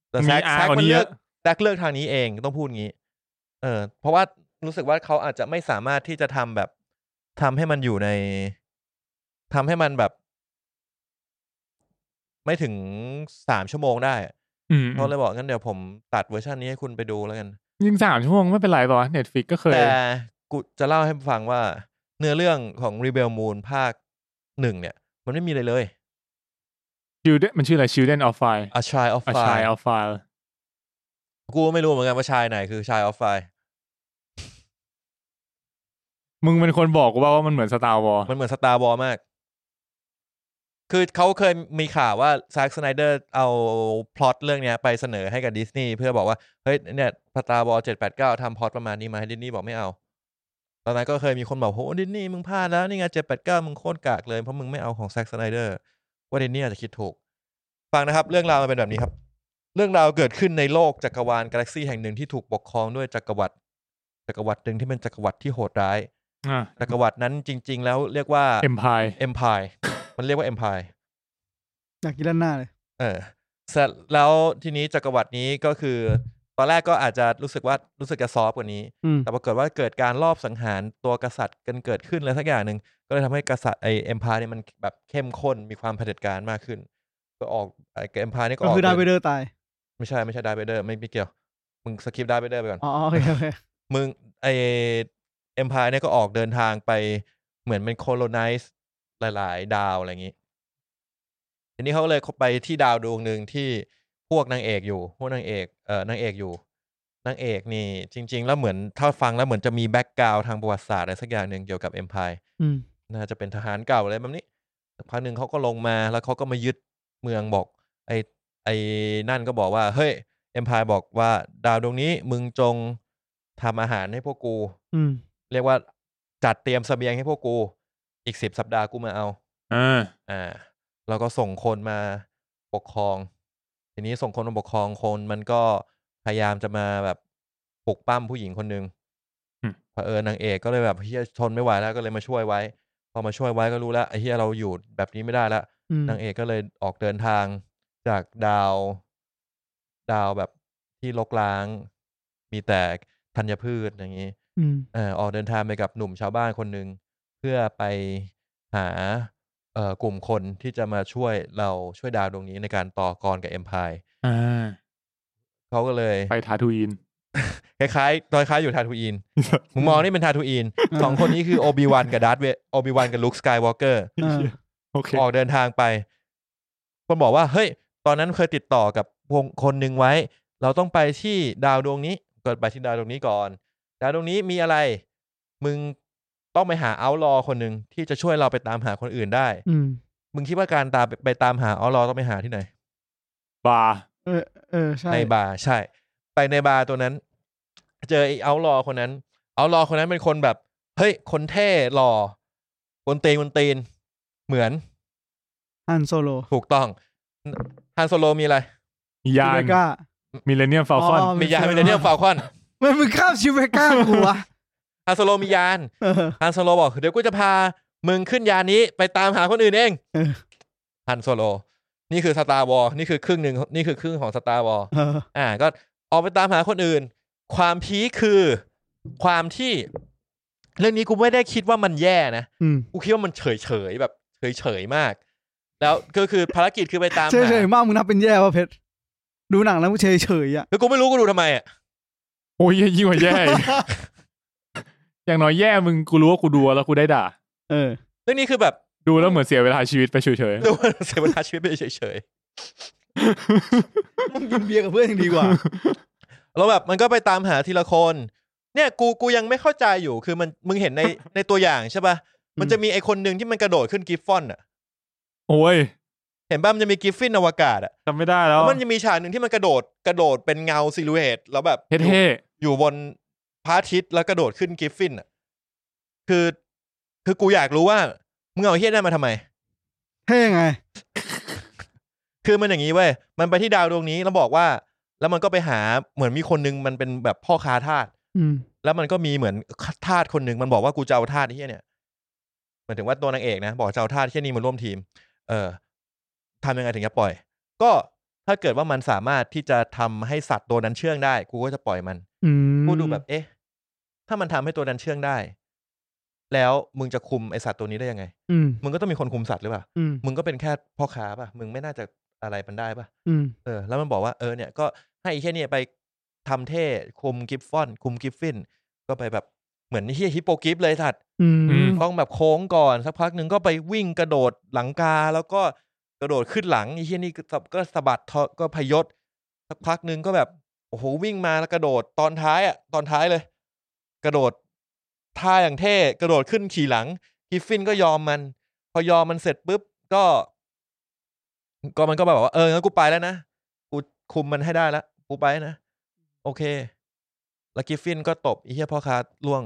แต่ มี แซก R แซก กว่า มั นี้ น เย เลือ อะ กแซกเลือกทางนี้เองต้องพูดงี้ เออ เพราะว่ารู้สึกว่าเขาอาจจะไม่สามารถที่จะทำแบบทำให้มันอยู่ในทำให้มันแบบ ไม่ถึงสามชั่วโมงได้ อืม เขาเลยบอกงั้นเดี๋ยวผมตัดเวอร์ชันนี้ให้คุณไปดูแล้วกัน ยิงสามชั่วโมงไม่เป็นไรป่ะเน็ตฟิกก็เคย แต่กูจะเล่าให้ฟังว่า เนื้อเรื่องของ Rebel Moon ภาคหนึ่งเนี่ย มันไม่มีอะไรเลย Children มันชื่ออะไร Children of Fire A Child of A Fire Child of Fire กูไม่รู้เหมือนกันว่าชายไหนคือชายออฟไฟ มึงเป็นคนบอกกูว่าว่ามันเหมือน Star Wars มันเหมือนสตาร์วอลมาก คือเขาเคยมีข่าวว่าซักสไนเดอร์เอาพล็อตเรื่องเนี้ยไปเสนอให้กับดิสนีย์เพื่อบอกว่า เฮ้ยเนี่ยสตาร์วอลเจ็ดแปดเก้าทำพล็อตประมาณนี้มาให้ดิสนีย์บอกไม่เอา ตอนนั้นก็เคยมีคนบอกโหดิสนีย์มึงพลาดแล้ว นี่ไงเจ็ดแปดเก้ามึงโคตรกากเลย เพราะมึงไม่เอาของซักสไนเดอร์ว่าดิสนีย์อาจจะคิดถูก ฟังนะครับ เรื่องราวมันเป็นแบบนี้ครับ เรื่องราวเกิดขึ้นในโลกจักรวาลกาแล็กซีแห่งหนึ่งที่ถูกปกครองด้วยจักรวรรดิจักรวรรดิหนึ่งที่เป็นจักรวรรดิที่โหดร้าย อ่า จักรวรรดินั้นจริง ๆ แล้วเรียกว่า Empire Empire มันเรียกว่า Empire อยากกินด้านหน้าเลย เออเสร็จแล้วทีนี้จักรวรรดินี้ก็คือ ตอนแรกก็อาจจะรู้สึกว่ารู้สึกจะซอฟต์กว่านี้ อืม แต่ปรากฏว่าเกิดการลอบสังหารตัวกษัตริย์กันเกิดขึ้นอะไรสักอย่างหนึ่ง ก็เลยทำให้กษัตริย์ไอเอ็มพายเนี่ยมันแบบเข้มข้นมีความเผด็จการมากขึ้น ก็ออกไอเอ็มพายนี่ก็ ก็ ออก คือดา เดิ เวน เดอร์ตาย ไม่ใช่ไม่ใช่ดาเวเดอร์ไม่ไม่เกี่ยว มึงสกิปดาเวเดอร์ไปก่อน อ๋อโอเคโอเค มึงไอเอ็มพายเนี่ยก็ออกเดินทางไปเหมือนเป็นโคโลไนซ์หลาย ๆ ดาวอะไรอย่างนี้ ทีนี้เขาก็เลยไปที่ดาวดวงหนึ่งที่พวกนางเอกอยู่ พวกนางเอกเอ่อนางเอกอยู่นางเอกนี่ จริง ๆ แล้วเหมือนถ้าฟังแล้วเหมือนจะมีแบ็กกราวทางประวัติศาสตร์อะไรสักอย่างหนึ่งเกี่ยวกับเอ็มพาย อืม น่าจะเป็นทหารเก่าอะไรแบบนี้สักพักหนึ่งเขาก็ลงมาแล้วเขาก็มายึดเมืองบอก ไอ้ไอ้นั่นก็บอกว่า เฮ้ยเอ็มพายบอกว่าดาวดวงนี้มึงจงทำอาหารให้พวกกู อืม เรียกว่าจัดเตรียมสเสบียงให้พวกกู อีกสิบสัปดาห์กูมาเอา อ่า อ่า แล้วก็ส่งคนมาปกครอง ทีนี้ส่งคนมาปกครองคนมันก็พยายามจะมาแบบปลุกปั้มผู้หญิงคนหนึ่งเผอิญนางเอกก็เลยแบบเฮียทนไม่ไหวแล้วก็เลยมาช่วยไว้ พอมาช่วยไว้ก็รู้แล้วไอ้เฮียเราอยู่แบบนี้ไม่ได้ละ อืม นางเอกก็เลยออกเดินทางจากดาว ดาวแบบที่ลกล้าง มีแต่ธัญพืชอย่างนี้ อืม เอ่อออกเดินทางไปกับหนุ่มชาวบ้านคนหนึ่งเพื่อไปหาเอ่อกลุ่มคนที่จะมาช่วยเราช่วยดาวดวงนี้ในการต่อกรกับเอ็มพาย อ่า เขาก็เลย ไปทาทูอิน คล้ายๆตอนคล้ายอยู่ทาทูอินมึงมองนี่เป็นทาทูอิน อ่า สองคนนี้คือโอบิวันกับดาร์ธเวโอบิวันกับลุคสกายวอล์กเกอร์ อ่า โอเค ออกเดินทางไป คนบอกว่า เฮ้ย ตอนนั้นเคยติดต่อกับวงคนหนึ่งไว้ เราต้องไปที่ดาวดวงนี้เกิดไปที่ดาวดวงนี้ก่อน ดาวดวงนี้มีอะไร มึง ต้องไปหาเอาท์ลอว์คนหนึ่งที่จะช่วยเราไปตามหาคนอื่นได้ อืม มึงคิดว่าการตามไปไปตามหาเอาท์ลอว์ต้องไปหาที่ไหน บาร์ เออ เออ ใช่ ในบาร์ใช่ ไปในบาร์ตัวนั้น เจอไอ้เอาท์ลอว์คนนั้น เอาท์ลอว์คนนั้นเป็นคนแบบ เฮ้ย คนเท่หล่อกวนตีนกวนตีน เหมือน ฮันโซโล ถูกต้องฮันโซโลมีอะไร มียา ชิ น เวก้า มิเลเนียมฟาลคอน มียานมีเดนเนียลฟาลคอน มันมึงข้ามชิเวก้ากูวะ ฮันโซโลมียาน เออ ฮันโซโลบอก เดี๋ยวกูจะพา มึงขึ้นยานนี้ไปตามหาคนอื่นเอง เออ ฮันโซโล นี่คือสตาร์วอลนี่คือครึ่งหนึ่งนี่คือครึ่งของสตาร์วอล เออ อ่า ก็ออกไปตามหาคนอื่น ความพีคคือความที่ เรื่องนี้กูไม่ได้คิดว่ามันแย่นะ อืม กูคิดว่ามันเฉยเฉยๆแบบเฉยเฉยๆมาก แล้วก็คือภารกิจคือไปตาม เฉย หา เฉยๆมากมึงนับเป็นแย่ป่ะเพชรดูหนังแล้วมึงเฉยเฉยๆอ่ะ คือกูไม่รู้กูดูทำไมอ่ะ โอ้ยยิ่งกว่าแย่ อีกอย่างน้อยแย่มึงกูรู้ว่ากูดูแล้วกูได้ด่า เออ เรื่องนี้คือแบบ ดูแล้วเหมือนเสียเวลาชีวิตไปเฉย ดูว่าเสียเวลาชีวิตไปเฉยเฉยๆ มึงกินเบียร์กับเพื่อนยังดีก ว่า แล้วแบบมันก็ไปตามหาทีละคนเนี่ยกูกูยังไม่เข้าใจอยู่คือมันมึงเห็นใน ในตัวอย่างใช่ปะ่ะมันจะมีไอคนหนึ่งที่มันกระโดดขึ้นกริฟฟอนอ่ะ ๆโอ้ย เห็นป่ะมันจะมีกริฟฟินอวกาศอ่ะ จำไม่ได้แล้ แล้ว วมันจะมีฉากหนึ่งที่มันกระโดดกระโดดเป็นเงาซิลูเอตแล้วแบบอเท่ยู่อยู่บนพระอาทิตย์แล้วกระโดดขึ้นกริฟฟินอ่ะคือคือกูอยากรู้ว่า มึงเอาไอ้เฮี้ยนั่นมาทำไม เท่ไง คือมันอย่างนี้เว้ย มันไปที่ดาวดวงนี้แล้วบอกว่า แล้วมันก็ไปหาเหมือนมีคนนึงมันเป็นแบบพ่อค้าทาส อืม แล้วมันก็มีเหมือนทาสคนหนึ่งมันบอกว่ากูจะเอาทาสเฮียเนี่ยหมายถึงว่าตัวนางเอกนะบอกจะเอาทาสเฮียนี้มาร่วมทีม เออทำยังไงถึงจะปล่อย ก็ถ้าเกิดว่ามันสามารถที่จะทำให้สัตว์ตัวนั้นเชื่องได้ กูก็จะปล่อยมัน อืม กูดูแบบ เอ๊ะ ถ้ามันทำให้ตัวนั้นเชื่องได้ แล้วมึงจะคุมไอสัตว์ตัวนี้ได้ยังไง อืม มึงก็ต้องมีคนคุมสัตว์หรือเปล่า อืม มึงก็เป็นแค่พ่อค้าป่ะ มึงไม่น่าจะอะไรมันได้ป่ะ อืม เออแล้วมันบอกว่าเออเนี่ยก็ให้ไอ้เฮียเนี่ยไปทำเท่คุมกิฟฟอน คุมกิฟฟิน ก็ไปแบบเหมือนไอ้เฮียฮิปโปกิฟเลยสัตว์ อืม ต้องแบบโค้งก่อน สักพักหนึ่งก็ไปวิ่งกระโดดหลังกา แล้วก็กระโดดขึ้นหลังไอ้เฮียนี่ก็สะก็สะบัดทอก็พยศ สักพักหนึ่งก็แบบโอ้โหวิ่งมาแล้วกระโดดตอนท้ายอ่ะตอนท้ายเลย กระโดดท่าอย่างเท่กระโดดขึ้นขี่หลังกิฟฟินก็ยอมมัน พอยอมมันเสร็จปุ๊บก็ ก็มันก็แบบว่าเอองั้นกูไปแล้วนะ กูคุมมันให้ได้แล้วกูไปนะ โอเค แล้วกริฟฟินก็ตบไอ้เหี้ยพ่อค้าล่วง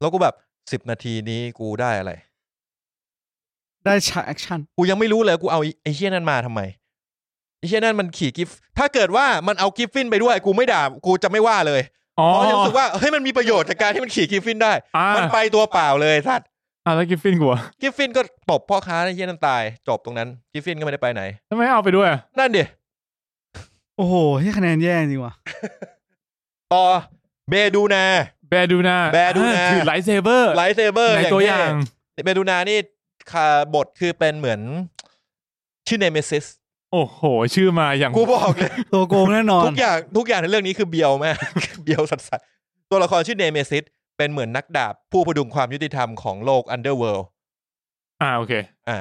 แล้วกูแบบสิบนาทีนี้กูได้อะไร ได้ฉากแอคชั่น กูยังไม่รู้เลยกูเอาไอ้ไอ้เหี้ยนั่นมาทำไมไอ้เหี้ยนั่นมันขี่กริฟถ้าเกิดว่ามันเอากริฟฟินไปด้วย กูไม่ด่ากูจะไม่ว่าเลย ๆอ๋อ เพราะยังรู้สึกว่าเฮ้ยมันมีประโยชน์จากการที่มันขี่กริฟฟินได้ อ่า มันไปตัวเปล่าเลยสัตว์ อ่ะแล้วกิฟฟินกูอะ กริฟฟินก็ตบพ่อค้าไอ้เหี้ยนั่นตาย จบตรงนั้นกริฟฟินก็ไม่ได้ไปไหน ทำไมเอาไปด้วยอะ นั่นดิ โอ้โหให้คะแนนแย่จริงว่ะ ต่อเบดูนา แบดูนา แบดูนา ถือไลท์เซเบอร์ ไลท์เซเบอร์ ในตัวอย่าง เบดูนานี่คาบทคือเป็นเหมือน ชื่อเนเมซิส โอ้โห ชื่อมาอย่าง กูบอกเลย ตัวโกงแน่นอน ทุกอย่างทุกอย่างในเรื่องนี้คือเบียวมาก เบียวสัสๆตัวละครชื่อเนเมซิสเป็นเหมือนนักดาบ ผู้พดุงความยุติธรรมของโลกอันเดอร์เวิลด์ อ่าโอเค อ่า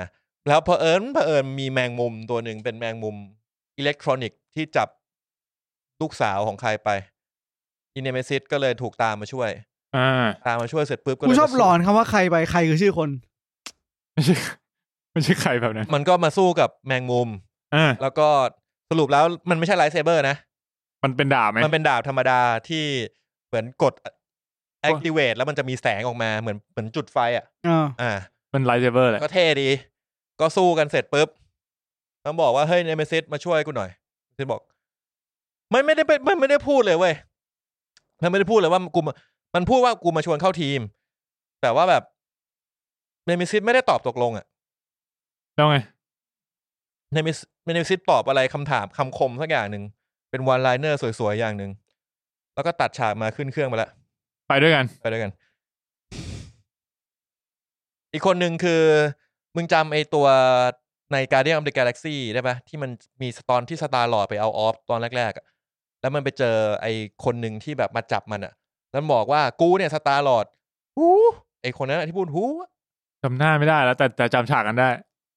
แล้วเผอิญเผอิญมีแมงมุมตัวหนึ่งเป็นแมงมุมอิเล็กทรอนิกส์ที่จับลูกสาวของใครไปอิเนเมซิสก็เลยถูกตามมาช่วย อ่า ตามมาช่วยเสร็จปุ๊บก็ กู เลย ชอบ มาสู้ หลอนคำว่าใครไปใครคือชื่อคน ไม่ใช่ ไม่ใช่ใครแบบนั้น มันก็มาสู้กับแมงมุม อ่า แล้วก็สรุปแล้วมันไม่ใช่ไลท์เซเบอร์นะ มันเป็นด่าบไหม มันเป็นดาบธรรมดาที่เหมือนกด activate แล้วมันจะมีแสงออกมาเหมือนเหมือนจุดไฟอ่ะ อ่า อ่า มันไลท์เซเบอร์แหละ ก็เท่ดี ก็สู้กันเสร็จปุ๊บต้องบอกว่าเฮ้ยเนเมซิสมาช่วยกูหน่อยซิสบอก มันไม่ได้เป็นมันไม่ได้พูดเลยเว้ยมันไม่ได้พูดเลยว่ากูมามันพูดว่ากูมาชวนเข้าทีม แต่ว่าแบบเนเมซิสไม่ได้ตอบตกลงอ่ะ แล้วไง เนเมซิสเนเมซิสตอบอะไรคำถามคำคมสักอย่างหนึ่งเป็นวันไลเนอร์สวยๆอย่างหนึ่งแล้วก็ตัดฉากมาขึ้นเครื่องไปละ ไปด้วยกัน ไปด้วยกัน อีกคนหนึ่งคือ มึงจำไอตัวใน Guardian of the Galaxy ได้ปะที่มันมีตอนที่สตาร์ลอร์ดไปเอาออฟตอนแรกๆอะแล้วมันไปเจอไอคนหนึ่งที่แบบมาจับมันอะแล้วมันบอกว่ากูเนี่ยสตาร์ลอร์ดหูไอคนนั้นอะที่พูดหูอะ จำหน้าไม่ได้แล้ว แต่แต่จำฉากกันได้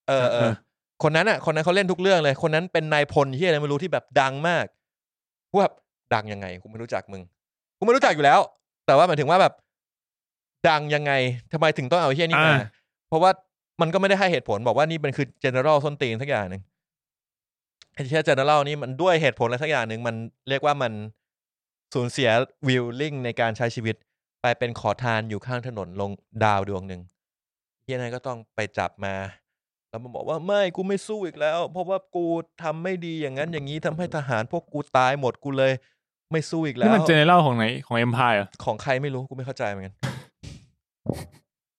เออเอ เอ อ อ คนนั้นอะคนนั้นเขาเล่นทุกเรื่องเลย คนนั้นเป็นนายพลที่อะไรไม่รู้ที่แบบดังมากกูแบบดังยังไงกูไม่รู้จักมึงกูไม่รู้จักอยู่แล้ว แต่ว่าหมายถึงว่าแบบ ดังยังไงทำไมถึงต้องเอาไอ้เฮียนี่มา อ่า เพราะว่ามันก็ไม่ได้ให้เหตุผลบอกว่านี่มันคือ general ส้นตีนสักอย่างหนึ่งไอ้เฮีย general นี่มันด้วยเหตุผลอะไรสักอย่างหนึ่งมันเรียกว่ามันสูญเสียวิลลิ่งในการใช้ชีวิต ไปเป็นขอทานอยู่ข้างถนนลงดาวดวงหนึ่งเฮียนั่นก็ต้องไปจับมา แล้วมันบอกว่าไม่กูไม่สู้อีกแล้ว เพราะว่ากูทำไม่ดีอย่างนั้นอย่างนี้ทำให้ทหารพวกกูตายหมดกูเลย ไม่สู้อีกแล้ นี่ ว มันเจเนอเรลของไหนของเอ็มพายอ่ะ ของใครไม่รู้กูไม่เข้าใจเหมือนกัน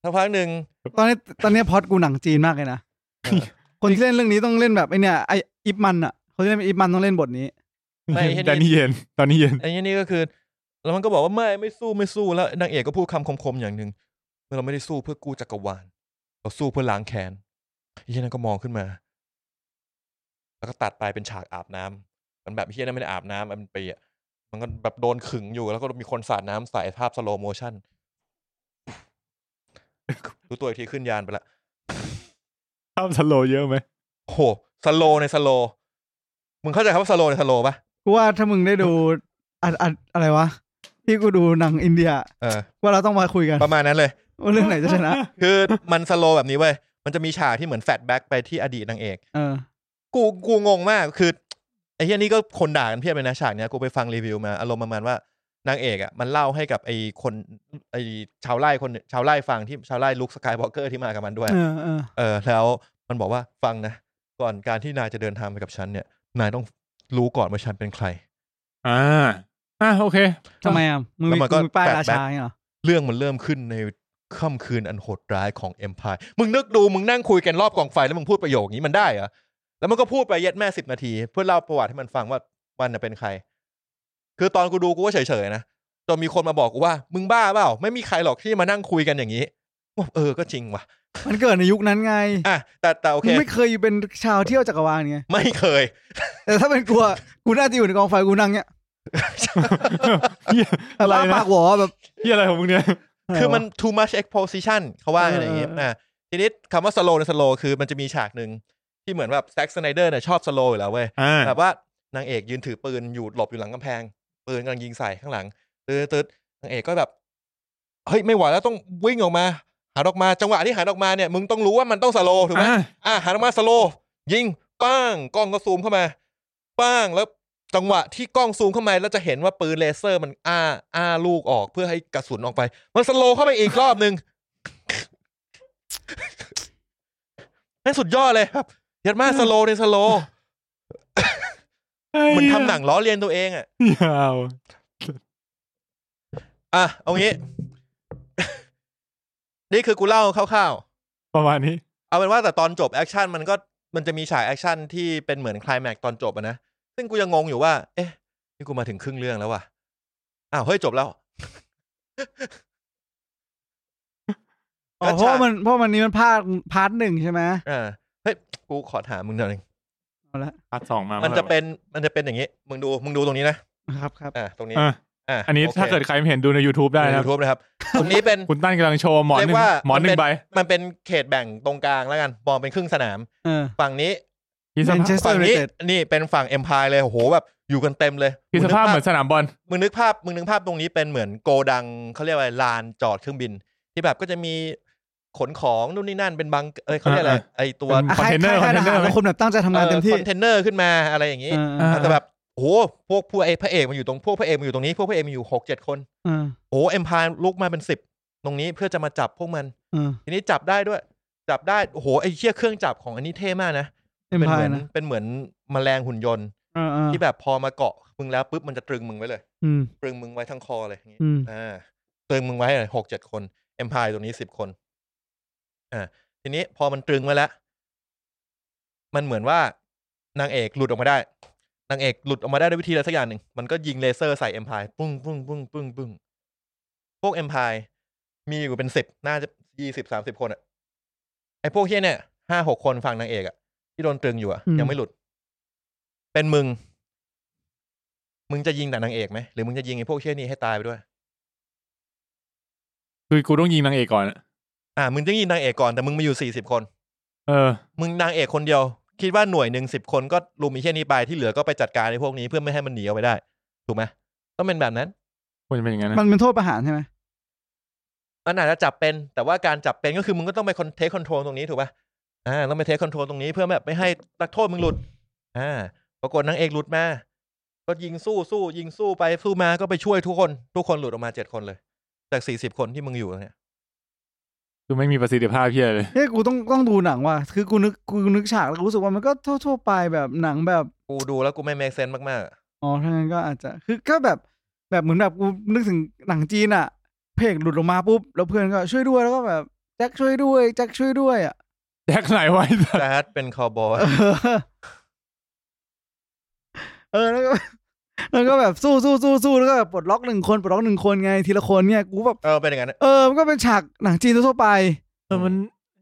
สักพักหนึ่ง ตอนนี้ตอนนี้พล็อดกูหนังจีนมากเลยนะ เออ คนที่เล่นเรื่องนี้ต้องเล่นแบบไอเนี่ยไออิฟมันอ่ะคนที่เล่นเป็นอิฟมันต้องเล่นบทนี้ ไม่เห็น แต่นี่เย็นตอนนี้เย็น ไอ้เนี่ยนี่ก็คือ แล้วมันก็บอกว่าไม่ไม่สู้ไม่สู้แล้วนางเอกก็พูดคำคมๆอย่างหนึ่งว่าเราไม่ได้สู้เพื่อกู้จักรวาลเราสู้เพื่อล้างแค้นไอ้เฮียนั่นก็มองขึ้นมา แล้วก็ตัดไปเป็นฉากอาบน้ำมันแบบไอ้เฮียนั่นไม่ได้อาบน้ำมันไปอ่ะมันก็แบบโดนขึงอยู่ แล้วก็มีคนสาดน้ำใส่ภาพสโลโมชั่นรู้ตัวอีกทีขึ้นยานไปละ ภาพสโลว์เยอะไหม โหสโลในสโล มึงเข้าใจคำว่าสโลในสโลปะ กูว่าถ้ามึงได้ดูอะอะอะไรวะ ที่กูดูหนังอินเดีย เออ ว่าเราต้องมาคุยกัน ประมาณนั้นเลย ว่าเรื่องไหนจะชนะ คือมันสโลแบบนี้เว้ย มันจะมีฉากที่เหมือนแฟลชแบ็กไปที่อดีตนางเอก เออ กูกูงงมากคือไอ้เฮียนี่ก็คนด่ากันเพียบเลยนะฉากเนี้ยกูไปฟังรีวิวมาอารมณ์ประมาณว่านางเอกอ่ะมันเล่าให้กับไอ้คนไอ้ชาวไร่คนชาวไร่ฟังที่ชาวไร่ลุคสกายวอล์กเกอร์ที่มากับมันด้วย เออเออ เออแล้วมันบอกว่าฟังนะ ก่อนการที่นายจะเดินทางไปกับฉันเนี่ย นายต้องรู้ก่อนว่าฉันเป็นใคร อ่าอ่าโอเค ทำไมอ่ะมึงมี แล้วมันก็ มึงมีป้าย แปะ ราชาอย่างเงี้ยเหรอ เรื่องมันเริ่มขึ้นในค่ำคืนอันโหดร้ายของเอ็มพายมึงนึกดูมึงนั่งคุยกันรอบกองไฟแล้วมึงพูดประโยคนี้มันได้เหรอ แล้วมันก็พูดไปเย็ดแม่สิบนาที เพื่อเล่าประวัติให้มันฟังว่ามันน่ะเป็นใคร คือตอนกูดูกูก็เฉยๆนะจนมีคนมาบอกกูว่า มึงบ้าเปล่า ไม่มีใครหรอกที่มานั่งคุยกันอย่างนี้ว่าเออก็จริงว่ะ มันเกิดในยุคนั้นไง อ่ะแต่แต่โอเค มึงไม่เคยอยู่เป็นชาวเที่ยวจักรวาลไง ไม่เคย แต่ถ้าเป็นกูอะกูน่าจะอยู่ในกองไฟกูนั่งเนี้ย เหี้ย แบ อะ บ ไร อ้า นะ ปากหวอแบบ เหียอะไรของมึงเนี่ย คือมัน too much exposition เขาว่าอะไรอย่างเงี้ย เออเออ นะทีนี้คำว่า slow ใน slow คือมันจะมีฉากหนึ่งที่เหมือนแบบแซ็กสไนเดอร์เนี่ยชอบ slow อยู่แล้วเว้ย อ่า แบบว่านางเอกยืนถือปืนอยู่หลบอยู่หลังกำแพง ปืนกำลังยิงใส่ข้างหลังตืดตืดนางเอกก็แบบเฮ้ยไม่ไหวแล้วต้องวิ่งออกมาหันออกมาจังหวะที่หันออกมาเนี่ยมึงต้องรู้ว่ามันต้องสโลว์ถูกไหม อ่า อ่ะหันออกมาสโลว์ยิงป้างกล้องก็ซูมเข้ามาป้างแล้วจังหวะที่กล้องซูมเข้ามาแล้วจะเห็นว่าปืนเลเซอร์มันอ้าอ้าลูกออกเพื่อให้กระสุนออกไป มันสโลว์เข้าไปอีกรอบหนึ่ง นั่นสุดยอดเลยครับเยัดมากสโลว์ในสโลว์ เหมันทำหนังล้อเลียนตัวเองอ่ะ ยาว อ่ะ เอางี้ นี่คือกูเล่าคร่าว ประมาณนี้ ๆ เอาเป็นว่าแต่ตอนจบแอคชั่นมันก็มันจะมีฉากแอคชั่นที่เป็นเหมือนไคลายแม็กซ์ตอนจบอะนะ ซึ่งกูยังงงอยู่ว่า เอ๊ะ นี่กูมาถึงครึ่งเรื่องแล้วว่ะ อ้าว เฮ้ย จบแล้ว อ๋อเพราะว่ามันเพราะมันนี้มันพาดพาร์ทหนึ่งใช่ไหม อ่า เฮ้ย กูขอถามมึงหน่อยหนึ่ง เอาละ พาร์ทสองมา มั มัน จะเป็นมันจะเป็นอย่างนี้ มึงดูมึงดูตรงนี้นะ ครับครับ อ่า ตรงนี้ อ่ะ อ่า อันนี้ถ้าเกิดใครไม่เห็นดูใน YouTube ได้ ได้ นะครับ ทูบนะครับ ตรงนี้เป็น คุณตั้นกำลังโชว์หมอนหนึ่ เรีย ง กว่า หมอนหนึ่ มั ง นเป็น ใบ มันเป็นเขตแบ่งตรงกลางแล้วกันมองเป็นครึ่งสนาม เออ ฝั่งนี้ พี่ส แมน ภา เช พ สเตอ ฝั่ ร์ ง ยูไน นี้ เต็ด นี่เป็นฝั่งเอ็มพายเลยโอ้โหแบบอยู่กันเต็มเลย พี่สภาพเหมือนสนามบอล มึงนึกภาพมึงนึกภาพตรงนี้เป็นเหมือนโกดังเขาเรียกว่าอะไรลานจอดเครื่องบิน ที่แบบก็จะมีขนของนู่นนี่นั่นเป็นบังเอ้ยเขาเรียกอะไร อ่า ไอตัว เป็น ะค่าย container ค่ายทหา container รแล้วคนแบบตั้งใจทำงานเต็มที่ คอนเทนเนอร์ขึ้นมาอะไรอย่างนี้ เออเออ แต่แบบโอ้โหพวกพวกไอพระเอกมันอยู่ตรงพวกพระเอกมันอยู่ตรงนี้พวกพระเอกมันอยู่หกเจ็ดคน เออ โอ้เอ็มพายลุกมาเป็นสิบตรงนี้เพื่อจะมาจับพวกมัน เออ ทีนี้จับได้ด้วย จับได้โอ้โหไอเชี่ยเครื่องจับของอันนี้เท่มากนะ เอ็ม เป็น พา เหมืยอน นะ เป็นเหมือนแมลงหุ่นยนต์ เออเออ ที่แบบพอมาเกาะมึงแล้วปุ๊บมันจะตรึงมึงไว้เลย อืม ตรึงมึงไว้ทั้งคอเลยอย่างงี้ อืม อ่าตรึงมึงไว้เลยหกเจ็ดคนเอ็มพายตัวนี้สิบคนอ่าทีนี้พอมันตรึงไว้แล้ว มันเหมือนว่านางเอกหลุดออกมาได้นางเอกหลุดออกมาได้ด้วยวิธีอะไรสักอย่างหนึ่งมันก็ยิงเลเซอร์ใส่เอ็มพายปึ้งปึ้งปึ้งปึ้งปึ้งพวกเอ็มพายมีอยู่เป็นสิบน่าจะยี่สิบสามสิบคนอะไอพวกเฮียเนี่ยห้าหกคนฝั่งนางเอกอะที่โดนตรึงอยู่อะ อืม ยังไม่หลุด เป็นมึง มึงจะยิงแต่นางเอกไหมหรือมึงจะยิงไอ้พวกเชี่ยนี้ให้ตายไปด้วย คือกูต้องยิงนางเอกก่อนอะ อ่า มึงจะยิงนางเอกก่อนแต่มึงมาอยู่สี่สิบคน เออ มึงนางเอกคนเดียว คิดว่าหน่วยหนึ่งสิบคนก็รุมไอ้เชี่ยนี้ไปที่เหลือก็ไปจัดการไอ้พวกนี้เพื่อไม่ให้มันหนีออกไปได้ ถูกไหมต้องเป็นแบบนั้น ควรจะเป็นอย่างนั้นนะ มันเป็นโทษประหารใช่ไหม มันอาจจะจับเป็น แต่ว่าการจับเป็นก็คือมึงก็ต้องไปคอนเทคคอนโทรลตรงนี้ถูกป่ะอ่าต้องไปเทคคอนโทรลตรงนี้เพื่อแบบไม่ให้นักโทษมึงหลุด อ่า ปรากฏนางเอกหลุดมา ก็ยิงสู้สู้ยิงสู้ไปสู้มาก็ไปช่วยทุกคน ทุกคนหลุดออกมาเจ็ดคนเลย จากสี่สิบคนที่มึงอยู่เนี่ย คือไม่มีประสิทธิภาพเพี้ยเลย เนี่ยกูต้องต้องดูหนังว่ะคือกูนึกกูนึกฉากแล้วกูรู้สึกว่ามันก็ทั่วๆไปแบบหนังแบบ กูดูแล้วกูไม่เมคเซนมากๆอะ อ๋อถ้างั้นก็อาจจะคือก็แบบแบบเหมือนแบบกูนึกถึงหนังจีนอะเพลงหลุดลงมาปุ๊บแล้วเพื่อนก็ช่วยด้วยแล้วก็แบบแจ็คช่วยด้วยแจ็คช่วยด้วยอะ แจ็คไหนไว้ สัส แจ๊ดเป็นคาวบอย เออเออแล้วก็ แล้วก็แบบสู้สู้สู้สู้แล้วก็แบบปลดล็อกหนึ่งคนปลดล็อกหนึ่งคนไงทีละคนเนี่ยกูแบบ เออเป็นอย่างนั้นอะ เออมันก็เป็นฉากหนังจีนทั่วๆไป เออมัน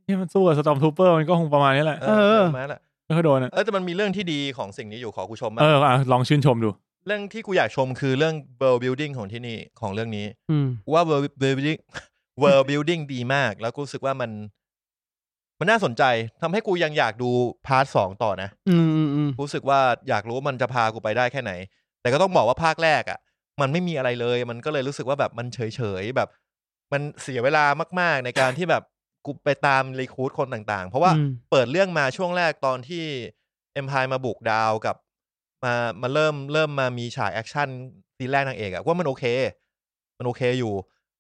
เนี่ยมันสู้กับสตอมทูเปอร์มันก็คงประมาณนี้แหละ เอ เออ อมาละ ไม่ค่อยโดนอะ เออแต่มันมีเรื่องที่ดีของสิ่งนี้อยู่ขอกูชมมา เอก ออ่ะลองชื่นชมดู เรื่องที่กูอยากชมคือเรื่อง world building ของที่นี่ของเรื่องนี้ อืม ว่า world building world building ดีมาก แล้วกูรู้สึกว่ามัน มันน่าสนใจทำให้กูยังอยากดูพาร์ทสองต่อนะ อืมอืมอืม รู้สึกว่าอยากรู้ว่ามันจะพากูไปได้แค่ไหน แต่ก็ต้องบอกว่าภาคแรกอะ่ะ มันไม่มีอะไรเลย มันก็เลยรู้สึกว่าแบบมันเฉยๆแบบ มันเสียเวลามาก ๆ ในการที่แบบกูไปตามรีคูดคนต่างๆ เพราะว่า อืม เปิดเรื่องมาช่วงแรกตอนที่ Empire มาบุกดาวกับ มามาเริ่มเริ่มมามีฉากแอคชั่นซีนแรกนางเอกอะว่ามันโอเค มันโอเคอยู่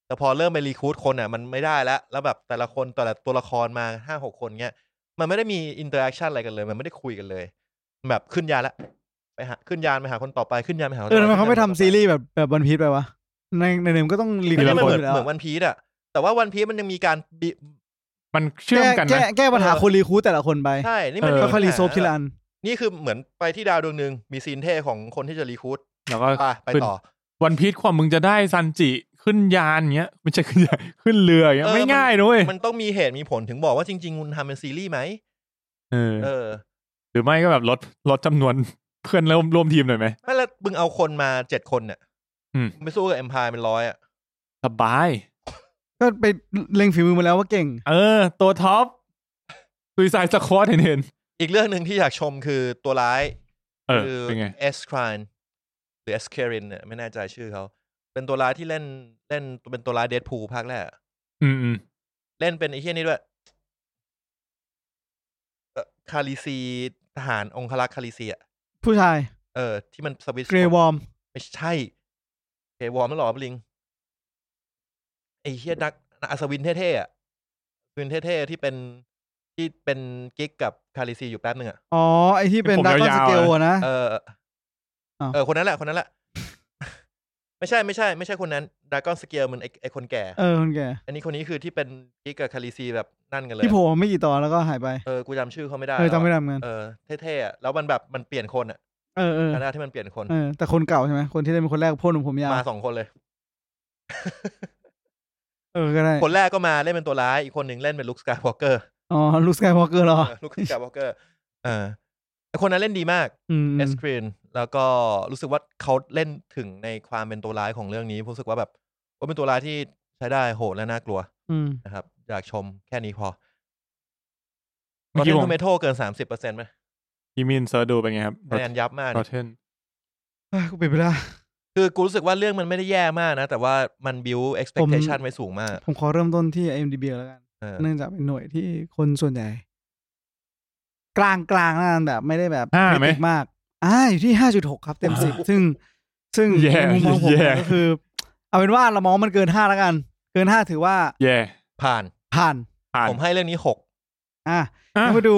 แต่พอเริ่มไปรีคูดคนอะมันไม่ได้แล้วแล้วแบบแต่ละคนแต่ละตัวละครมาห้าหกคนเงี้ย มันไม่ได้มีอินเตอร์แอคชั่นอะไรกันเลย มันไม่ได้คุยกันเลย แบบขึ้นยานละไปหาขึ้นยานไปหาคนต่อไปขึ้นยานไปหาคน เออ ต่อทำไม ป เขาไม่ ขึ้นยนป ทำซีรีส์แบบแบบวันพีชไปวะในในหนึ่งก็ต้องรี อัน วิ นี้ ว มัน ค เห น มืออน ยู่แล้ว เหมือนวันพีชอะแต่ว่าวันพีชมันยังมีการบิ มันเชื่อมกัน แก้ นะ แก้แก้ปัญหาคนรีคูทแต่ละคนไป ใช่นี่มัน เออ มี ค่อยๆรีโซฟทีละ ปัญหา อัน นี่คือเหมือนไปที่ดาวดวงหนึ่งมีซีนเท่ของคนที่จะรีคูด แล้วก็ ไปไปต่อ วันพีชความมึงจะได้ซันจิขึ้นยานเงี้ยไม่ใช่ขึ้นย านขึ้นเรือเงี้ย เออ ไม่ง่ายนุ้ ย มันต้องมีเหตุมีผลถึงบอกว่าจริงๆคุณทำเป็นซีรีส์ไหม เออ เออ หรือไม่ก็แบบลดลดจำนวน เพื่อนร่วมร่วมทีมหน่อยไหม ไม่แล้วมึงเอาคนมาเจ็ดคนเนี่ย อืม มึงไปสู้กับเอ็มพายเป็นร้อยอะ สบาย ก็ไปเล็งฝีมือมาแล้วว่าเก่ง เออ ตัวท็อปซุยไซสควอตเห็นเห็น อีกเรื่องหนึ่งที่อยากชมคือตัวร้าย เออ คือ เป็นไง เอสครานหรือเอสเครินเนี่ยไม่แน่ใจชื่อเขา เป็นตัวร้ายที่เล่นเล่นเป็นตัวร้ายเดดพูภาคแรกอะ อืมอืม เล่นเป็นไอ้เฮี้ยนี่ด้วยเอ่อคาริซีทหารองครักษ์คาริซีอ่ะ ผู้ชาย เออ ที่มันสวิตช์ เกรย์วอร์ม ไม่ใช่เกรย์วอร์มไม่หรอปะลิงไอ้เฮี้ยนักอัศวินเท่ๆอ่ะอัศวินเท่ๆที่เป็นที่เป็นกิ๊กกับคาริซีอยู่แป๊บหนึ่งอ่ะ อ๋อ ไอที่เป็นดักอนสเกลอะนะ เออ อ้าว เออ คนนั้นแหละ คนนั้นแหละ ไม่ใช่ไม่ใช่ ไม่ใช่คนนั้นดากอนสเกลมันไอไอคนแก่ เออคนแก่ อันนี้คนนี้คือที่เป็นกิ๊กกับคาริซีแบบนั่นกันเลย ที่ อะ โผล่มาไม่กี่ตอนแล้วก็หายไป เออ กูจำชื่อเขาไม่ได้ เออ แล้ว จำไม่ได้เหมือนกัน เออ เท่ๆอะแล้วมันแบบมันเปลี่ยนคนอ่ะ เออเออ คณะที่มันเปลี่ยนคน เออแต่คนเก่าใช่ไหมคนที่เล่นเป็นคนแรกพ่นผมผมยาว มาสองคนเลย เออก็ได้ คนแรกก็มาเล่นเป็นตัวร้าย อีกคนหนึ่งเล่นเป็นลุคสกายวอล์กเกอร์ อ๋อลูสกายวอลเกอร์หรอ ลุคสกายวอล์กเกอร์ เออไอ้คนนั้นเล่นดีมาก อืม เอสครีนแล้วก็รู้สึกว่าเขาเล่นถึงในความเป็นตัวร้ายของเรื่องนี้รู้สึกว่าแบบว่าเป็นตัวร้ายที่ใช้ได้โหดและน่ากลัว อืม นะครับ อยากชมแค่นี้พอ เมื่ตออน กี้ นี้ ผม คุณเมโทเกินสามสิบเปอร์เซ็นต์ไหม ยิมินเซิร์ชดูเป็นไงครับ คะแนนยับมาก รเนี่อย เทน เอ้ยกูเปลี่ยนไปละ คือกูรู้สึกว่าเรื่องมันไม่ได้แย่มากนะ แต่ว่ามัน build expectation ไว้สูงมาก ผมขอเริ่มต้นที่ IMDb แล้วกัน เออ เนื่องจากเป็นหน่วยที่คนส่วนใหญ่ กลางกลางๆนะแบบไม่ได้แบบ ห้าไหม ติดมากอ่าอยู่ที่ห้าจุดหกครับ เต็ม สิบซึ่ง ซึ่ง แย่ ในมุมมองผม แย่ ก็คือ เอาเป็นว่าเรามองว่ามันเกินห้าแล้วกัน เกินห้าถือว่า แย่ ผ่าน ผ่าน ผ่าน ผมให้เรื่องนี้หก อ่ะ อ่ะ มาดู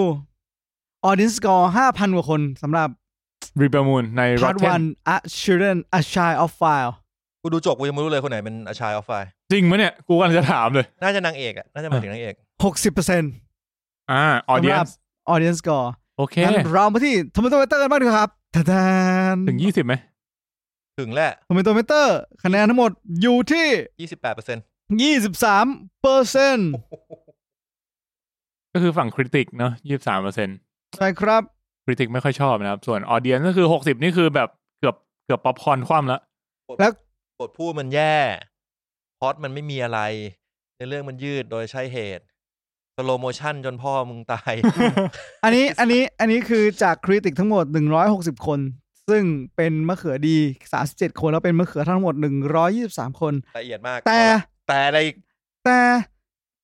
ออเดนสกอร์ห้าพันกว่าคนสำหรับ รีเบมูนในร พา อ ร์ท เท วัน น A Children A Child of Fire กูดูจบกูยังไม่รู้เลยคนไหนเป็นอาชายออฟไฟ จริงไหมเนี่ย กูกำลังจะถามเลย น่าจะนางเอกอะน่าจะหมายถึงนางเอก หกสิบเปอร์เซ็นต์ อ่าออเดียน ออเดนสกอร์ โอเค เรามาที่ทอมโตเมเตอร์กันบ้างดีกว่าครับทะแทน ถึงยี่สิบไหม ถึงแหละ ทอมโตเมเตอร์คะแนนทั้งหมดอยู่ที่ ยี่สิบแปดเปอร์เซ็นต์ ยี่สิบสามเปอร์เซ็นต์ ก็คือฝั่งคริติกเนาะยี่สิบสามเปอร์เซ็นต์ ใช่ครับ คริติกไม่ค่อยชอบนะครับ ส่วนออเดียนก็คือหกสิบนี่คือแบบเกือบเกือบป๊อปคอร์นคว่ำละ บทพูดมันแย่พล็อตมันไม่มีอะไรในเรื่องมันยืดโดยใช่เหตุสโลโมชันจนพ่อมึงตาย อันนี้อันนี้อันนี้คือจากคริติกทั้งหมด 160 คน ซึ่งเป็นมะเขือดี 37 คน แล้วเป็นมะเขือทั้งหมด 123 คน ละเอียดมาก แต่ แต่อะไรอีก แต่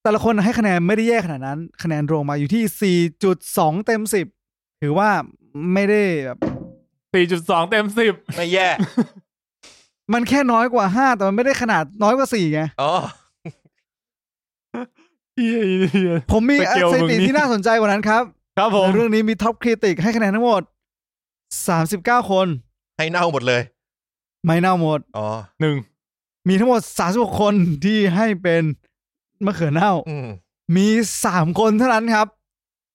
แต่ละคนให้คะแนนไม่ได้แย่ขนาดนั้น คะแนนรวมมาอยู่ที่ 4.2 เต็ม 10 ถือว่าไม่ได้แบบ สี่จุดสองเต็มสิบ ไม่แย่ มันแค่น้อยกว่า 5 แต่มันไม่ได้ขนาดน้อยกว่า4ไง อ๋อ เหี้ยเหี้ย ผมมี สเกล สถิมึงตินี่ ที่น่าสนใจกว่านั้นครับ ครับผม เรื่องนี้มีท็อปคริติกให้คะแนนทั้งหมด 39 คน ให้เน่าหมดเลย ไม่เน่าหมด อ๋อ หนึ่ง มีทั้งหมด 36 คนที่ให้เป็นมะเขือเน่า อืม มีสามคนเท่านั้นครับ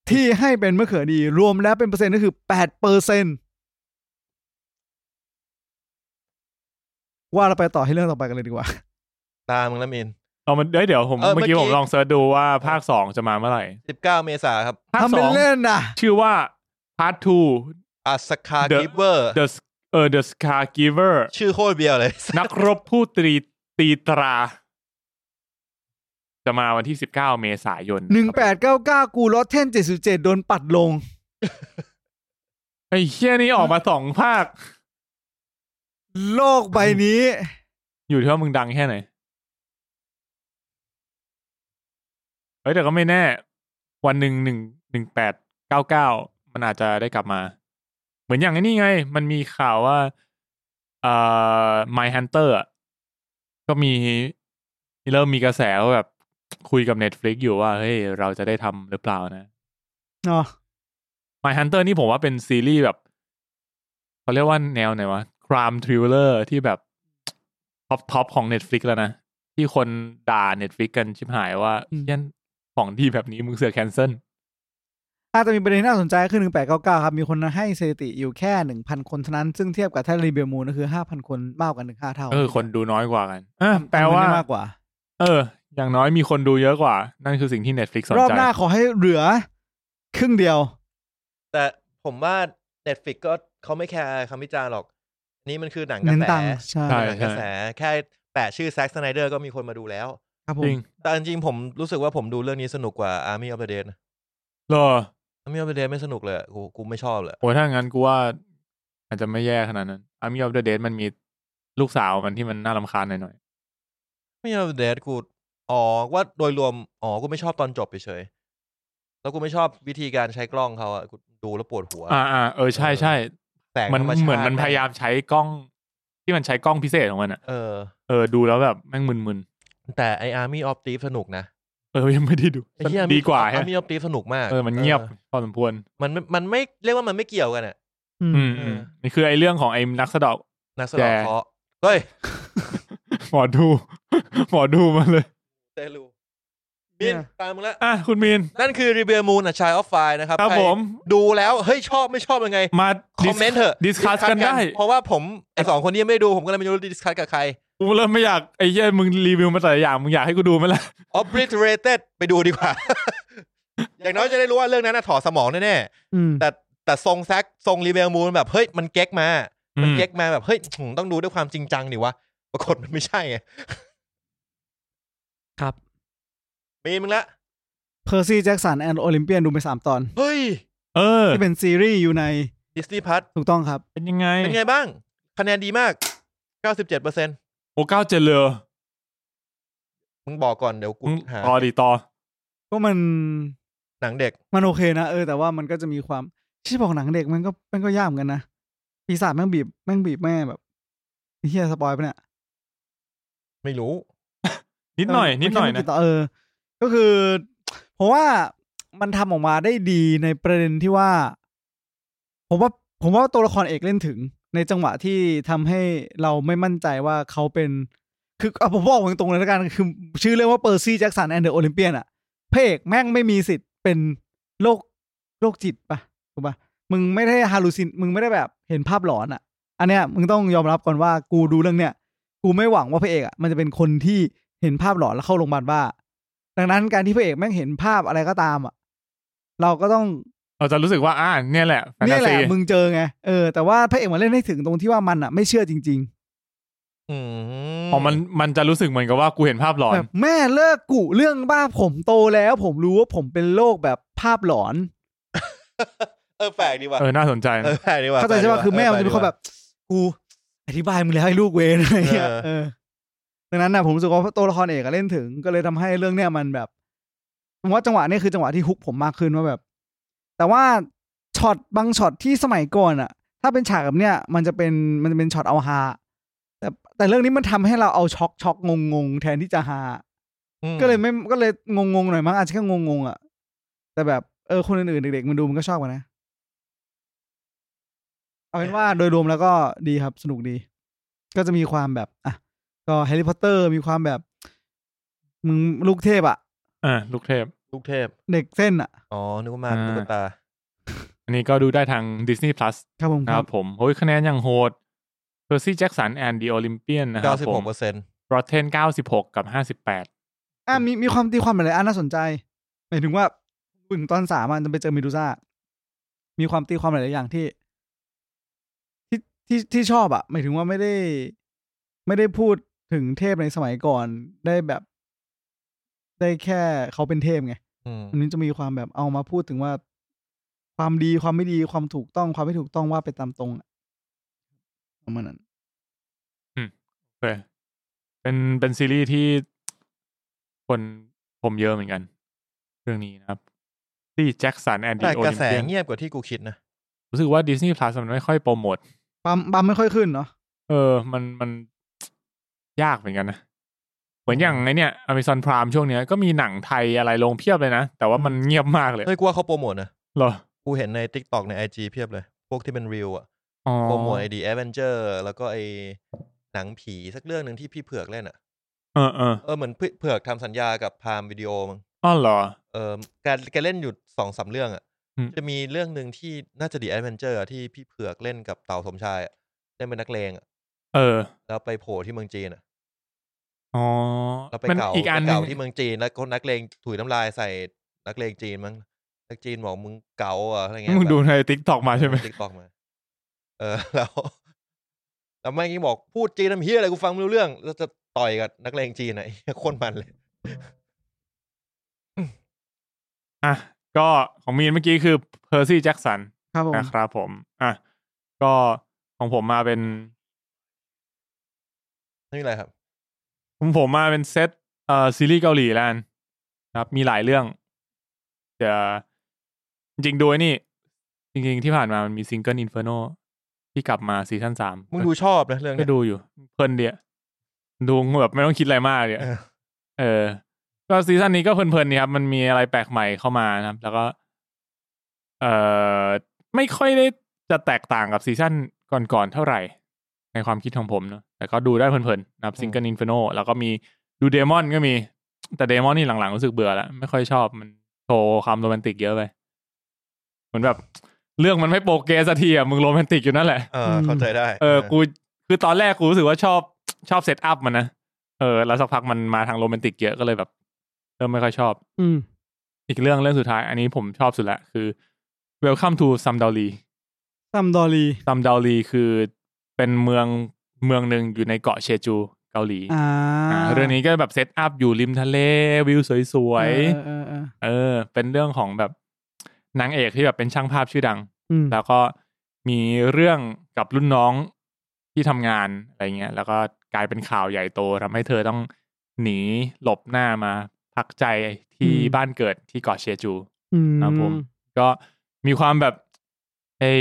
ที่ให้เป็นมะเขือดี รวมแล้วเป็นเปอร์เซ็นต์ก็คือแปดเปอร์เซ็นว่าเราไปต่อให้เรื่องต่อไปกันเลยดีกว่า ตามึงละมิน เอามันเอ้ยเดี๋ยวผม เออ เมื่อกี้ เมื่อ ผ กี้ มลองเสิร์ชดูว่าภาคสองจะมาเมื่อไหร่ สิบเก้าเมษาครับ ภาคสทำเป็ อน ง เล่นนะ ชื่อว่า Part 2 อาสคา The- กิเวอร์ The S- เออ The Scar Giver ชื่อโคตรเบียวเลย นักรบผู้ตรีตีตรา จะมาวันที่ 19 เมษายน หนึ่งแปดเก้าเก้ากูลอตเทนเจ็ดสิบเจ็ดโดนปัดลง ไอ้เชี่ยนี่ออกมาสองภาค โลกใบนี้ อยู่ที่ว่ามึงดังแค่ไหน เฮ้ยแต่ก็ไม่แน่ วันหนึ่งหนึ่งหนึ่งแปดเก้าเก้ามันอาจจะได้กลับมา เหมือนอย่างไอ้นี้ไง มันมีข่าวว่าเอ่อ My Hunter อะก็มีเริ่มมีกระแสว่าแบบคุยกับ Netflix อยู่ว่า เฮ้ย เราจะได้ทำหรือเปล่านะ เนาะ My Hunter นี่ผมว่าเป็นซีรีส์แบบเขาเรียกว่าแนวไหนวะ crime thriller ที่แบบท็อปท็อปของ Netflix แล้วนะ ที่คนด่า Netflix กันชิบหายว่า อืม เหี้ยันของดีแบบนี้มึงเสือกแคนเซิล อาจจะมีประเด็นที่น่าสนใจก็คือหนึ่งแปดเก้าเก้าครับ มีคนให้สถิติอยู่แค่หนึ่งพันคนเท่านั้น ซึ่งเทียบกับถ้ารีเบียมูนก็คือห้าพันคนมากกว่าหนึ่งห้าเท่า เออ คนดูน้อยกว่ากันอ่ะแปล ทำไม ว่า ไม่มากกว่า เออ อย่างน้อยมีคนดูเยอะกว่า นั่นคือสิ่งที่ Netflix สน รอบ ใจ หน้าขอให้เหลือ ครึ่งเดียว แต่ผมว่า Netflix ก็เขาไม่แคร์คำวิจารณ์หรอก อันนี้มันคือหนังกระ เน้น แส ตังค์ใช่ หนังกระแส แค่แปะชื่อแซ็กสไนเดอร์ก็มีคนมาดูแล้ว ครับผ จ ม ริง แต่จริงๆผมรู้สึกว่าผมดูเรื่องนี้สนุกกว่า Army of the Dead นะ เหรอ Army of the Dead ไม่สนุกเลยอะกูกูไม่ชอบเลย โอ้ยถ้างั้นกูว่า อาจจะไม่แย่ขนาดนั้น Army of the Dead มันมีลูกสาวมันที่มันน่ารำคาญหน่อย Army of the Dead กูอ๋อว่าโดยรวม อ๋อ กูไม่ชอบตอนจบเฉยๆแล้วกูไม่ชอบวิธีการใช้กล้องเขาอะกูดูแล้วปวดหัว ๆอ่าอ่าเออใช่ใช่ แสง มัน ธรรชาติ เหมือนมันพยายามใช้กล้อง ที่มันใช้กล้องพิเศษของมันอะ เออ เออดูแล้วแบบแม่งมึน แต่ไอ Army of Thief สนุกนะ ๆเออยังไม่ได้ดู ไอ้เหี้ย Army- ดีกว่าฮะ Army of Thief สนุกมาก เออมันเงียบ ออ พอสมควร มันไม่มันไม่เรียกว่ามันไม่เกี่ยวกันอ่ะ อืม อืมอืมนี่คือไอ้เรื่องของไอ้นักสะเดอก นักสะเดอก แย่ เคราะห์เฮ้ย หมอดู หมอดูมาเลย เตลูมินตามมึงละ อ่ะคุณมีน นั่นคือรีเบียมูนอ่ะชายออฟไฟนะครับ ครับ ใ ผม ดูแล้วเฮ้ยชอบไม่ชอบยังไง มา คอมเมนต์เถอะ ดิสคัสกันได้ เพราะว่าผมไอสองคนนี้ยังไม่ดูผมก็เลยไม่รู้ดิสคัสกับใคร กูเริ่มไม่อยากไอ้เย้ยมึงรีวิวมาแต่ละอย่างมึงอยากให้กูดูไหมล่ะ obliterated ไปดูดีกว่า อย่างน้อยจะได้รู้ว่าเรื่องนั้นน่ะถอดสมองแน่ อืม ๆแต่แต่ทรงแซกทรงรีเบียมูนแบบเฮ้ยมันเก๊กมา มัน อืม เก๊กมาแบบเฮ้ยต้องดูด้วยความจริงจังดิวะปรากฏมันไม่ใช่ ไง ครับ มีนมึงละ เพอร์ซี่แจ็กสันแอนด์โอลิมเปียนดูไปสามตอน เฮ้ย เออ ที่เป็นซีรีส์อยู่ใน ดิสนีย์พัท ถูกต้องครับ เป็นยังไง เป็นไงบ้าง คะแนนดีมาก 97เปอร์เซ็น โอ้เก้าเจดเลย มึงบอกก่อนเดี๋ยวกู มึง หา ต่อดีต่อ ก็มัน หนังเด็ก มันโอเคนะ เออ แต่ว่ามันก็จะมีความที่บอกหนังเด็กมันก็มันก็ยากเหมือนกันนะ ปีศาจแม่งบีบแม่งบีบแม่แบบไอ้เฮียสปอยล์ปะเนี่ย ไม่รู้ นิดหน่อย เมั นิดหน่อย มั นะ กี่ตเออ ก็คือผมว่ามันทำออกมาได้ดีในประเด็นที่ว่า ผมว่า ผมว่าตัวละครเอกเล่นถึง ในจังหวะที่ทำให้เราไม่มั่นใจว่าเขาเป็น คือเอาผมบอกตรงๆเลยแล้วกันคือ ชื่อเรื่องว่าเปอร์ซี่แจ็คสันแอนเดอร์โอลิมเปียนอะพระเอกแม่งไม่มีสิทธิ์เป็นโรคโรคจิตปะถูกปะมึงไม่ได้ฮาลูซิน มึงไม่ได้แบบเห็นภาพหลอนอะอันเนี้ยมึงต้องยอมรับก่อนว่ากูดูเรื่องเนี้ยกูไม่หวังว่าพระเอกอะมันจะเป็นคนที่เห็นภาพหลอนแล้วเข้าโรงพยาบาลบ้าดังนั้นการที่พระเอกแม่งเห็นภาพอะไรก็ตามอะเราก็ต้อง เราจะรู้สึกว่าอ่าเนี่ยแหละแฟน เนี่ ตาย แห ซี ละมึงเจอไงเออแต่ว่าพระเอกมันเล่นให้ถึงตรงที่ว่ามันอ่ะไม่เชื่อจริง อืม อ๋อมันมันจะรู้สึกเหมือนกับว่ากูเห็นภาพหลอ ๆแบ น บแม่เลิกกุเรื่องบ้าผมโตแล้ว ผมรู้ว่าผมเป็นโรคแบบภาพหลอน เออแปลกดีว่ะ เออ น่าสนใจ เอ นะ อแปลกดีว่ะ เข้าใจใช่ปป่ะลกดีว่ คือแม่มันจะเป็นคนแบบกูอธิบายมึงแล้วไอ้ลูกเวนอะไรเงี้ยเออ ดังนั้นนะผมรู้สึกว่าตัวละครเอกอะเล่นถึง ก็เลยทำให้เรื่องเนี้ยมันแบบผมว่าจังหวะเนี้ยคือจังหวะที่ฮุกผมมากขึ้นว่าแบบ แต่ว่าช็อตบางช็อตที่สมัยก่อนอะถ้าเป็นฉากแบบเนี้ยมันจะเป็นมันจะเป็นช็อตเอาฮาแต่แต่เรื่องนี้มันทำให้เราเอาช็อกช็อกงงงๆแทนที่จะฮา อืม ก็เลยไม่ก็เลยงงงๆหน่อยมั้งอาจจะแค่งงงๆอ่ะแต่แบบเออคนอื่นๆเด็กๆมันดูมันก็ชอบกันนะ เอาเป็นว่าโดยรวมแล้วก็ดีครับสนุกดี ก็จะมีความแบบอ่ะก็แฮร์รี่พอตเตอร์มีความแบบ มึงลูกเทพอ่ะ อ่าลูกเทพ ลูกเทพ เด็กเส้นอ่ะ อ๋อ นึกว่ามาเป็น อ่า ตุ๊กตา อันนี้ก็ดูได้ทาง Disney Plus ครับผม นะครับผมโอ้ยคะแนนอย่างโหดเพอร์ซี่แจ็คสันแอนด์ดีโอลิมเปียนนะครับผ 96 ม เปอร์เซ็นต์ รอเทนเก้าสิบหกกับห้าสิบแปด อ่ะมีมีความตีความอะไรอันน่าสนใจหมายถึงว่าถึงตอนสามอ่ะจะไปเจอเมดูซ่ามีความตีความหลายๆอย่างที่ ที่ที่ที่ชอบอ่ะหมายถึงว่าไม่ได้ ไม่ได้พูดถึงเทพในสมัยก่อนได้แบบ ได้แค่เขาเป็นเทพไงอันนี้จะมีความแบบเอามาพูดถึงว่า ความดีความไม่ดีความถูกต้องความไม่ถูกต้องว่าไปตามตรงอะประมาณนั้น เป็นเป็นซีรีส์ที่คนผมเยอะเหมือนกัน เรื่องนี้นะครับซี่แจ็คสันแอนด์ดี แต่ โอก ระ ลิม แส เปียน เงียบกว่าที่กูคิดนะ รู้สึกว่า Disney Plus มันไม่ค่อยโปรโมท ปั๊มปั๊มไม่ค่อยขึ้นเนาะ เออ มันมันยากเหมือนกันนะ เหมือนอย่างไอเนี่ย Amazon Prime ช่วงเนี้ยก็มีหนังไทยอะไรลงเพียบเลยนะ แต่ว่ามันเงียบมากเลย เฮ้ยกูว่าเขาโปรโมทนะ เหรอ กูเห็นใน t ิ k t o k ใน IG เพียบเลย พวกที่เป็นรีวอะ อ๋อ โปรโมทไอดีแอเวนเจอร์แล้วก็ไอหนังผีสักเรื่องหนึ่งที่พี่เผือกเล่นอะ เออเออ เออเหมือนพี่เผือกทำสัญญากับพามวิดีโอมั้ง อ๋อเหรอ เออแกแกเล่นอยู่สองสามเรื่องอะ่ะ อืม จะมีเรื่องหนึ่งที่น่าจะดีแอดเวนเจอร์ที่พี่เผือกเล่นกับเต่าสมชายอะเล่นเป็นนักเลงอะ เออ แล้วไปโผล่ที่เมืองจีนอะ อ๋อ แล้วไป มัน เก่า อีกอัน ไป หนึ่ เก่าง ที่เมืองจีนแล้วคนนักเลงถุยน้ำลายใส่นักเลงจีนมั้งนักจีนบอกมึงเก่าอะอะไรเงี้ย มึงดูในติ๊กตอกมาใช่ไหม ติ๊กตอกมา เอ อ แล้วแล้วแม่งยังบอกพูดจีนน้ำเฮียอะไรกูฟังไม่รู้เรื่อง แล้วจะต่อยกับนักเลงจีนอะไอ้เหี้ยโคตรมันเลย อ่ะก็ของมีนเมื่อกี้คือเพอร์ซี่แจ็คสัน ครับผม นะครับผม อ่ะ ก็ของผมมาเป็น ไม่มีอะไรครับ ผมผมมาเป็นเซตเอ่อซีรีส์เกาหลีแล้วกันนะครับ มีหลายเรื่องจะจริงๆดูไอ้นี่ จริงๆที่ผ่านมามันมีซิงเกิลอินเฟอร์โนที่กลับมาซีซั่นสาม มึงดูชอบนะเรื่อง ก็ เนี้ย ดูอยู่ เพลินเดียดูแบบไม่ต้องคิดอะไรมากเลย เออ เออ ก็ซีซั่นนี้ก็เพลินๆนี่ครับ มันมีอะไรแปลกใหม่เข้ามานะครับ แล้วก็ เอ่อไม่ค่อยได้จะแตกต่างกับซีซั่นก่อนๆเท่าไหร่ ในความคิดของผมเนอะแต่ก็ดูได้เพลินๆนะครับซิงเกิลอินฟ n o แล้วก็มีดูเดมอนก็มี แต่เดมอนนี่หลังๆรู้สึกเบื่อแล้ว ไม่ค่อยชอบมันโชว์ความโรแมนติกเยอะไปเหมือนแบบ เรื่องมันไม่โปรเกรสสักทีอ่ะมึงโรแมนติกอยู่นั่นแหละ เออเข้าใจได้ เออ กู คือตอนแรกกูรู้สึกว่าชอบชอบเซตอัพมันนะ เออ แล้วสักพักมันมาทางโรแมนติกเยอะก็เลยแบบ เริ่มไม่ค่อยชอบ อืม อีกเรื่องเรื่องสุดท้าย อันนี้ผมชอบสุดละ คือ Welcome to s a m d a l i ซัมดอรี s a m d a l i คือเป็นเมืองเมืองหนึ่งอยู่ในเกาะเชจูเกาหลี อ่า อ่าเรื่องนี้ก็แบบเซตอัพอยู่ริมทะเลวิวสวย เออเออๆเออเออ เป็นเรื่องของแบบนางเอกที่แบบเป็นช่างภาพชื่อดัง อืม แล้วก็มีเรื่องกับรุ่นน้องที่ทำงานอะไรเงี้ย แล้วก็กลายเป็นข่าวใหญ่โตทำให้เธอต้องหนีหลบหน้ามาพักใจที่ อืม บ้านเกิดที่เกาะเชจู อืม ครับผม ก็มีความแบบไอ้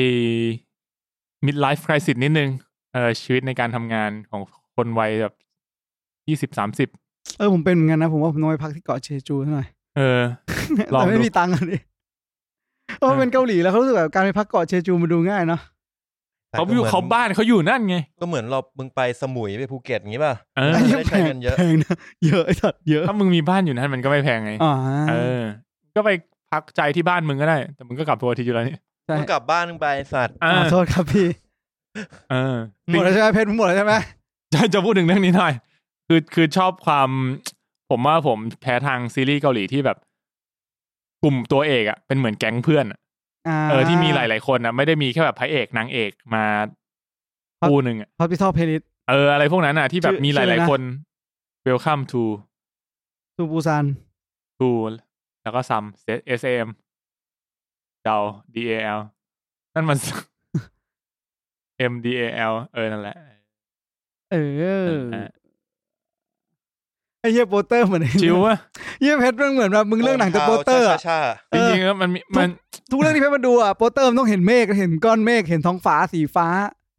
midlife crisis นิดนึงเออชีวิตในการทำงานของคนวัยแบบยี่สิบสามสิบ เออผมเป็นเหมือนกันนะผมว่าผมต้องไปพักที่เกาะเชจูซะหน่อย เออ ลองดูแต่ไม่มีตังค์อันนี้เพราะมันเป็นเกาหลีแล้วเขารู้สึกแบบการไปพักเกาะเชจูมันดูง่ายเนาะ แต่ เขา ก็ อยู่ หมืน เขาบ้านเขาอยู่นั่นไง ก็เหมือนเรา มึงไปสมุยไปภูเก็ตอย่างนี้ป่ะ เออ ไม่ได้ แพ ใช้ ง เงินเยอะ แพงนะเยอะไอ้สัตว์เยอะ ถ้ามึงมีบ้านอยู่นั่นมันก็ไม่แพงไง อ่า เออ ก็ไปพักใจที่บ้านมึงก็ได้ แต่มึงก็กลับทัวร์ทีอยู่แล้วนี่ ใช่ มึงกลับบ้านมึงไปสัตว์ อ่า อ่าโทษครับพี่ เออ หมดแล้วใช่ไหมเพชรหมดแล้วใช่ไหม จะจะพูดถึงเรื่องนี้หน่อย คือคือชอบความ ผมว่าผมแพ้ทางซีรีส์เกาหลีที่แบบ กลุ่มตัวเอกอะเป็นเหมือนแก๊งเพื่อนอะ อ่า เออที่มีหลาย ๆ คนอะไม่ได้มีแค่แบบพระเอกนางเอกมาคู่หนึ่งอะ ๆ hospital playlist เอออะไรพวกนั้นอะที่แบบมีหลาย ๆ คน welcome to ซูปูซาน to แล้วก็ซัม S A M ดาว D A L นั่น มัน M D A L เออนั่นแหละ เออ เออ ไอ้เหี้ยโปสเตอร์เหมือนไอ้ ชิววะ เหี้ยเพชรมันเหมือนแบบมึงเรื่องหนังจากโปสเตอร์อะ ชาๆ จริงๆแล้วมันมีมัน ทุกเรื่องที่เพชรมาดูอ่ะโปสเตอร์มันต้องเห็นเมฆเห็นก้อนเมฆเห็นท้องฟ้าสีฟ้า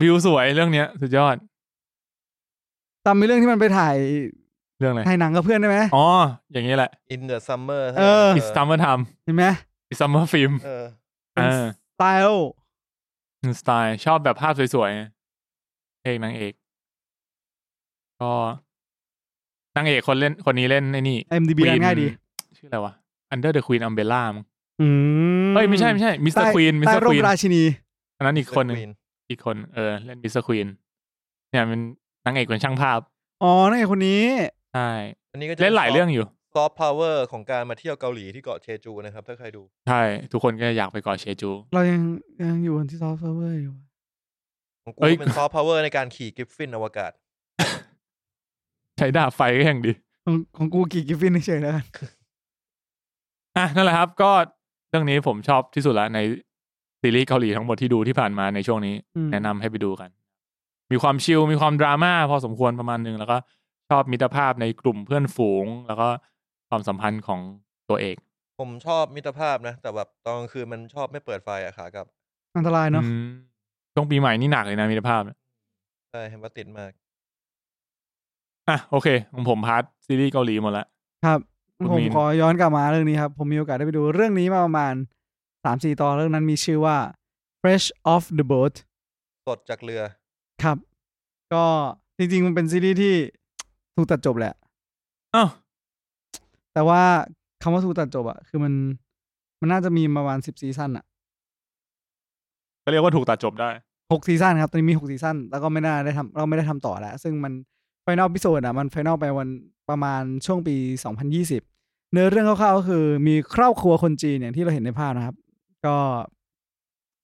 วิวสวยเรื่องเนี้ยสุดยอด ตามมีเรื่องที่มันไปถ่าย เรื่องอะไร ถ่ายหนังกับเพื่อนได้ไหม อ๋ออย่างนี้แหละ ๆ In the summer เออ It's summer time เห็นไหม It's summer film เออ อ่า สไตล์ สไตล์ชอบแบบภาพสวยๆไงเอกนางเอก ก็นางเอกคนเล่นคนนี้เล่นไอ้นี่ เอ็มดีบีง่ายดี ชื่ออะไรวะ Under the Queen Umbrella มั้ง อื เฮ้ยไม่ใช่ไม่ใช่ Mr. Queen ใต้ Mr. ร่ม Queen ราชินี อันนั้นอีก The คนหนึ่ง Queen อีกคนเออเล่น Mr. Queen เนี่ยมันนางเอกเป็นช่างภาพ อ๋อนั่นไงคนนี้ ใช่ อันนี้ก็จะ เล่นหลายเรื่องอยู่ ซอฟต์พาวเวอร์ของการมาเที่ยวเกาหลีที่เกาะเชจูนะครับ ถ้าใครดู ใช่ ทุกคนก็อยากไปเกาะเชจู เรายังยังอยู่กันที่ซอฟต์แวร์อยู่ ของกู เอ้ย เป็นซอฟต์พาวเวอร์ในการขี่กริฟฟินอวกาศ ใช้ดาบไฟก็ยังดี ของของกูกี่กิฟฟินเฉยๆแล้วกัน อ่ะนั่นแหละครับ ก็เรื่องนี้ผมชอบที่สุดละในซีรีส์เกาหลีทั้งหมดที่ดูที่ผ่านมาในช่วงนี้ อืม แนะนำให้ไปดูกัน มีความชิล มีความดราม่าพอสมควรประมาณหนึง แล้วก็ชอบมิตรภาพในกลุ่มเพื่อนฝูง แล้วก็ความสัมพันธ์ของตัวเอก ผมชอบมิตรภาพนะ แต่แบบตอนกลางคืนมันชอบไม่เปิดไฟอะขากลับ อันตรายเนาะ อืมช่วงปีใหม่นี่หนักเลยนะมิตรภาพเนี่ย ใช่เห็นว่าติดมาก อ่ะโอเคของผมพาร์ทซีรีส์เกาหลีหมดละ ครับ คุณ ผม มีน ขอย้อนกลับมาเรื่องนี้ครับ ผมมีโอกาสได้ไปดูเรื่องนี้มาประมาณสามสี่ตอนเรื่องนั้นมีชื่อว่า fresh off the boat สดจากเรือ ครับ ก็จริงๆ มันเป็นซีรีส์ที่ ถูกตัดจบแหละ อ้าว แต่ว่าคำว่าถูกตัดจบอะคือมันมันน่าจะมีประมาณสิบซีซั่นอะ ก็เรียกว่าถูกตัดจบได้ หกซีซั่นครับ ตอนนี้มีหกซีซั่นแล้วก็ไม่น่าได้ทำเราไม่ได้ทำต่อแล้ว ซึ่งมันไฟนอลพิโซดอะมันไฟนอลไปวันประมาณช่วงปี 2020 เนื้อเรื่องคร่าวๆก็คือมีครอบครัวคนจีนอย่างที่เราเห็นในภาพนะครับ ก็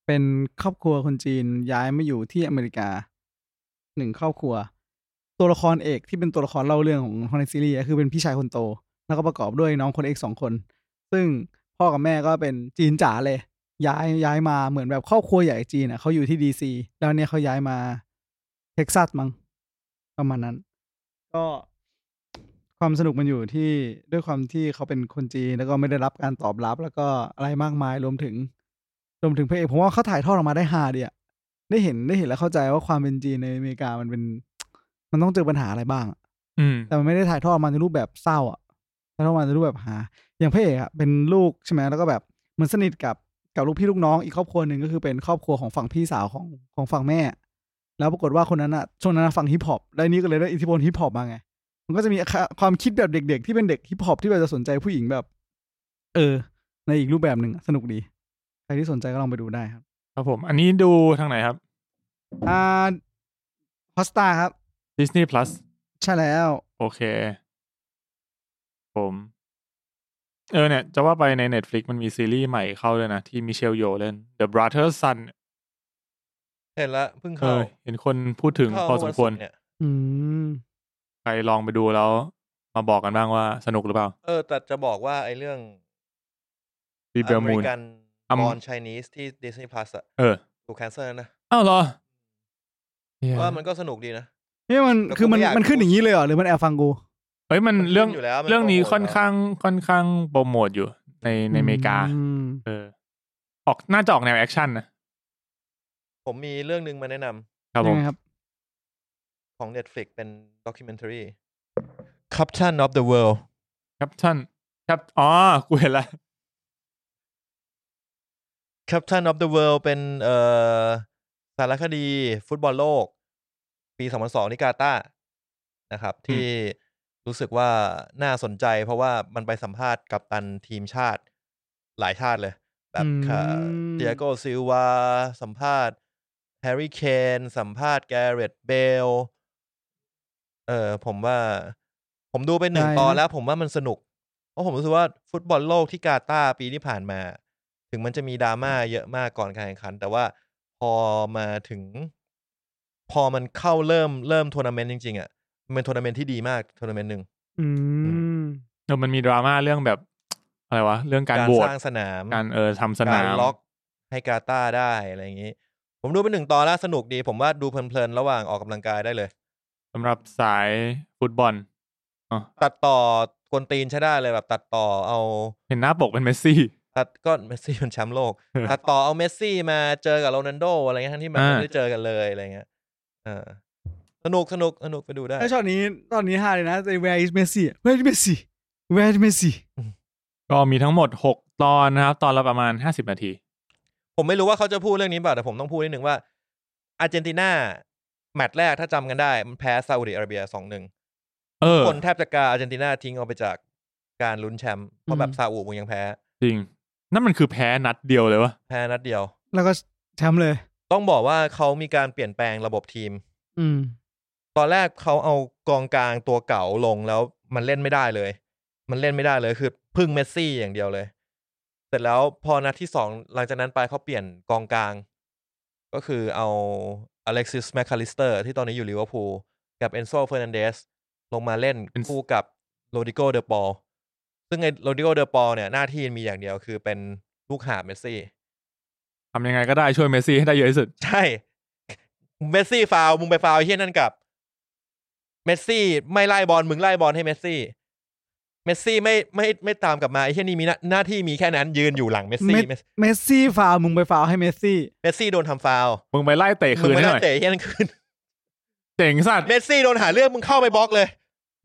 เป็นครอบครัวคนจีนย้ายมาอยู่ที่อเมริกาหนึ่งครอบครัว ตัวละครเอกที่เป็นตัวละครเล่าเรื่องของของในซีรีส์ก็คือเป็นพี่ชายคนโต แล้วก็ประกอบด้วยน้องคนเอกสองคน ซึ่งพ่อกับแม่ก็เป็นจีนจ๋าเลย ย้ายย้ายมาเหมือนแบบครอบครัวใหญ่จีนอ่ะเขาอยู่ที่ดีซีแล้วเนี่ยเขาย้ายมาเท็กซัสมั้งประมาณนั้น ก็ความสนุกมันอยู่ที่ด้วยความที่เขาเป็นคนจีนแล้วก็ไม่ได้รับการตอบรับ แล้วก็อะไรมากมายรวมถึง รวมถึงพระเอกผมว่าเขาถ่ายทอดออกมาได้ฮาดีอะได้เห็นได้เห็นแล้วเข้าใจว่าความเป็นจีนในอเมริกามันเป็น มันต้องเจอปัญหาอะไรบ้างอะ อืม แต่มันไม่ได้ถ่ายทอดออกมาในรูปแบบเศร้าอ่ะถ่ายทอดออกมาในรูปแบบหา อย่างพระเอกอ่ะเป็นลูกใช่ไหมแล้วก็แบบเหมือนสนิทกับกับลูกพี่ลูกน้องอีกครอบครัวหนึ่งก็คือเป็นครอบครัวของฝั่งพี่สาวของของฝั่งแม่ แล้วปรากฏว่าคนนั้นอ่ะช่วงนั้นอะฝั่งฮิปฮอปแล้วนี่ก็เลยได้อิทธิพลฮิปฮอปมาไง มันก็จะมีความคิดแบบเด็ก ๆ ที่เป็นเด็กฮิปฮอปที่แบบจะสนใจผู้หญิงแบบ เออ ในอีกรูปแบบหนึ่งอะสนุกดี ใครที่สนใจก็ลองไปดูได้ครับ ครับผม อันนี้ดูทางไหนครับ อ่าฮอสตาครับ Disney Plus ใช่แล้ว โอเค ผม เออเนี่ย จะว่าไปใน Netflix มันมีซีรีส์ใหม่เข้าด้วยนะ ที่มิเชลโยเล่น The Brother's Son เห็นละเพิ่ง เอ เข้า อเห็นคนพูดถึง เข้า พอสมควร นศุกเนี่ย อืม ใครลองไปดูแล้ว มาบอกกันบ้างว่าสนุกหรือเปล่า เออ แต่จะบอกว่าไอ้เรื่อง บีเบล อเม มู ริ น กัน อเม บอลไชนีสที่ Disney Plus อะ เออ ถูกแคนเซิลนะ อ้าวเหรอเหี้ย ว่ามันก็สนุกดีนะ นี่มัน แต่กู คือมัน ไม่อยาก มันขึ้น พูด อย่างนี้เลยเหรอหรือมันแอบฟังกู เฮ้ย มัน มันขึ้น เรื่อง อยู่แล้วมัน เรื่องนี้ โปรโมท ค่อนข้างค่อนข้างโปรโมทอยู่ในในอเมริกา อืม เออ ออกน่าจะออกแนวแอคชั่นนะ ผมมีเรื่องหนึงมาแนะนำ ครับผม ยังไงครับ ของ Netflix เป็นด็อกิเมนทารี Captain of the World ครับท่านครับอ๋อ กูเห็นละ Captain of the World เป็นเอ่อสารคดี ฟุตบอลโลก ปี 2002ที่กาตาร์นะครับ ที่รู้สึกว่าน่าสนใจ เพราะว่ามันไปสัมภาษณ์กับตันทีมชาติหลายชาติเลย แบบ อืม ค่ะเดียโกซิลวา สัมภาษณ์แฮร์รี่เคน สัมภาษณ์แกเรตเบล เออผมว่า ผมดูไปหนึ่ง ได้ ตอน นะ แล้วผมว่ามันสนุก เพราะผมรู้สึกว่าฟุตบอลโลกที่กาตาร์ปีที่ผ่านมา ถึงมันจะมีดราม่าเยอะมากก่อนการแข่งขัน แต่ว่าพอมาถึง พอมันเข้าเริ่มเริ่มทัวร์นาเมนต์จริงๆอะ่ะมันเป็นทัวร์นาเมนต์ที่ดีมากทัวร์นาเมนต์หนึ่ง อืม เออมันมีดราม่าเรื่องแบบ อะไรวะ เรื่องการโหว ส ต ร้างสนาม การเออทำสนาม การล็อกให้กาตาร์ได้อะไรอย่างนี้ ผมดูเป็นหนึ่งตอนแล้วสนุกดี ผมว่าดูเพลินๆ ระหว่างออกกำลังกายได้เลย สำหรับสายฟุตบอล อ๋อ ตัดต่อกวนตีนใช้ได้เลยแบบ ตัดต่อเอา เห็นหน้าปกเป็นเมสซี่ ตัดก็เมสซี่เป็นแชมป์โล ก เออ ตัดต่อเอาเมสซี่มาเจอกับโรนัลโดอะไรเงี้ยทั้งที่มัน อ่า ไม่ได้เจอกันเลยอะไรเงี้ยเออสนุกสนุกสนุกไปดูได้ แล้วช็อตนี้ตอนนี้ฮาเลยนะแต่ where is Messi where is Messi where is Messi ก็มีทั้งหมดหกตอนนะครับ ตอนละประมาณห้าสิบนาที ผมไม่รู้ว่าเขาจะพูดเรื่องนี้เปล่าแต่ผมต้องพูดนิดนึงว่าอาร์เจนตินาแมตช์แรกถ้าจำกันได้ มันแพ้ซาอุดิอาระเบียสองหนึ่ง เออ คนแทบจะกาอาร์เจนตินาทิ้งออกไปจากการลุ้นแชมป์เพราะแบบ อืม ซาอุมึงยังแพ้ จริง นั่นมันคือแพ้นัดเดียวเลยวะ แพ้นัดเดียว แล้วก็แชมป์เลย ต้องบอกว่าเขามีการเปลี่ยนแปลงระบบทีม อืม ตอนแรกเขาเอากองกลางตัวเก่าลงแล้วมันเล่นไม่ได้เลย มันเล่นไม่ได้เลยคือพึ่งเมสซี่อย่างเดียวเลย เสร็จแล้วพอนัดที่สองหลังจากนั้นไปเขาเปลี่ยนกองกลาง ก็คือเอาอเล็กซิสแมคคาลิสเตอร์ที่ตอนนี้อยู่ลิเวอร์พูลกับเอนโซเฟอร์นันเดสลงมาเล่นคู่กับโรดิโกเดอปอลซึ่งไอโรดิโกเดอปอลเนี่ยหน้าที่มีอย่างเดียวคือเป็นลูกหาบเมสซี่ ทำยังไงก็ได้ช่วยเมสซี่ให้ได้เยอะที่สุด ใช่ เมสซี่ฟาวล์มึงไปฟาวล์ไอ้เฮี้ยนั่นกลับ เมสซี่ไม่ไล่บอลมึงไล่บอลให้เมสซี่ เมสซี่ไม่ไม่ไม่ตามกลับมาไอ้เฮี้ยนี่มีหน้าหน้าที่มีแค่นั้นยืนอยู่หลังเมสซี่ เมเมสสเมสซี่ฟาวล์มึงไปฟาวล์ให้เมสซี่ เมสซี่โดนทำฟาวล์ มึงไปไล่เตะ มึ คื ง น ไม่ ให้ห ได้ น่อย เตะไอ้เฮี้ยนั่นคืน เจ๋งสัตว์ เมสซี่โดนหาเรื่องมึงเข้าไปบล็อกเลย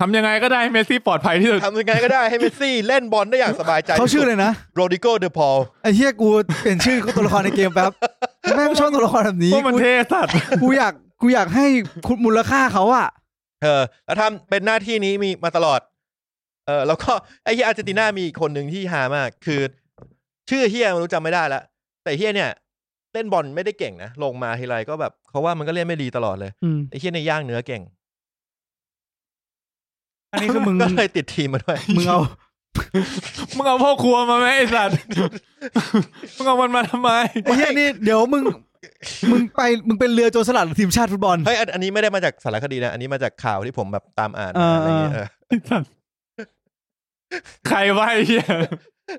ทำยังไงก็ได้ให้เมสซี่ปลอดภัยที่สุด ทำยังไงก็ได้ให้เมสซี่เล่นบอลได้อย่างสบายใจ เขาชื่อเลยนะ โรดิโกเดอพอล ไอ้เฮียกูเปลี่ยนชื่อตัวละครในเกมแป๊บแม่งชอบตัวละครแบบนี้ พวกมัน กู เท่สัตว์ กูอยากกูอยากให้คุณมูลค่าเขาอะ เออแล้วทำเป็นหน้าที่นี้มีมาตลอด เออแล้วก็ไอ้เฮียอาร์เจนตินามีอีกคนหนึ่งที่ฮามาก คือ ชื่อเฮียไมันรู้จำไม่ได้ละแต่เฮียเนี่ย เล่นบอลไม่ได้เก่งนะ ลงมาทีไรก็แบบเขาว่ามันก็เล่นไม่ดีตลอดเลย อืม ไอ้เฮียในยย่างเนื้อเก่ง อันนี้ คือมึง ก็เลยติดทีมมาด้วย มึงเอา มึงเอาพ่อครัวมาไหมไอ้สัตว์ มึงเอามันมาทำไม ไอ้เฮียนี่เดี๋ยวมึง มึงไปมึงเป็นเรือโจรสลัดหรือทีมชาติฟุตบอล เฮ้ยอันอันนี้ไม่ได้มาจากสารคดีนะ อันนี้มาจากข่าวที่ผมแบบตามอ่านมาอะไรเงี้ยเออ ไอ้สัตว์ใครวะไอ้เหี้ย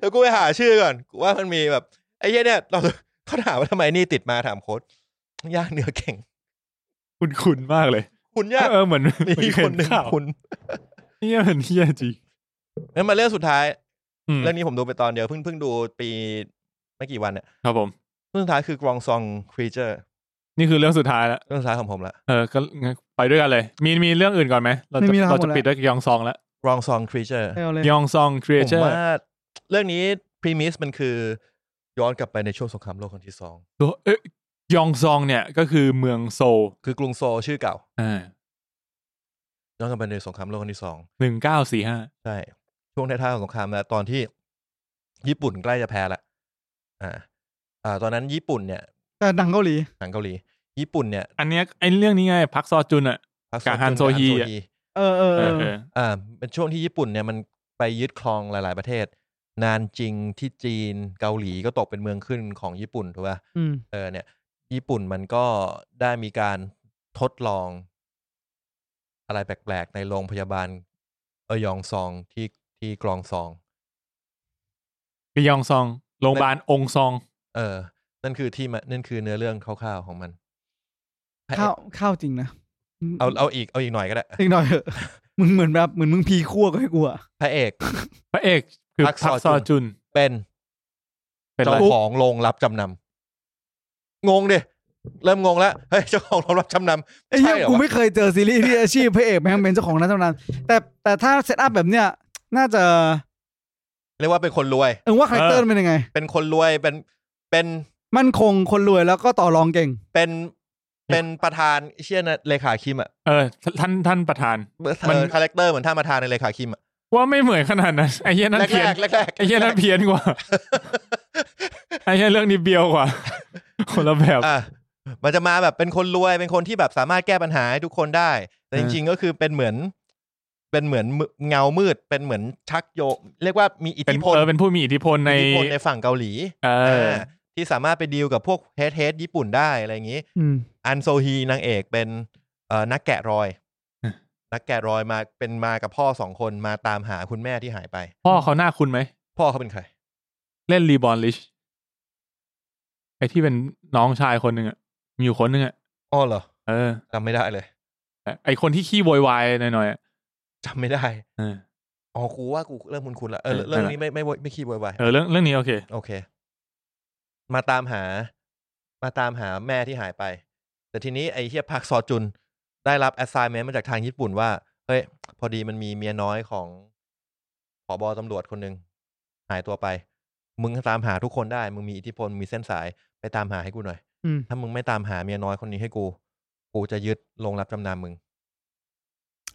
แล้วกูไปหาชื่อก่อนกูว่ามันมีแบบไอ้เฮียเนี่ยเราเขาถามว่าทำไมนี่ติดมาถามโค้ชย่างเนื้อเก่ง คุณคุณมากเลย คุณย่าง เออเหมือนเห มี อ คนหนึ่ง ข่าว คุณ เหี้ยเหมือนเหี้ยจริง งั้นมาเรื่องสุดท้าย อืม เรื่องนี้ผมดูไปตอนเดียวเพิ่งเพิ่งดูปีไม่กี่วันเนี่ย ครับผม เรื่องสุดท้ายคือกรองซองครีเจอร์ นี่คือเรื่องสุดท้ายแล้ว เรื่องสุดท้ายของผมละ เออก็งั้นไปด้วยกันเลย มีมีเรื่องอื่นก่อนไหมเรา ไม่ จะ มีแล้ว เรา หม จะ ดแล้ว ปิดด้วยยองซองแล้ว กรองซองครีเจอร์ ไม่เอาเลย ยองซองครี ผ เอเตอ ม ร์ ว่าเรื่องนี้พรีมิสมันคือย้อนกลับไปในช่วงสงครามโลกครั้งที่สอง ตัวเอ้ยยองซองเนี่ยก็คือเมืองโซล คือกรุงโซลชื่อเก่า อ่า ย้อนกลับไปในสงครามโลกครั้งที่สอง หนึ่งเก้าสี่ห้า ใช่ช่วงท้ายๆของสงครามแล้วตอนที่ญี่ปุ่นใกล้จะแพ้ละอ่าอ่า ตอนนั้นญี่ปุ่นเนี่ย แต่หนังเกาหลี หนังเกาหลี ญี่ปุ่นเนี่ย อันเนี้ยไอ้เรื่องนี้ไงพักซอจุนอ่ะ พัก กับฮันโซฮี กับฮัอะน เออเออ เอ เอ อ อ เออ อ่าเป็นช่วงที่ญี่ปุ่นเนี่ยมันไปยึดครองหลาย ๆ ประเทศ นานจริงที่จีนเกาหลีก็ตกเป็นเมืองขึ้นของญี่ปุ่นถูกป่ะ อืม เออเนี่ย ญี่ปุ่นมันก็ได้มีการทดลอง อะไรแปลก ๆ ในโรงพยาบาลเอยองซองที่ที่กรองซอง คือยองซองโรงพยาบาลองซอง เออ นั่นคือที่มานั่นคือเนื้อเรื่องคร่าว ๆ ของมันให้ ข้าวข้าวจริงนะ เอาเอาอีกเอาอีกหน่อยก็ได้ อีกหน่อยเถอะ มึงเหมือนแบบเหมือนมึงพีคั่วก็ให้กูอะ พระเอก พระเอกคือ พั พั ก ก ซอจุน ซอจุน เป็น เป็น เจ้า ไร ของโรงรับจำนำงงดิเริ่มงงแล้วเฮ้ยเจ้าของโรงรับจำนำ ไอ้เหี้ย ใช่เหรอวะ กูไม่เคยเจอซีรีส์ที่อาชีพพระเอกแม่งเป็นเจ้าของร้านเท่านั้น แต่แต่ถ้าเซตอัพแบบเนี้ยน่าจะ เรียกว่าเป็นคนรวย เออว่าคาแรคเตอร์ เออ เป็นยังไง เป็นคนรวย เป็น เป็น มั่นคงคนรวยแล้วก็ต่อรองเก่ง เป็น เป็นประธานไอ้เชี่ยนะเลขาคิมอ่ะ เออท่านท่านประธาน มัน เออคาแรคเตอร์เหมือนท่านประธานในเลขาคิมอ่ะ ว่าไม่เหมือนขนาดนั้น ไอ้เหี้ยนั่น แรก เพี้ย แร น กแรกๆ ไอ้เหี้ยนั่นเพี้ยนกว่า ไอ้เหี้ยเรื่องนี้เบียวกว่า คนละแบบ อ่ะมันจะมาแบบเป็นคนรวย เป็นคนที่แบบสามารถแก้ปัญหาให้ทุกคนได้ แต่จริง ๆ ก็คือเป็นเหมือน เป็นเหมือนเงามืด เป็นเหมือนชักโยก เรียกว่ามีอิท เป็น ธิพล เออเป็นผู้มีอิทธิพลใน อิทธิพลในฝั่งเกาหลี เออ าที่สามารถไปดีลกับพวกเฮดเฮดญี่ปุ่นได้อะไรอย่างนี้ อืม อันโซฮีนางเอกเป็นเอ่อนักแกะรอย ฮะ นักแกะรอยมาเป็นมากับพ่อสองคนมาตามหาคุณแม่ที่หายไป พ่อเขาหน้าคุณไหม พ่อเขาเป็นใคร เล่นรีบอลลิชไอ้ที่เป็นน้องชายคนหนึ่งอ่ะมีอยู่คนหนึ่งอ่ะ อ้อเหรอ เออ จำไม่ได้เลย ไอคนที่ขี้โวยวายหน่อยๆอะ จำไม่ได้ เออ อ๋อกูว่ากูเริ่มคุ้นๆละเออ เออ เรื่อง นั่นแหละ นี้ไม่ไม่ไม่ไม่ขี้บวยวาย เออเรื่องเรื่องนี้โอเค โอเค มาตามหา มาตามหาแม่ที่หายไป แต่ทีนี้ไอ้เฮียพักซอจุน ได้รับ assignment มาจากทางญี่ปุ่นว่า เฮ้ย พอดีมันมีเมียน้อยของผอบอตำรวจคนหนึ่งหายตัวไป มึงตามหาทุกคนได้ มึงมีอิทธิพลมีเส้นสายไปตามหาให้กูหน่อย อืม ถ้ามึงไม่ตามหาเมียน้อยคนนี้ให้กู กูจะยึดลงรับจำนำมึง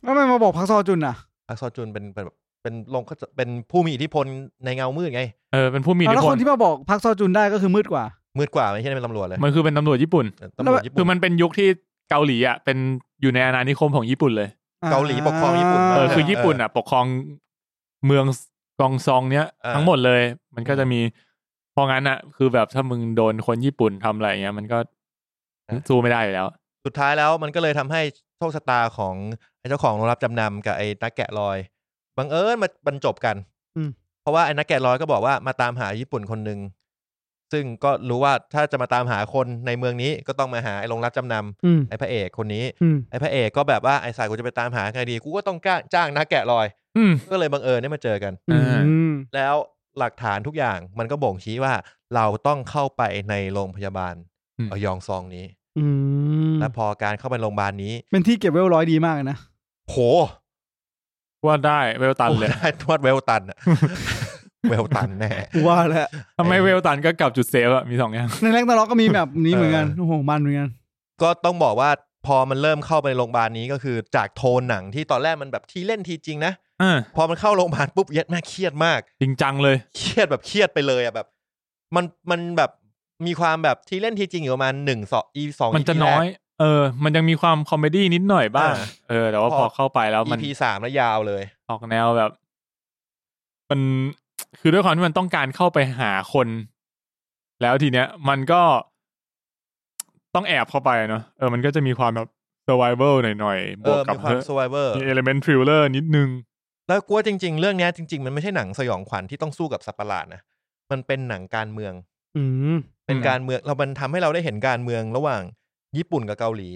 แล้วทำไมมาบอกพักซอจุนอ่ะ พักซอจุนเป็นเป็นแบบเป็นลงก็จะเป็นผู้มีอิทธิพลในเงามืดไง เออเป็นผู้มีอิท เอา ธิ แล้ว พ ค ล นที่มาบอกพักซอจุนได้ก็คือมืดกว่า มืดกว่าไม่ใช่เป็นตำรวจเลย มันคือเป็นตำรวจญี่ปุ่น ตำรวจญี่ คื ปุ่ อน มันเป็นยุคที่เกาหลีอ่ะเป็นอยู่ในอาณานิคมของญี่ปุ่นเลย เกาหลีปกครองญี่ปุ่น เออ เออ คือญี่ปุ่นอ่ะ ปกครองเมืองกองซองเนี้ย เออ ทั้งหมดเลย มันก็จะมีเพราะงั้นอ่ะ คือแบบถ้ามึงโดนคนญี่ปุ่นทำอะไรอย่างเงี้ย มันก็สู้ไม่ได้อยู่แล้ว สุดท้ายแล้วมันก็เลยทำให้โชคชะตาของไอ้เจ้าของโรงรับจำนำกับไอ้นักแกะลอยบังเอิญมาบรรจบกัน อืม เพราะว่าไอ้นักแกะลอยก็บอกว่ามาตามหาญี่ปุ่นคนหนึ่งซึ่งก็รู้ว่าถ้าจะมาตามหาคนในเมืองนี้ก็ต้องมาหาไอ้โรงรับจำน อืม ำไอ้พระเอกคนนี้ อืม ไอ้พระเอกก็แบบว่าไอ้สายกูจะไปตามหาใครดีกูก็ต้องกล้าจ้างนักแกะลอย อืม ก็เลยบังเอิญได้มาเจอกัน อื อ่า ม แล้วหลักฐานทุกอย่างมันก็บ่งชี้ว่าเราต้องเข้าไปในโรงพยาบาล อืม อยองซองนี้ อืม และพอการเข้าไปโรงพยาบาลนี้ เป็นที่เก็บเวลร้อยดีมากเลยนะ โห ว่าได้เวลตันเลย ได้ ทวดเวลตัน อะ เวลตันแน่ ว่าแล้ว ทำ ไมเวลตันก็กลับจุดเซฟอะมีสองอย่าง ในแรงตะล็อกก็มีแบบนี้เหมือนกันโอ้โหมันเหมือนกัน ก็ต้องบอกว่าพอมันเริ่มเข้าไปโรงพยาบาลนี้ก็คือจากโทนหนังที่ตอนแรกมันแบบทีเล่นทีจริงนะ เออ พอมันเข้าโรงพยาบาลปุ๊บเย็ดแม่เครียดมาก จริงจังเลย เครียดแบบเครียดไปเลยอะแบบ มันมันแบบมีความแบบทีเล่นทีจริงอยู่ประมาณหนึ่งสองอีสอง มันจะ EP น้อย เออ มันยังมีความคอมเมดี้นิดหน่อยบ้าง อ่า เออแต่ว่า พ พ อ อเข้าไปแล้ว แรก มัน EP สามแล้วยาวเลย ออกแนวแบบ มันคือด้วยความที่มันต้องการเข้าไปหาคน แล้วทีเนี้ย มันก็ต้องแอบเข้าไปเนาะเออมันก็จะมีความแบบ survival หน่อยๆ บ เอ วก อ กับ มีความ survivor มี element thriller นิดนึง แล้วกลัวจริง ๆ เรื่องเนี้ยจริง ๆ มันไม่ใช่หนังสยองขวัญที่ต้องสู้กับสัตว์ประหลาดนะ มันเป็นหนังการเมือง อืม เป็น อืม การเมืองเรามันทำให้เราได้เห็นการเมืองระหว่างญี่ปุ่นกับเกาหลี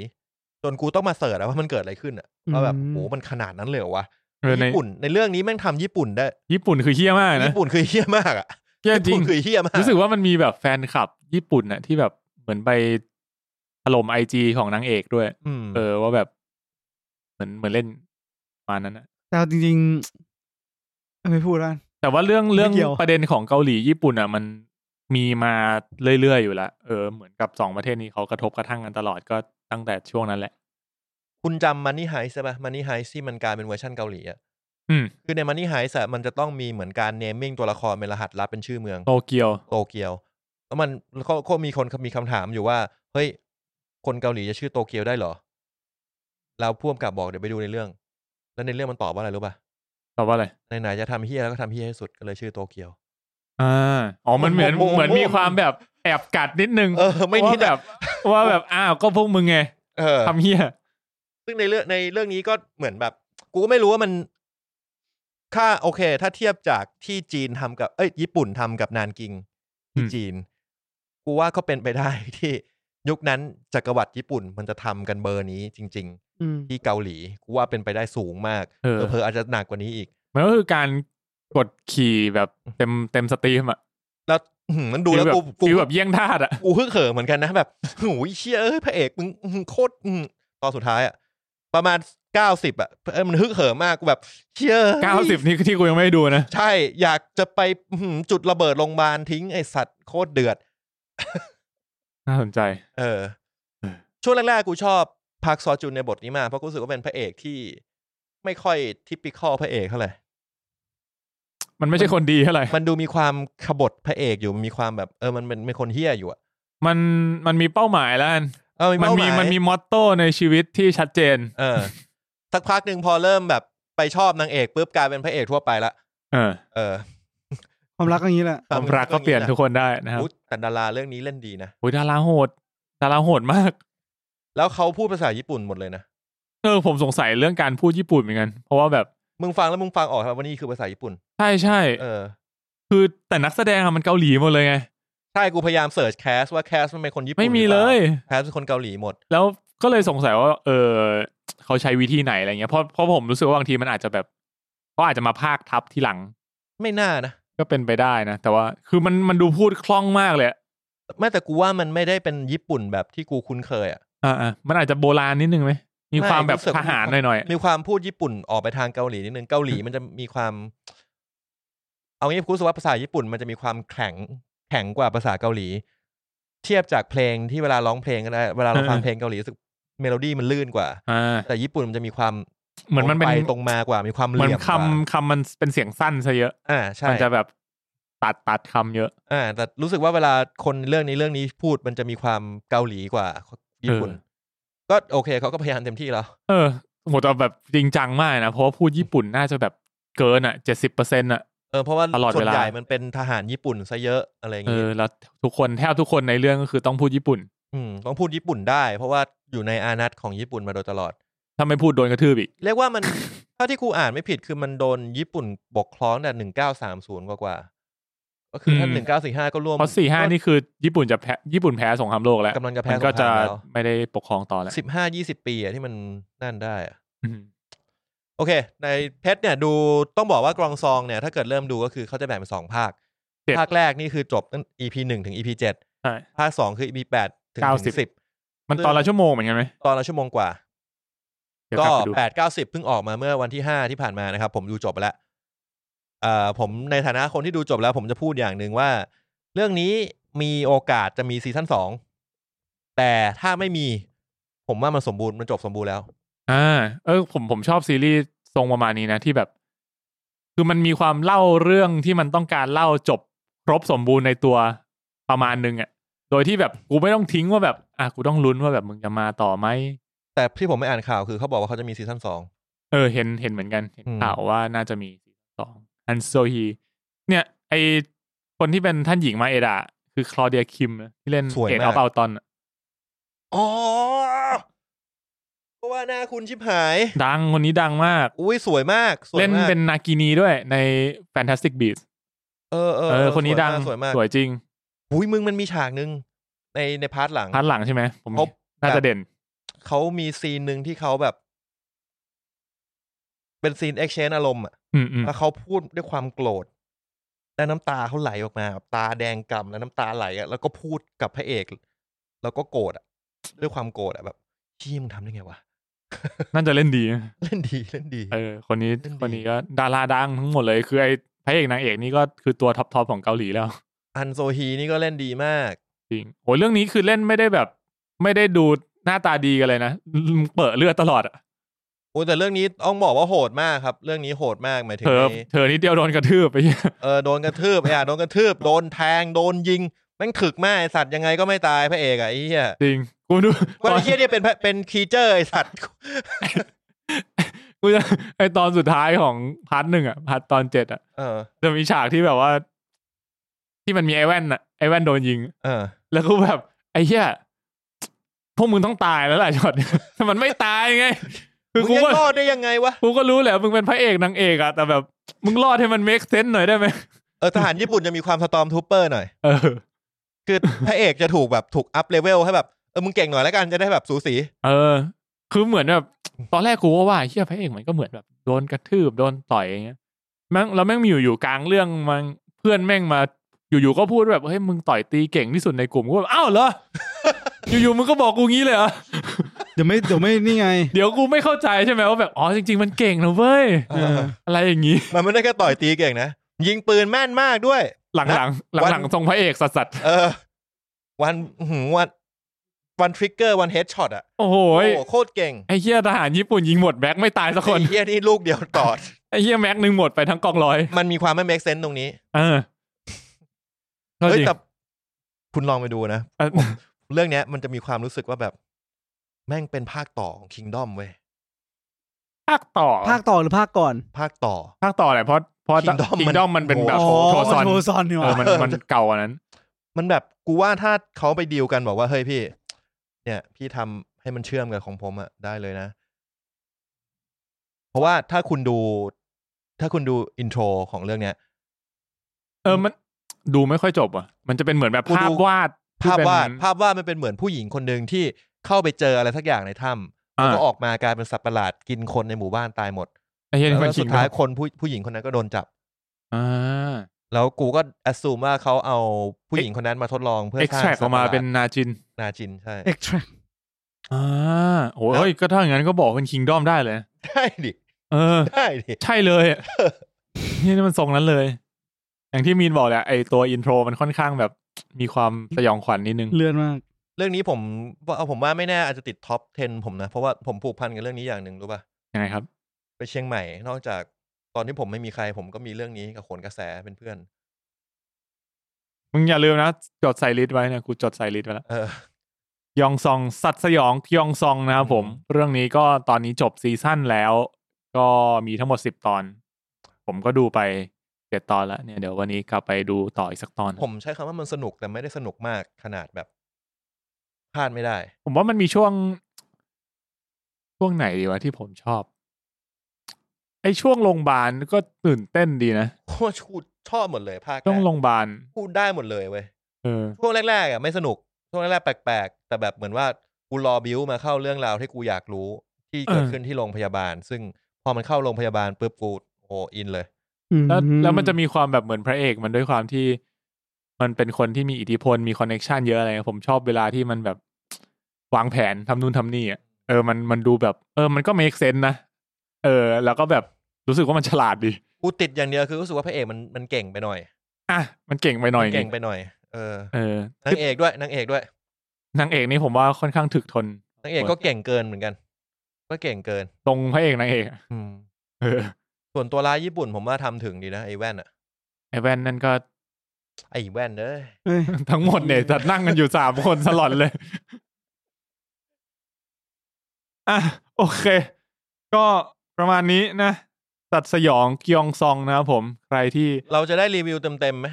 จนกูต้องมาเสิร์ชอะว่ามันเกิดอะไรขึ้นอะว่าแบบ อืม โหมันขนาดนั้นเลยเหรอวะ เออใน ญี่ปุ่นในเรื่องนี้แม่งทำญี่ปุ่นได้ ญี่ปุ่นคือเฮี้ยมากนะ ญี่ปุ่นคือเฮี้ยมากอะ เฮี้ย ญี่ จริ ปุ่ ง นคือเฮี้ยมาก รู้สึกว่ามันมีแบบแฟนคลับ ญี่ปุ่นน่ะ ที่แบบเหมือนไปถล่มไอจีของนางเอกด้วย อืม เออว่าแบบ เหมือนเหมือนเล่นประมาณนั้นนะ แต่เอาจริงๆเอาไม่พูดแล้วกัน แต่ว่าเรื่องเรื่อง ไม่เกี่ยว ประเด็นของเกาหลีญี่ปุ่นอ่ะ มันมีมาเรื่อยๆอยู่ละเออเหมือนกับสองประเทศนี้เขากระทบกระทั่งกันตลอดก็ตั้งแต่ช่วงนั้นแหละ คุณจำมันนี่ไฮส์ใช่ปะมันนี่ไฮส์ที่มันกลายเป็นเวอร์ชันเกาหลีอะ อืม คือในมันนี่ไฮส์มันจะต้องมีเหมือนการเนมมิ่งตัวละครเป็นรหัสลับเป็นชื่อเมือง โตเกียว โตเกียว แล้วมันก็ก็มีคนมีคำถามอยู่ว่า เฮ้ย คนเกาหลีจะชื่อโตเกียวได้เหรอ แล้วพ่วงกับบอกเดี๋ยวไปดูในเรื่อง แล้วในเรื่องมันตอบว่าอะไรรู้ป่ะ ตอบว่าอะไร ไหนๆจะทำเฮียแล้วก็ทำเฮียให้สุดก็เลยชื่อโตเกียว อ่าอ๋อมันเหมือน โอ้โห เหมือนมีความแบบแอบกัดนิดนึง เออ ไม่นิ ว่า ด แบ อะ บว่าแบบอ้าวก็พวกมึงไง เออ ทำเฮีย ซึ่งในเรื่องในเรื่องนี้ก็เหมือนแบบ กูก็ไม่รู้ว่ามัน ค่าโอเค ถ้าเทียบจากที่จีนทำกับ เอ้ย ญี่ปุ่นทำกับนานกิงที่จีน กูว่าก็เป็นไปได้ ที่ยุคนั้นจักรวรรดิญี่ปุ่นมันจะทำกันเบอร์นี้จริง ๆ อืม ที่เกาหลีกูว่าเป็นไปได้สูงมาก เออ เผลอๆอาจจะหนักกว่านี้อีก มันก็คือการกดขี่แบบเต็มเต็มสตรีมอ่ะ แล้วอื้อหือมันดูแล้ว ฟี กู บบ กู ฟีลแบบเยี่ยงทาสอ่ะ กูฮึกเหิมเหมือนกันนะแบบหูยเชี่ยเอ้ยพระเอกมึงอื้อหือโคตรอื้อหือตอนสุดท้ายอะประมาณเก้าสิบอะเอ้ยมันฮึกเหิมมากกูแบบเชี่ยอ้ย เก้าสิบนี่ที่กูยังไม่ได้ดูนะ ใช่ อยากจะไปอื้อหือจุดระเบิดโรงพยาบาลทิ้งไอสัตว์โคตรเดือด น่าสนใจ เออ เออ ช่วงแรกๆ กูชอบพักซอจุนในบทนี้มาก เพราะกูรู้สึกว่าเป็นพระเอกที่ไม่ค่อยทิปิคอพระเอกเท่าไหร่ มันไม่ใช่คนดีเท่าไหร่ มันดูมีความขบฏพระเอกอยู่มันมีความแบบเออมันเป็นเป็นคนเฮี้ยอยู่อะ มันมันมีเป้าหมายแล้วกัน เออมี มัน เป้าห มี มาย มันมีมอตโต้ในชีวิตที่ชัดเจน เออ สักพักหนึ่งพอเริ่มแบบไปชอบนางเอกปุ๊บกลายเป็นพระเอกทั่วไปละ เออ เออ ความรักก็อย่างนี้แหละ ความรักก็เปลี่ยนทุกคนได้นะครับ อุ๊ยแต่ดาราเรื่องนี้เล่นดีนะ โอ้ยดาราโหดดาราโหดมาก แล้วเขาพูดภาษาญี่ปุ่นหมดเลยนะ เออผมสงสัยเรื่องการพูดญี่ปุ่นเหมือนกัน เพราะว่าแบบ มึงฟังแล้วมึงฟังออกครับว่านี่คือภาษาญี่ปุ่น ใช่ใช่ เออ คือแต่นักแสดงอะมันเกาหลีหมดเลยไง ใช่กูพยายามเสิร์ชแคสว่าแคสมันเป็นคนญี่ปุ่น ไม่มี หรือ เล ปาย แคสเป็นคนเกาหลีหมด แล้วก็เลยสงสัยว่า เออ เขาใช้วิธีไหนอะไรเงี้ยเพราะเพราะผมรู้สึกว่าบางทีมันอาจจะแบบเขาอาจจะมาภาคทับทีหลัง ไม่น่านะ ก็เป็นไปได้นะ แต่ว่าคือมันมันดูพูดคล่องมากเลยอะ ไม่แต่กูว่ามันไม่ได้เป็นญี่ปุ่นแบบที่กูคุ้นเคยอ่ะ อ่าอ่ามันอาจจะโบราณนิดนึงไหมมีความแบบ ไม่รู้สึก ทหารหน่อย มีความพูดญี่ปุ่นออกไปทางเกาหลีนิดนึง เกาหลีมันจะมีความ เอางี้กูรู้สึกว่าภาษาญี่ปุ่นมันจะมีความแข็งแข็งกว่าภาษาเกาหลี เทียบจากเพลงที่เวลาร้องเพลงก็ได้เวลาเราฟังเพลงเกาหลีรู้สึกเมโลดี้มันลื่นกว่า ๆอ่า แต่ญี่ปุ่นมันจะมีความ เหมือนมันเป็น ตรงไตรงมากว่ามีความเห เหมือน ลี่ยม คำคำมันเป็นเสียงสั้นซะเยอะ อ่าใช่ มันจะแบบตัดตัดคำเยอะ อ่าแต่รู้สึกว่าเวลาคนเรื่องนี้เรื่องนี้พูดมันจะมีความเกาหลีกว่าญี่ปุ่น เออ ก็โอเคเขาก็พยายามเต็มที่แล้ว เออโหแต่แบบจริงจังมากนะ เพราะว่าพูดญี่ปุ่นน่าจะแบบเกินอ่ะเจ็ดสิบเปอร์เซ็นต์อ่ะ เออเพราะว่า ตลอด ส่ เว วน ลา ใหญ่มันเป็นทหารญี่ปุ่นซะเยอะอะไรอย่าง เอ งี้ อแล้วทุกคนแทบทุกคนในเรื่องก็คือต้องพูดญี่ปุ่น อืมต้องพูดญี่ปุ่นได้เพราะว่าอยู่ในอานัตของญี่ปุ่นมาโดยตลอด ถ้าไม่พูดโดนกระทืบอีก เรียกว่ามัน เท่าที่ครูอ่านไม่ผิดคือมันโดนญี่ปุ่นปกครองแต่หนึ่งเก้าสามศูนย์กว่าๆก็คือถ้า อืม หนึ่งเก้าสี่ห้าก็ร่วม เพราะสี่ห้า ก็ นี่คือญี่ปุ่นจะแพ้ญี่ปุ่นแพ้สงครามโลกแล้ว กำลังจะแพ้ มันก็สจะงครามแล้ว ไม่ได้ปกครองต่อแล้ว สิบห้ายี่สิบปีอะที่มันนั่นได้อะ อืม โอเค ในเพชรเนี่ยดูต้องบอกว่ากรองซองเนี่ย ถ้าเกิดเริ่มดูก็คือเขาจะแบ่งเป็นสองภาค ภาคแรกนี่คือจบตั้ง EP หนึ่งถึง EP เจ็ด ใช่ ภาคสองคือ EP แปดถึง เก้าสิ ถึ บ งสิบ มันตอนละชั่วโมงเหมือนกันไหม ตอนละชั่วโมงกว่า เดี๋ยว ก็ กลับไปดู แปดเก้าสิบเพิ่งออกมาเมื่อวันที่ห้าที่ผ่านมานะครับ ผมดูจบไปแล้วเอ่อผมในฐานะคนที่ดูจบแล้ว ผมจะพูดอย่างหนึ่งว่า เรื่องนี้มีโอกาสจะมีซีซั่นสองแต่ถ้าไม่มี ผมว่ามันสมบูรณ์มันจบสมบูรณ์แล้ว อ่าเออผมผมชอบซีรีส์ทรงประมาณนี้นะที่แบบ คือมันมีความเล่าเรื่องที่มันต้องการเล่าจบครบสมบูรณ์ในตัวประมาณนึงอ่ะ โดยที่แบบกูไม่ต้องทิ้งว่าแบบ อ่ะกูต้องลุ้นว่าแบบมึงจะมาต่อไหม แต่ที่ผมไม่อ่านข่าวคือเขาบอกว่าเขาจะมีซีซั่นสอง เออเห็นเห็นเหมือนกันเห็น อืม ข่าวว่าน่าจะมีซีซั่นสองอันโซฮีเนี่ย ไอคนที่เป็นท่านหญิงมาเอดะคือคลอเดียคิมนะที่เล่น สวย เอ็ด มา เอา ก เปาตอนอะ อ๋อเพราะว่าหน้าคุณชิบหาย ดังคนนี้ดังมาก อุ้ยสวยมากสวย เล่น มาก เป็นนากินีด้วยใน Fantastic Beasts เออเออ เอ เอ อ อ คนนี้ สวย ดัง มากสวยมาก จริง อุ้ยมึงมันมีฉากหนึ่งในในพาร์ทหลัง พาร์ทหลังใช่ไหมผม ครบ น่าจะเด่น เขามีซีนหนึ่งที่เขาแบบ เป็นซีนเอ็กชแนนอารมณ์อ่ะ อืมอืม แล้วเขาพูดด้วยความโกรธแล้วน้ำตาเขาไหลออกมาแบบตาแดงกำแล้วน้ำตาไหลอ่ะแล้วก็พูดกับพระเอก แล้วก็โกรธอ่ะ ด้วยความโกรธอ่ะแบบชี้มึงทำได้ไงวะ น่าจะเล่นดีนะ เล่นดีเล่นดี เออ คนนี้ เล่นดี คนนี้ก็ดาราดังทั้งหมดเลย คือไอพระเอกนางเอกนี่ก็คือตัวท็อปทอปของเกาหลีแล้ว อันโซฮีนี่ก็เล่นดีมาก จริงโหเรื่องนี้คือเล่นไม่ได้แบบ ไม่ได้ดูหน้าตาดีกันเลยนะเปิดเลือดตลอดอะ โอ้แต่เรื่องนี้ต้องบอกว่าโหดมากครับ เรื่องนี้โหดมากหมายถึง เธอ ใน เธอนิดเดียวโดนกระทืบไปเหี้ย เออโดนกระทืบไอ้อะโดนกระทืบโดนแทงโดนยิงแม่งถึกมากไอ้สัตว์ยังไงก็ไม่ตายพระเอกอ่ะไอ้เหี้ย จริง กูดู ว่า ตอ ไอ้ น เฮียเนี่ยเป็นพะเป็นคีเจอร์ไอสัตว์ กูจะไอตอนสุดท้ายของพาร์ทหนึ่งอ่ะพาร์ทตอนเจ็ดอ่ะ เออ จะมีฉากที่แบบว่า ที่มันมีไอแว่นอ่ะไอแว่นโดนยิง เออ แล้วกูแบบไอเหี้ยพวกมึงต้องตายแล้วล่ะ ช็อตเนี้ยแต่มันไม่ตายไง มึ คือง กู ยัง ก็ รอดได้ยังไงวะ กูก็รู้แหละมึงเป็นพระเอกนางเอกอ่ะแต่แบบ มึงรอดให้มัน make sense หน่อยได้ไหม เออ ทหารญี่ปุ่นจะมีความสตอมทูเปอร์หน่อย เออ คือ พระเอกจะถูกแบบถูกอัพเลเวลให้แบบ เออ มึงเก่งหน่อยแล้วกันจะได้แบบสูสี เออ คือเหมือนแบบ ตอนแรกกูก็ว่าเฮียพระเอกมันก็เหมือนแบบโดนกระทืบโดนต่อยอย่างเงี้ยแม่งแล้วแม่งมีอยู่อยู่กลางเรื่องมันเพื่อนแม่งมา อยู่ๆก็พูดแบบเฮ้ยมึงต่อยตีเก่งที่สุดในกลุ่มกูแบบอ้าวเหรอ อยู่ๆมึงก็บอกกูงี้เลยเหรอ เดี๋ยวไม่เดี๋ยวไม่นี่ไง เดี๋ยวกูไม่เข้าใจใช่ไหมว่าแบบอ๋อจริง ๆ มันเก่งนะเว้ย เออ อะไรอย่างงี้ มันไม่ได้แค่ต่อยตีเก่งนะ ยิงปืนแม่นมากด้วย หลังๆหลังๆทรงพระเอกสัสสัส เออ วันอื้อหือวันวันทริกเกอร์วันเฮดช็อตอ่ะ ๆโอ้โห โอ้โหโคตรเก่ง ไอ้เฮียทหารญี่ปุ่นยิงหมดแม็กไม่ตายสักคน ไอ้เฮียนี่ลูกเดียวตอด ไอ้เฮียแม็กหนึ่งหมดไปทั้งกองร้อย มันมีความไม่ make sense ตรงนี้ เออก็ เฮ้ย จริง แต่คุณลองไปดูนะ เออ เรื่องเนี้ยมันจะมีความรู้สึกว่าแบบ แม่งเป็นภาคต่อของ Kingdom เว้ย ภาคต่อ ภาคต่อหรือภาคก่อน ภาคต่อ ภาคต่อแหละเพราะเพราะ Kingdom มัน คิงดอมมันเป็นแบบ โอ้โหโทโทซอน โทซอนนี่ห เอ ว่า อมันมันเก่ากว่านั้น มันแบบกูว่าถ้าเขาไปดีลกันบอกว่า เฮ้ยพี่ เนี่ย พี่ทำให้มันเชื่อมกับของผมอะได้เลยนะ เพราะว่าถ้าคุณดู ถ้าคุณดูอินโทรของเรื่องเนี้ย เออมันดูไม่ค่อยจบอ่ะ มันจะเป็นเหมือนแบบ กูดู ภาพวาดที่ ภาพ เป็น วาดภาพวาดมันเป็นเหมือนผู้หญิงคนหนึ่งที่เข้าไปเจออะไรสักอย่างในถ้ อ่า ก็ออกมากลายเป็นสัตว์ประหลาดกินคนในหมู่บ้านตายหมด ไอ้เฮียนี่ค แล้ น ว ขิ สุ ง ด ค ท้า รั ย บ คนผู้ผู้หญิงคนนั้นก็โดนจับ อ่า แล้วกูก็แอดซูมว่าเขาเอาผู้หญิงคนนั้นมาทดลองเพื่อ เอ็ก สร้า แท ง รกอ สัต อก ว์ป มา ระหลด เป็นนาจิน นาจินใช่ เอ็ก a ทร อ่าโอ้ยเฮ้ยก็ถ้าอย่างนั้นก็บอกเป็นคิงดอมได้เลยนะ ได้ดิ เออ ได้ดิ ใช่เลยอะ นี่นี่มันทรงนั้นเลย อย่างที่มีนบอกแหละไอตัวอินโทรมันค่อนข้างแบบมีความสยองขวัญนิดนึง เลื่อนมาก เรื่องนี้ผมเอาผมว่าไม่แน่อาจจะติดท็อป 10 ผมนะ เพราะว่าผมผูกพันกับเรื่องนี้อย่างหนึ่งรู้ป่ะ ยังไงครับ ไปเชียงใหม่ นอกจากตอนที่ผมไม่มีใคร ผมก็มีเรื่องนี้กับขนกระแสเป็นเพื่อน มึงอย่าลืมนะ จดใส่ลิสต์ไว้นะกูจดใส่ลิสต์ไว้แล้ว เออ ยองซอง สัตว์สยองยองซองนะครับผม อืม เรื่องนี้ก็ตอนนี้จบซีซั่นแล้ว ก็มีทั้งหมดสิบตอน ผมก็ดูไปเจ็ดตอนแล้วเนี่ยเดี๋ยววันนี้กลับไปดูต่ออีกสักตอน ผมใช้คำว่ามันสนุกแต่ไม่ได้สนุกมากขนาดแบบพลาดไม่ได้ ผมว่ามันมีช่วง ช่วงไหนดีวะที่ผมชอบ ไอช่วงโรงพยาบาลก็ตื่นเต้นดีนะ โคตรชูชอบหมดเลยภาคแรก ช่วงโรงพยาบาล พูดได้หมดเลยเว้ย เออ ช่วงแรกๆอ่ะไม่สนุก ช่วงแรกๆแปลกๆ แต่แบบเหมือนว่ากูรอบิวมาเข้าเรื่องราวที่กูอยากรู้ที่เกิด เออ ขึ้นที่โรงพยาบาล ซึ่งพอมันเข้าโรงพยาบาลปุ๊บกูโอ้อินเลย แล้วแล้วมันจะมีความแบบเหมือนพระเอกมันด้วยความที่มันเป็นคนที่มีอิทธิพลมีคอนเน็ชันเยอะอะไรเงี้ยผมชอบเวลาที่มันแบบวางแผนทำนู่นทำนี่อ่ะเออมันมันดูแบบ เออ มันก็ make sense นะเออ แล้วก็แบบรู้สึกว่ามันฉลาดดี กูติดอย่างเดียวคือรู้สึกว่าพระเอกมันมันเก่งไปหน่อย อ่ะมันเก่งไปหน่อย มัเก่งไป นึง หน่อย เออ เออน างเอกด้วยนางเอกด้วย นางเอกนี่ผมว่าค่อนข้างถึกทน นางเอกก็เก่งเกินเหมือนกัน ก็เก่งเกิน ตรงพระเอกนางเอกอะ อืม เออ ส่วนตัวร้ายญี่ปุ่นผมว่าทำถึงดีนะไอ้แว่นอ่ะ ไอ้แว่นนั่นก็ ไอ้แว่นเอ้ย เอ้ย ทั้งหมดเนี่ยจัดนั่งกันอยู่สามคนสลอนเลย อ่ะโอเค ก็ประมาณนี้นะสัตว์สยองเกียองซองนะครับผม ใครที่ เราจะได้รีวิวเต็มๆไหม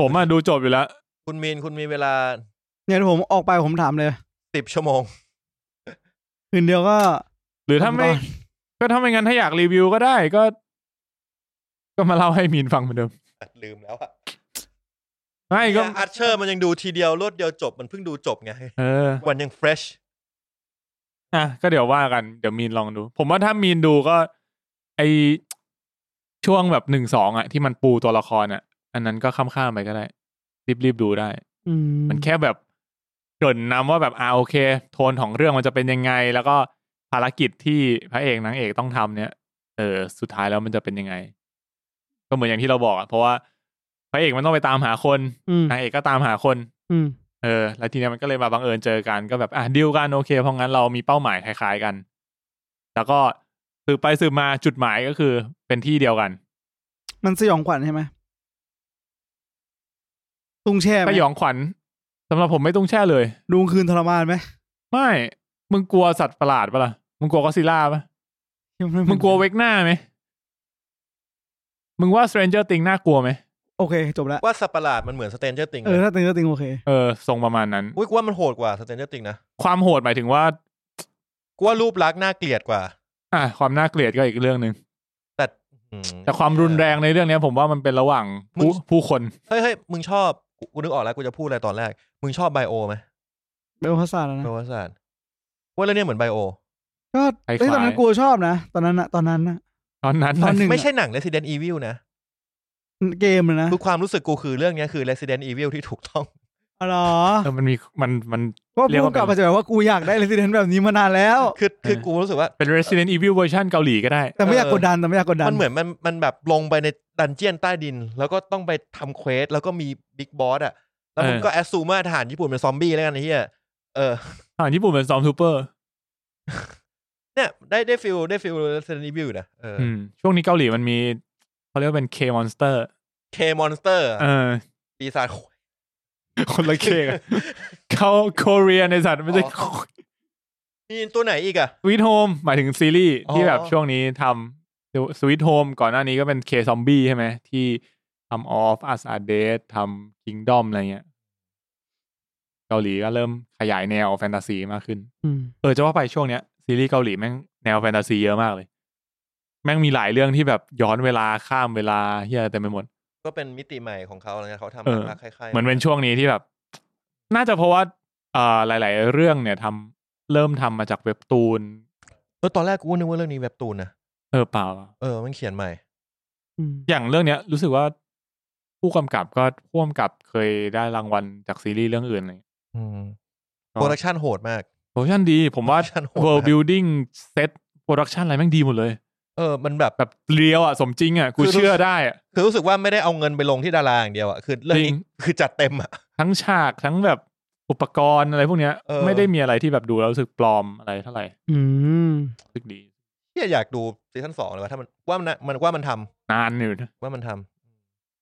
ผมอ่ะดูจบอยู่แล้ว คุณมีนคุณมีเวลา เนี่ยผมออกไปผมถามเลย สิบชั่วโมง คืนเดียวก็ หรือถ้าไม่ สองตอน ก็ถ้าไม่งั้นถ้าอยากรีวิวก็ได้ก็ ก็มาเล่าให้มีนฟังเหมือนเดิม ลืมแล้วอะ ไม่ก็ อาร์เชอร์มันยังดูทีเดียวรวดเดียวจบมันเพิ่งดูจบไง เออ วันยังเฟรช อ่ะก็เดี๋ยวว่ากันเดี๋ยวมีนลองดู ผมว่าถ้ามีนดูก็ ไอช่วงแบบหนึ่งสองอ่ะ ที่มันปูตัวละครอ่ะ อันนั้นก็ข้ามข้ามๆไปก็ได้ รีบรีบๆดูได้ อื มันแค่แบบเกริ่นนำว่าแบบอ่าโอเค โทนของเรื่องมันจะเป็นยังไง แล้วก็ภารกิจที่พระเอกนางเอกต้องทำเนี่ย เออ สุดท้ายแล้วมันจะเป็นยังไง ก็เหมือนอย่างที่เราบอกอ่ะเพราะว่าพระเอกมันต้องไปตามหาคน อืม นางเอกก็ตามหาคน อืม เออแล้วทีเนี้ยมันก็เลยมาบังเอิญเจอกันก็แบบอ่ะดิวกันโอเคเพราะงั้นเรามีเป้าหมายคล้าย ๆกัน แล้วก็สืบไปสืบมาจุดหมายก็คือเป็นที่เดียวกัน มันสยองขวัญใช่ไหมตุงแช่ไหม สยองขวัญสำหรับผมไม่ต้องแช่เลย ดูคืนทรมานไหม ไม่มึงกลัวสัตว์ประหลาดปะล่ะมึงกลัวก็ซิล่าปะมึงกลัวเวกหน้าไหมมึงว่า Stranger Things น่ากลัวไหม โอเค จบแล้ว ว่าสัตว์ประหลาดมันเหมือนสเตนเจอร์ติง เออ ถ้าติงก็ติงโอเค เออทรงประมาณนั้น อุ้ยกูว่ามันโหดกว่าสเตนเจอร์ติงนะ ความโหดหมายถึงว่า กูว่ารูปลักษณ์น่าเกลียดกว่า อ่ะความน่าเกลียดก็อีกเรื่องหนึ่ง แต่อืม แต่ความรุนแรงในเรื่องเนี้ย ผมว่ามันเป็นระหว่างผู้ มึง ผู้คน เฮ้ยเฮ้ยมึงชอบ กูกูนึกออกแล้วกูจะพูดอะไรตอนแรก มึงชอบไบโอไหม เบลพาสซาแล้วนะ ประวัติศาสตร์ว่าเรื่องเนี้ยเหมือนไบโอ ก็เอ้ยตอนนั้นกูชอบนะ ตอนนั้นนะตอนนั้นนะ ตอนนั้น ตอนหนึ่ง ไม่ใช่หนัง Resident Evil นะ เกมเลยนะ คือความรู้สึกกูคือเรื่องเนี้ยคือ Resident Evil ที่ถูกต้อง อ๋อเหรอ เออมันมีมันมัน ว่า เรียก พูด ว่า กลับมาจะแบบว่ากูอยากได้ Resident แบบนี้มานานแล้ว คือคือ เออ กูรู้สึกว่า เป็น Resident Evil เวอร์ชันเกาหลีก็ได้ แต่ไม่อยาก เออ กดดันแต่ไม่อยากกดดัน มันเหมือนมันมันแบบลงไปในดันเจียนใต้ดิน แล้วก็ต้องไปทำเควสแล้วก็มีบิ๊กบอสอ่ะ แล้วมัน เออ ก็แอสซูมาทหารญี่ปุ่นเป็นซอมบี้แล้วกันไอ้เหี้ยเออ อ่าญี่ปุ่นเป็นซอมทูเปอร์ เนี่ยได้ได้ฟิลได้ฟิล Resident Evil อยู่นะเออ ช่วงนี้เกาหลีมันมีเขาเรียกว่าเป็น K Monster เคมอนสเตอร์ เออ ปีศาจ คนละเคกันเขาโคเรียในสัตว์ไม่ใช่ อ๋อ มีตัวไหนอีกอ่ะ Sweet Home หมายถึงซีรีส์ อ๋อ ที่แบบช่วงนี้ทำ Sweet Home ก่อนหน้านี้ก็เป็น K Zombie ใช่ไหม ที่ทำ Off Us Are Dead ทำ Kingdom อะไรเงี้ย เกาหลีก็เริ่มขยายแนวแฟนตาซีมากขึ้น อืม เออจะว่าไปช่วงเนี้ยซีรีส์เกาหลีแม่งแนวแฟนตาซีเยอะมากเลย แม่งมีหลายเรื่องที่แบบย้อนเวลาข้ามเวลาเฮียเต็มไปหมด ก็เป็นมิติใหม่ของเขาแล้วนะเขาทำ เออ รักๆคล้ายๆ เหมือนเป็นช่วงนี้ที่แบบ น่าจะเพราะว่าเอ่อหลาย ๆ เรื่องเนี่ยทำ เริ่มทำมาจากเว็บตูน เออตอนแรกกูก็นึกว่าเรื่องนี้เว็บตูนนะ เออเปล่า เออมันเขียนใหม่ อืม อย่างเรื่องเนี้ยรู้สึกว่าผู้กำกับก็ผู้กำกับเคยได้รางวัลจากซีรีส์เรื่องอื่นอะไรอย่างเลย อืมโปรดักชันโหดมาก โปรดักชันดี ผมว่า โปรดักชันโหด world มาก building set production อะไรแม่งดีหมดเลย เออมันแบบ แบบเรียวอ่ะ สมจริงอ่ะ กู คือ เชื่อได้อ่ะ คือรู้สึกว่าไม่ได้เอาเงินไปลงที่ดาราอย่างเดียวอ่ะคือเรื่องนี้ จริง คือจัดเต็มอ่ะ ทั้งฉากทั้งแบบอุปกรณ์อะไรพวกเนี้ย เออ ไม่ได้มีอะไรที่แบบดูแล้วรู้สึกปลอมอะไรเท่าไหร่ อืม รู้สึกดี เหียอยากดูซีซั่นสองเลยว่าถ้ามันว่ามันมันว่ามันทำ นานอยู่นะ ว่ามันท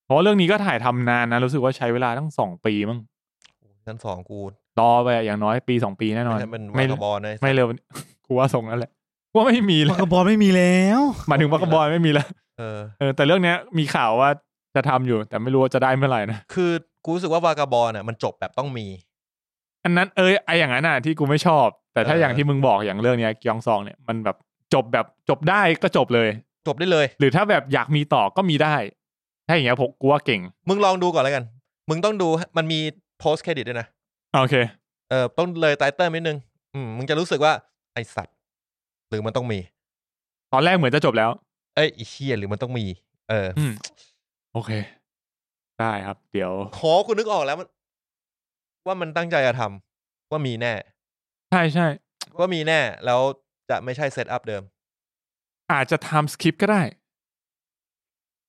เพราะว่าเรื่องนี้ก็ถ่ายทำนานนะ รู้สึกว่าใช้เวลาตั้งสองปีมั้ง ำซีซั่นสองกู รอไปอะอย่างน้อยปีสองปีแน่นอน ไม่ใช่เป็น ไม่ วากาบอลเลย ไม่เร็ว กูว่าส่งนั้นแหละกูว่าไม่มีแล้ วั ว กบอลไม่มีแล้ว หมายถึงวักกะบอยไม่มีแล้ว เออ เออแต่เรื่องเนี้ยมีข่าวว่าจะทำอยู่ แต่ไม่รู้ว่าจะได้เมื่อไหร่นะ คือกูรู้สึกว่าวากาบอลน่ะมันจบแบบต้องมี อันนั้นเอ้ยไออย่างนั้นน่ะที่กูไม่ชอบ แต่ถ้า เออ อ อ ย่างที่มึงบอกอย่างเรื่องเนี้ยกยองซองเนี่ยมันแบบจบแบบจบได้ก็จบเลย จบได้เลย หรือถ้าแบบอยากมีต่อก็มีได้ ถ้าอย่างเงี้ยผมกูว่าเก่ง มึงลองดูก่อนแล้วกัน มึงต้องดูมันมี post credit ด้วยนะ โอเค เออต้องเลยไตเติ้ลนิดนึงอืมมึงจะรู้สึกว่าไอสัตว์ หรือมันต้องมี ตอนแรกเหมือนจะจบแล้ว เอ้ยไอ้เฮียหรือมันต้องมี เออ อืมโอเค ได้ครับ เดี๋ยว ขอคุณนึกออกแล้วมัน ว่ามันตั้งใจจะทำว่ามีแน่ ใช่ใช่ ว่ามีแน่ แล้วจะไม่ใช่เซตอัพเดิม อาจจะทำสคริปต์ก็ได้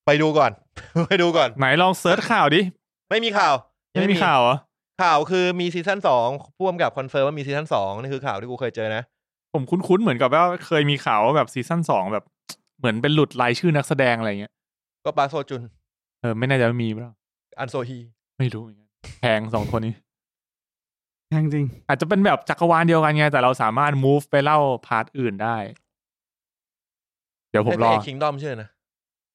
ไปดูก่อน ไปดูก่อน ไหนลองเซิร์ชข่าวดิ ไม่มีข่าว ยังไม่มีข่าวเหรอ ข่าวคือมีซีซั่นสองพ่วมกับคอนเฟิร์มว่ามีซีซั่นสองนี่คือข่าวที่กูเคยเจอนะ ผมคุ้นๆเหมือนกับว่าเคยมีข่าวว่าแบบซีซั่นสองแบบเหมือนเป็นหลุดรายชื่อนักแสดงอะไรเงี้ย ก็ปาโซจุน เออไม่แน่ใจว่ามีหรือเปล่า อันโซฮี ไม่รู้เหมือนกันแพงสองคนนี้ แพงจริง อาจจะเป็นแบบจักรวาลเดียวกันไง แต่เราสามารถ move ไปเล่าพาร์ทอื่นได้ เดี๋ยวผมรอ คิงดอมชื่อนะ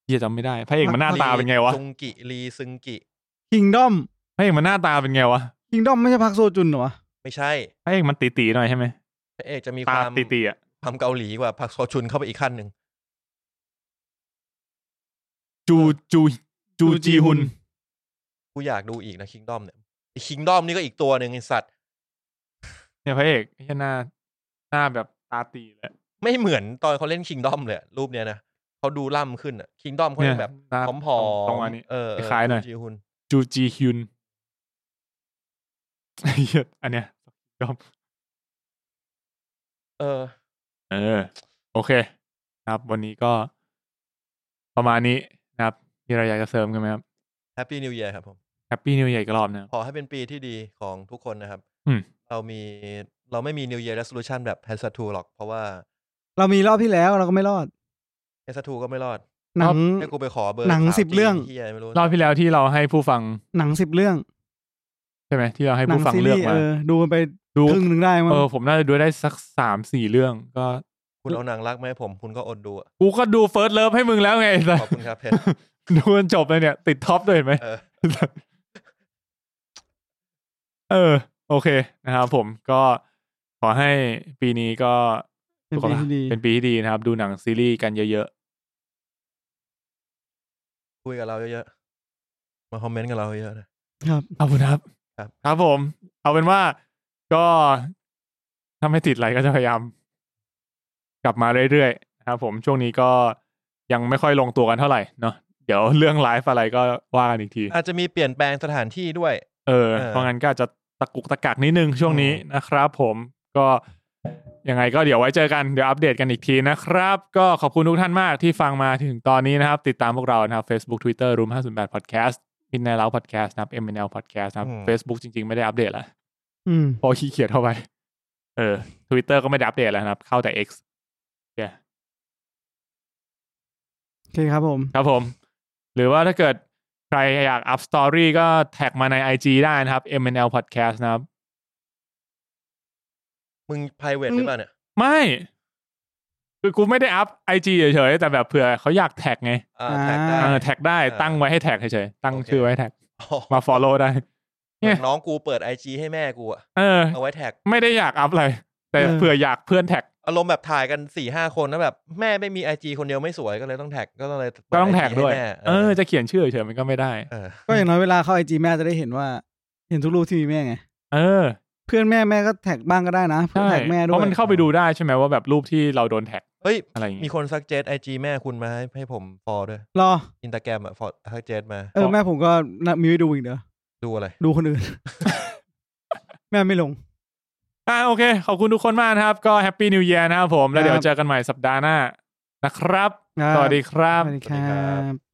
เฮียจำไม่ได้พระเอกมันหน้า ลี ตาเป็นไงวะ จุงกิลีซึงกิ คิงดอม พระเอกมันหน้าตาเป็นไงวะ คิงดอมไม่ใช่พักโซจุนเหรอวะ ไม่ใช่ พระเอกมันตีๆหน่อยใช่ไหม พระเอกจะมีตาวคาม ตีๆอ่ะ ความเกาหลีกว่าพักโซชุนเข้าไปอีกขั้นหนึ่ง จูจูจูจีฮุน กูอยากดูอีกนะคิงดอมเนี่ยคิงดอมนี่ก็อีกตัวหนึ่งไอ้สัตว์ เนี่ยพระเอกเฮียหน้าหน้าแบบตาตีเลย ไม่เหมือนตอนเขาเล่นคิงดอมเลยอะรูปเนี้ยนะเขาดูล่ำขึ้นอ่ะคิงดอมเขา เนี่ ยั ย งแบบ หน้า ผอม ตรง ๆ อันนี้ เออ คล้ายๆหน่อย จีฮุน จูจีฮุนเฮียอันเนี้ยยอม เออ เออ โอเค ครับ วันนี้ก็ ประมาณนี้นะครับมีอะไรอยากจะเสริมกันไหมครับ แฮปปี้นิวเยียร์ครับผม แฮปปี้นิว e ย r อีกรอบนะครับ ขอให้เป็นปีที่ดีของทุกคนนะครับ อืม เรามีเราไม่มี New Year Resolution แบบ h a s t 2หรอกเพราะว่า เรามีรอบที่แล้วเราก็ไม่รอด h a s t 2ก็ไม่รอด หนัง ให้กูไปขอเบอร์ หนัง สาว สิบ จีน เรื่อง ที่ยไม่รู้ รอบที่แล้วที่เราให้ผู้ฟัง หนังสิบเรื่อง ใช่ไหมที่เราให้ หนั ผู้ ง ฟัง ซี เลื รี อก ส์ มา เออ ดูกันไป ดู ครึ่งหนึ่งได้มั้ง เออผมน่าจะดูได้สักสามสี่เรื่อง ก็ คุณเอาหนังรักมาให้ผม คุณก็อดดูอะ กูก็ดูเฟิร์สเลิฟให้มึงแล้วไงแต่ ขอบคุณครับเพชร ดูจนจบเลยเนี่ย ติดท็อปด้วยเห็นไหม เออ เออ โอเคนะครับผมก็ขอให้ปีนี้ก็ เป็นปีที่ดี เป็นปีที่ดีนะครับ ดูหนังซีรีส์กันเยอะ คุยกับเราเยอะๆ มาคอมเมนต์กับเราเยอะๆนะ ครับ ๆขอบคุณครับ ครับ ครับผม เอาเป็นว่าก็ถ้าไม่ติดอะไรก็จะพยายาม กลับมาเรื่อยๆนะครับผมช่วงนี้ก็ยังไม่ค่อยลงตัวกันเท่าไหร่เนาะเดี๋ยวเรื่องไลฟ์อะไรก็ว่ากันอีกที อาจจะมีเปลี่ยนแปลงสถานที่ด้วย เออ เออ เพราะงั้นก็อาจจะตะกุกตะกักนิดนึงช่วงนี้นะครับผมก็ยังไงก็เดี๋ยวไว้เจอกันเดี๋ยวอัปเดตกันอีกทีนะครับ ก็ขอบคุณทุกท่านมากที่ฟังมาถึงตอนนี้นะครับ ติดตามพวกเรานะครับ Facebook Twitter Room 508 Podcast Midnight Lounge Podcast นะครับ MNL Podcast นะครับ อืม Facebook จริงๆ ไม่ได้อัปเดตละ อืม พอขี้เกียจเข้าไป เออ Twitter ก็ไม่ได้อัปเดตแล้วนะครับ เข้าแต่ X โอเคครับผม ครับผม หรือว่าถ้าเกิดใครอยากอัพสตอรี่ก็แท็กมาใน IG ได้นะครับ MNL Podcast นะครับ มึง private หรือเปล่าเนี่ย ไม่ คือกูไม่ได้อัพ IG เฉยๆ แต่แบบเผื่อเขาอยากแท็กไง อ่าแท็กได้ เออ แท็กได้ เออ ตั้งไว้ให้แท็กเฉยๆ ตั้ง โอเค ชื่อไว้ให้แท็ก อ๋อ มา follow ได้ เนี่ย น้องกูเปิดไอจีให้แม่กูอะ เออ เอาไว้แท็ก ไม่ได้อยากอัพอะไร แต่ เออ เผื่ออยากเพื่อนแท็ก อารมณ์แบบถ่ายกันสี่ห้าคนแล้วแบบ แม่ไม่มีไอจีคนเดียวไม่สวยก็เลยต้องแท็กก็ต้องเลยเปิ ก็ต้อง IG แท็กด้วย ให้แม่ เออ จะเขียนชื่อเฉยๆ มันก็ไม่ได้ เออ ก็อย่างน้อยเวลาเข้าไอจีแม่จะได้เห็นว่า เห็นทุกรูปที่มีแม่ไง เออ เพื่อนแม่แม่ก็แท็กบ้างก็ได้นะเพื่อน ใช่ แท็กแม่ด้ เพ วย ราะมันเข้าไปดูได้ใช่ไหมว่าแบบรูปที่เราโดนแท็ก เฮ้ย อะไรอย่าง มี เงี้ย คนซักเจตไอจีแม่คุณมาให้ให้ผมฟอด้วย รอ อินตาแกรมอะฟอซักเจตมา เออแม่ผมก็น่ะมีไว้ดูอีกเด้อ ดูอะไร ดูคนอื่น แม่ไม่ลง อ่าโอเค ขอบคุณทุกคนมากนะครับ ก็แฮปปี้นิว e a r นะครับผม แล้วเดี๋ยว ครับ เจอกันใหม่สัปดาห์หน้านะครับ ครับ สวัสดีครั ส บ วัสดีครั สวัสดีครับ บ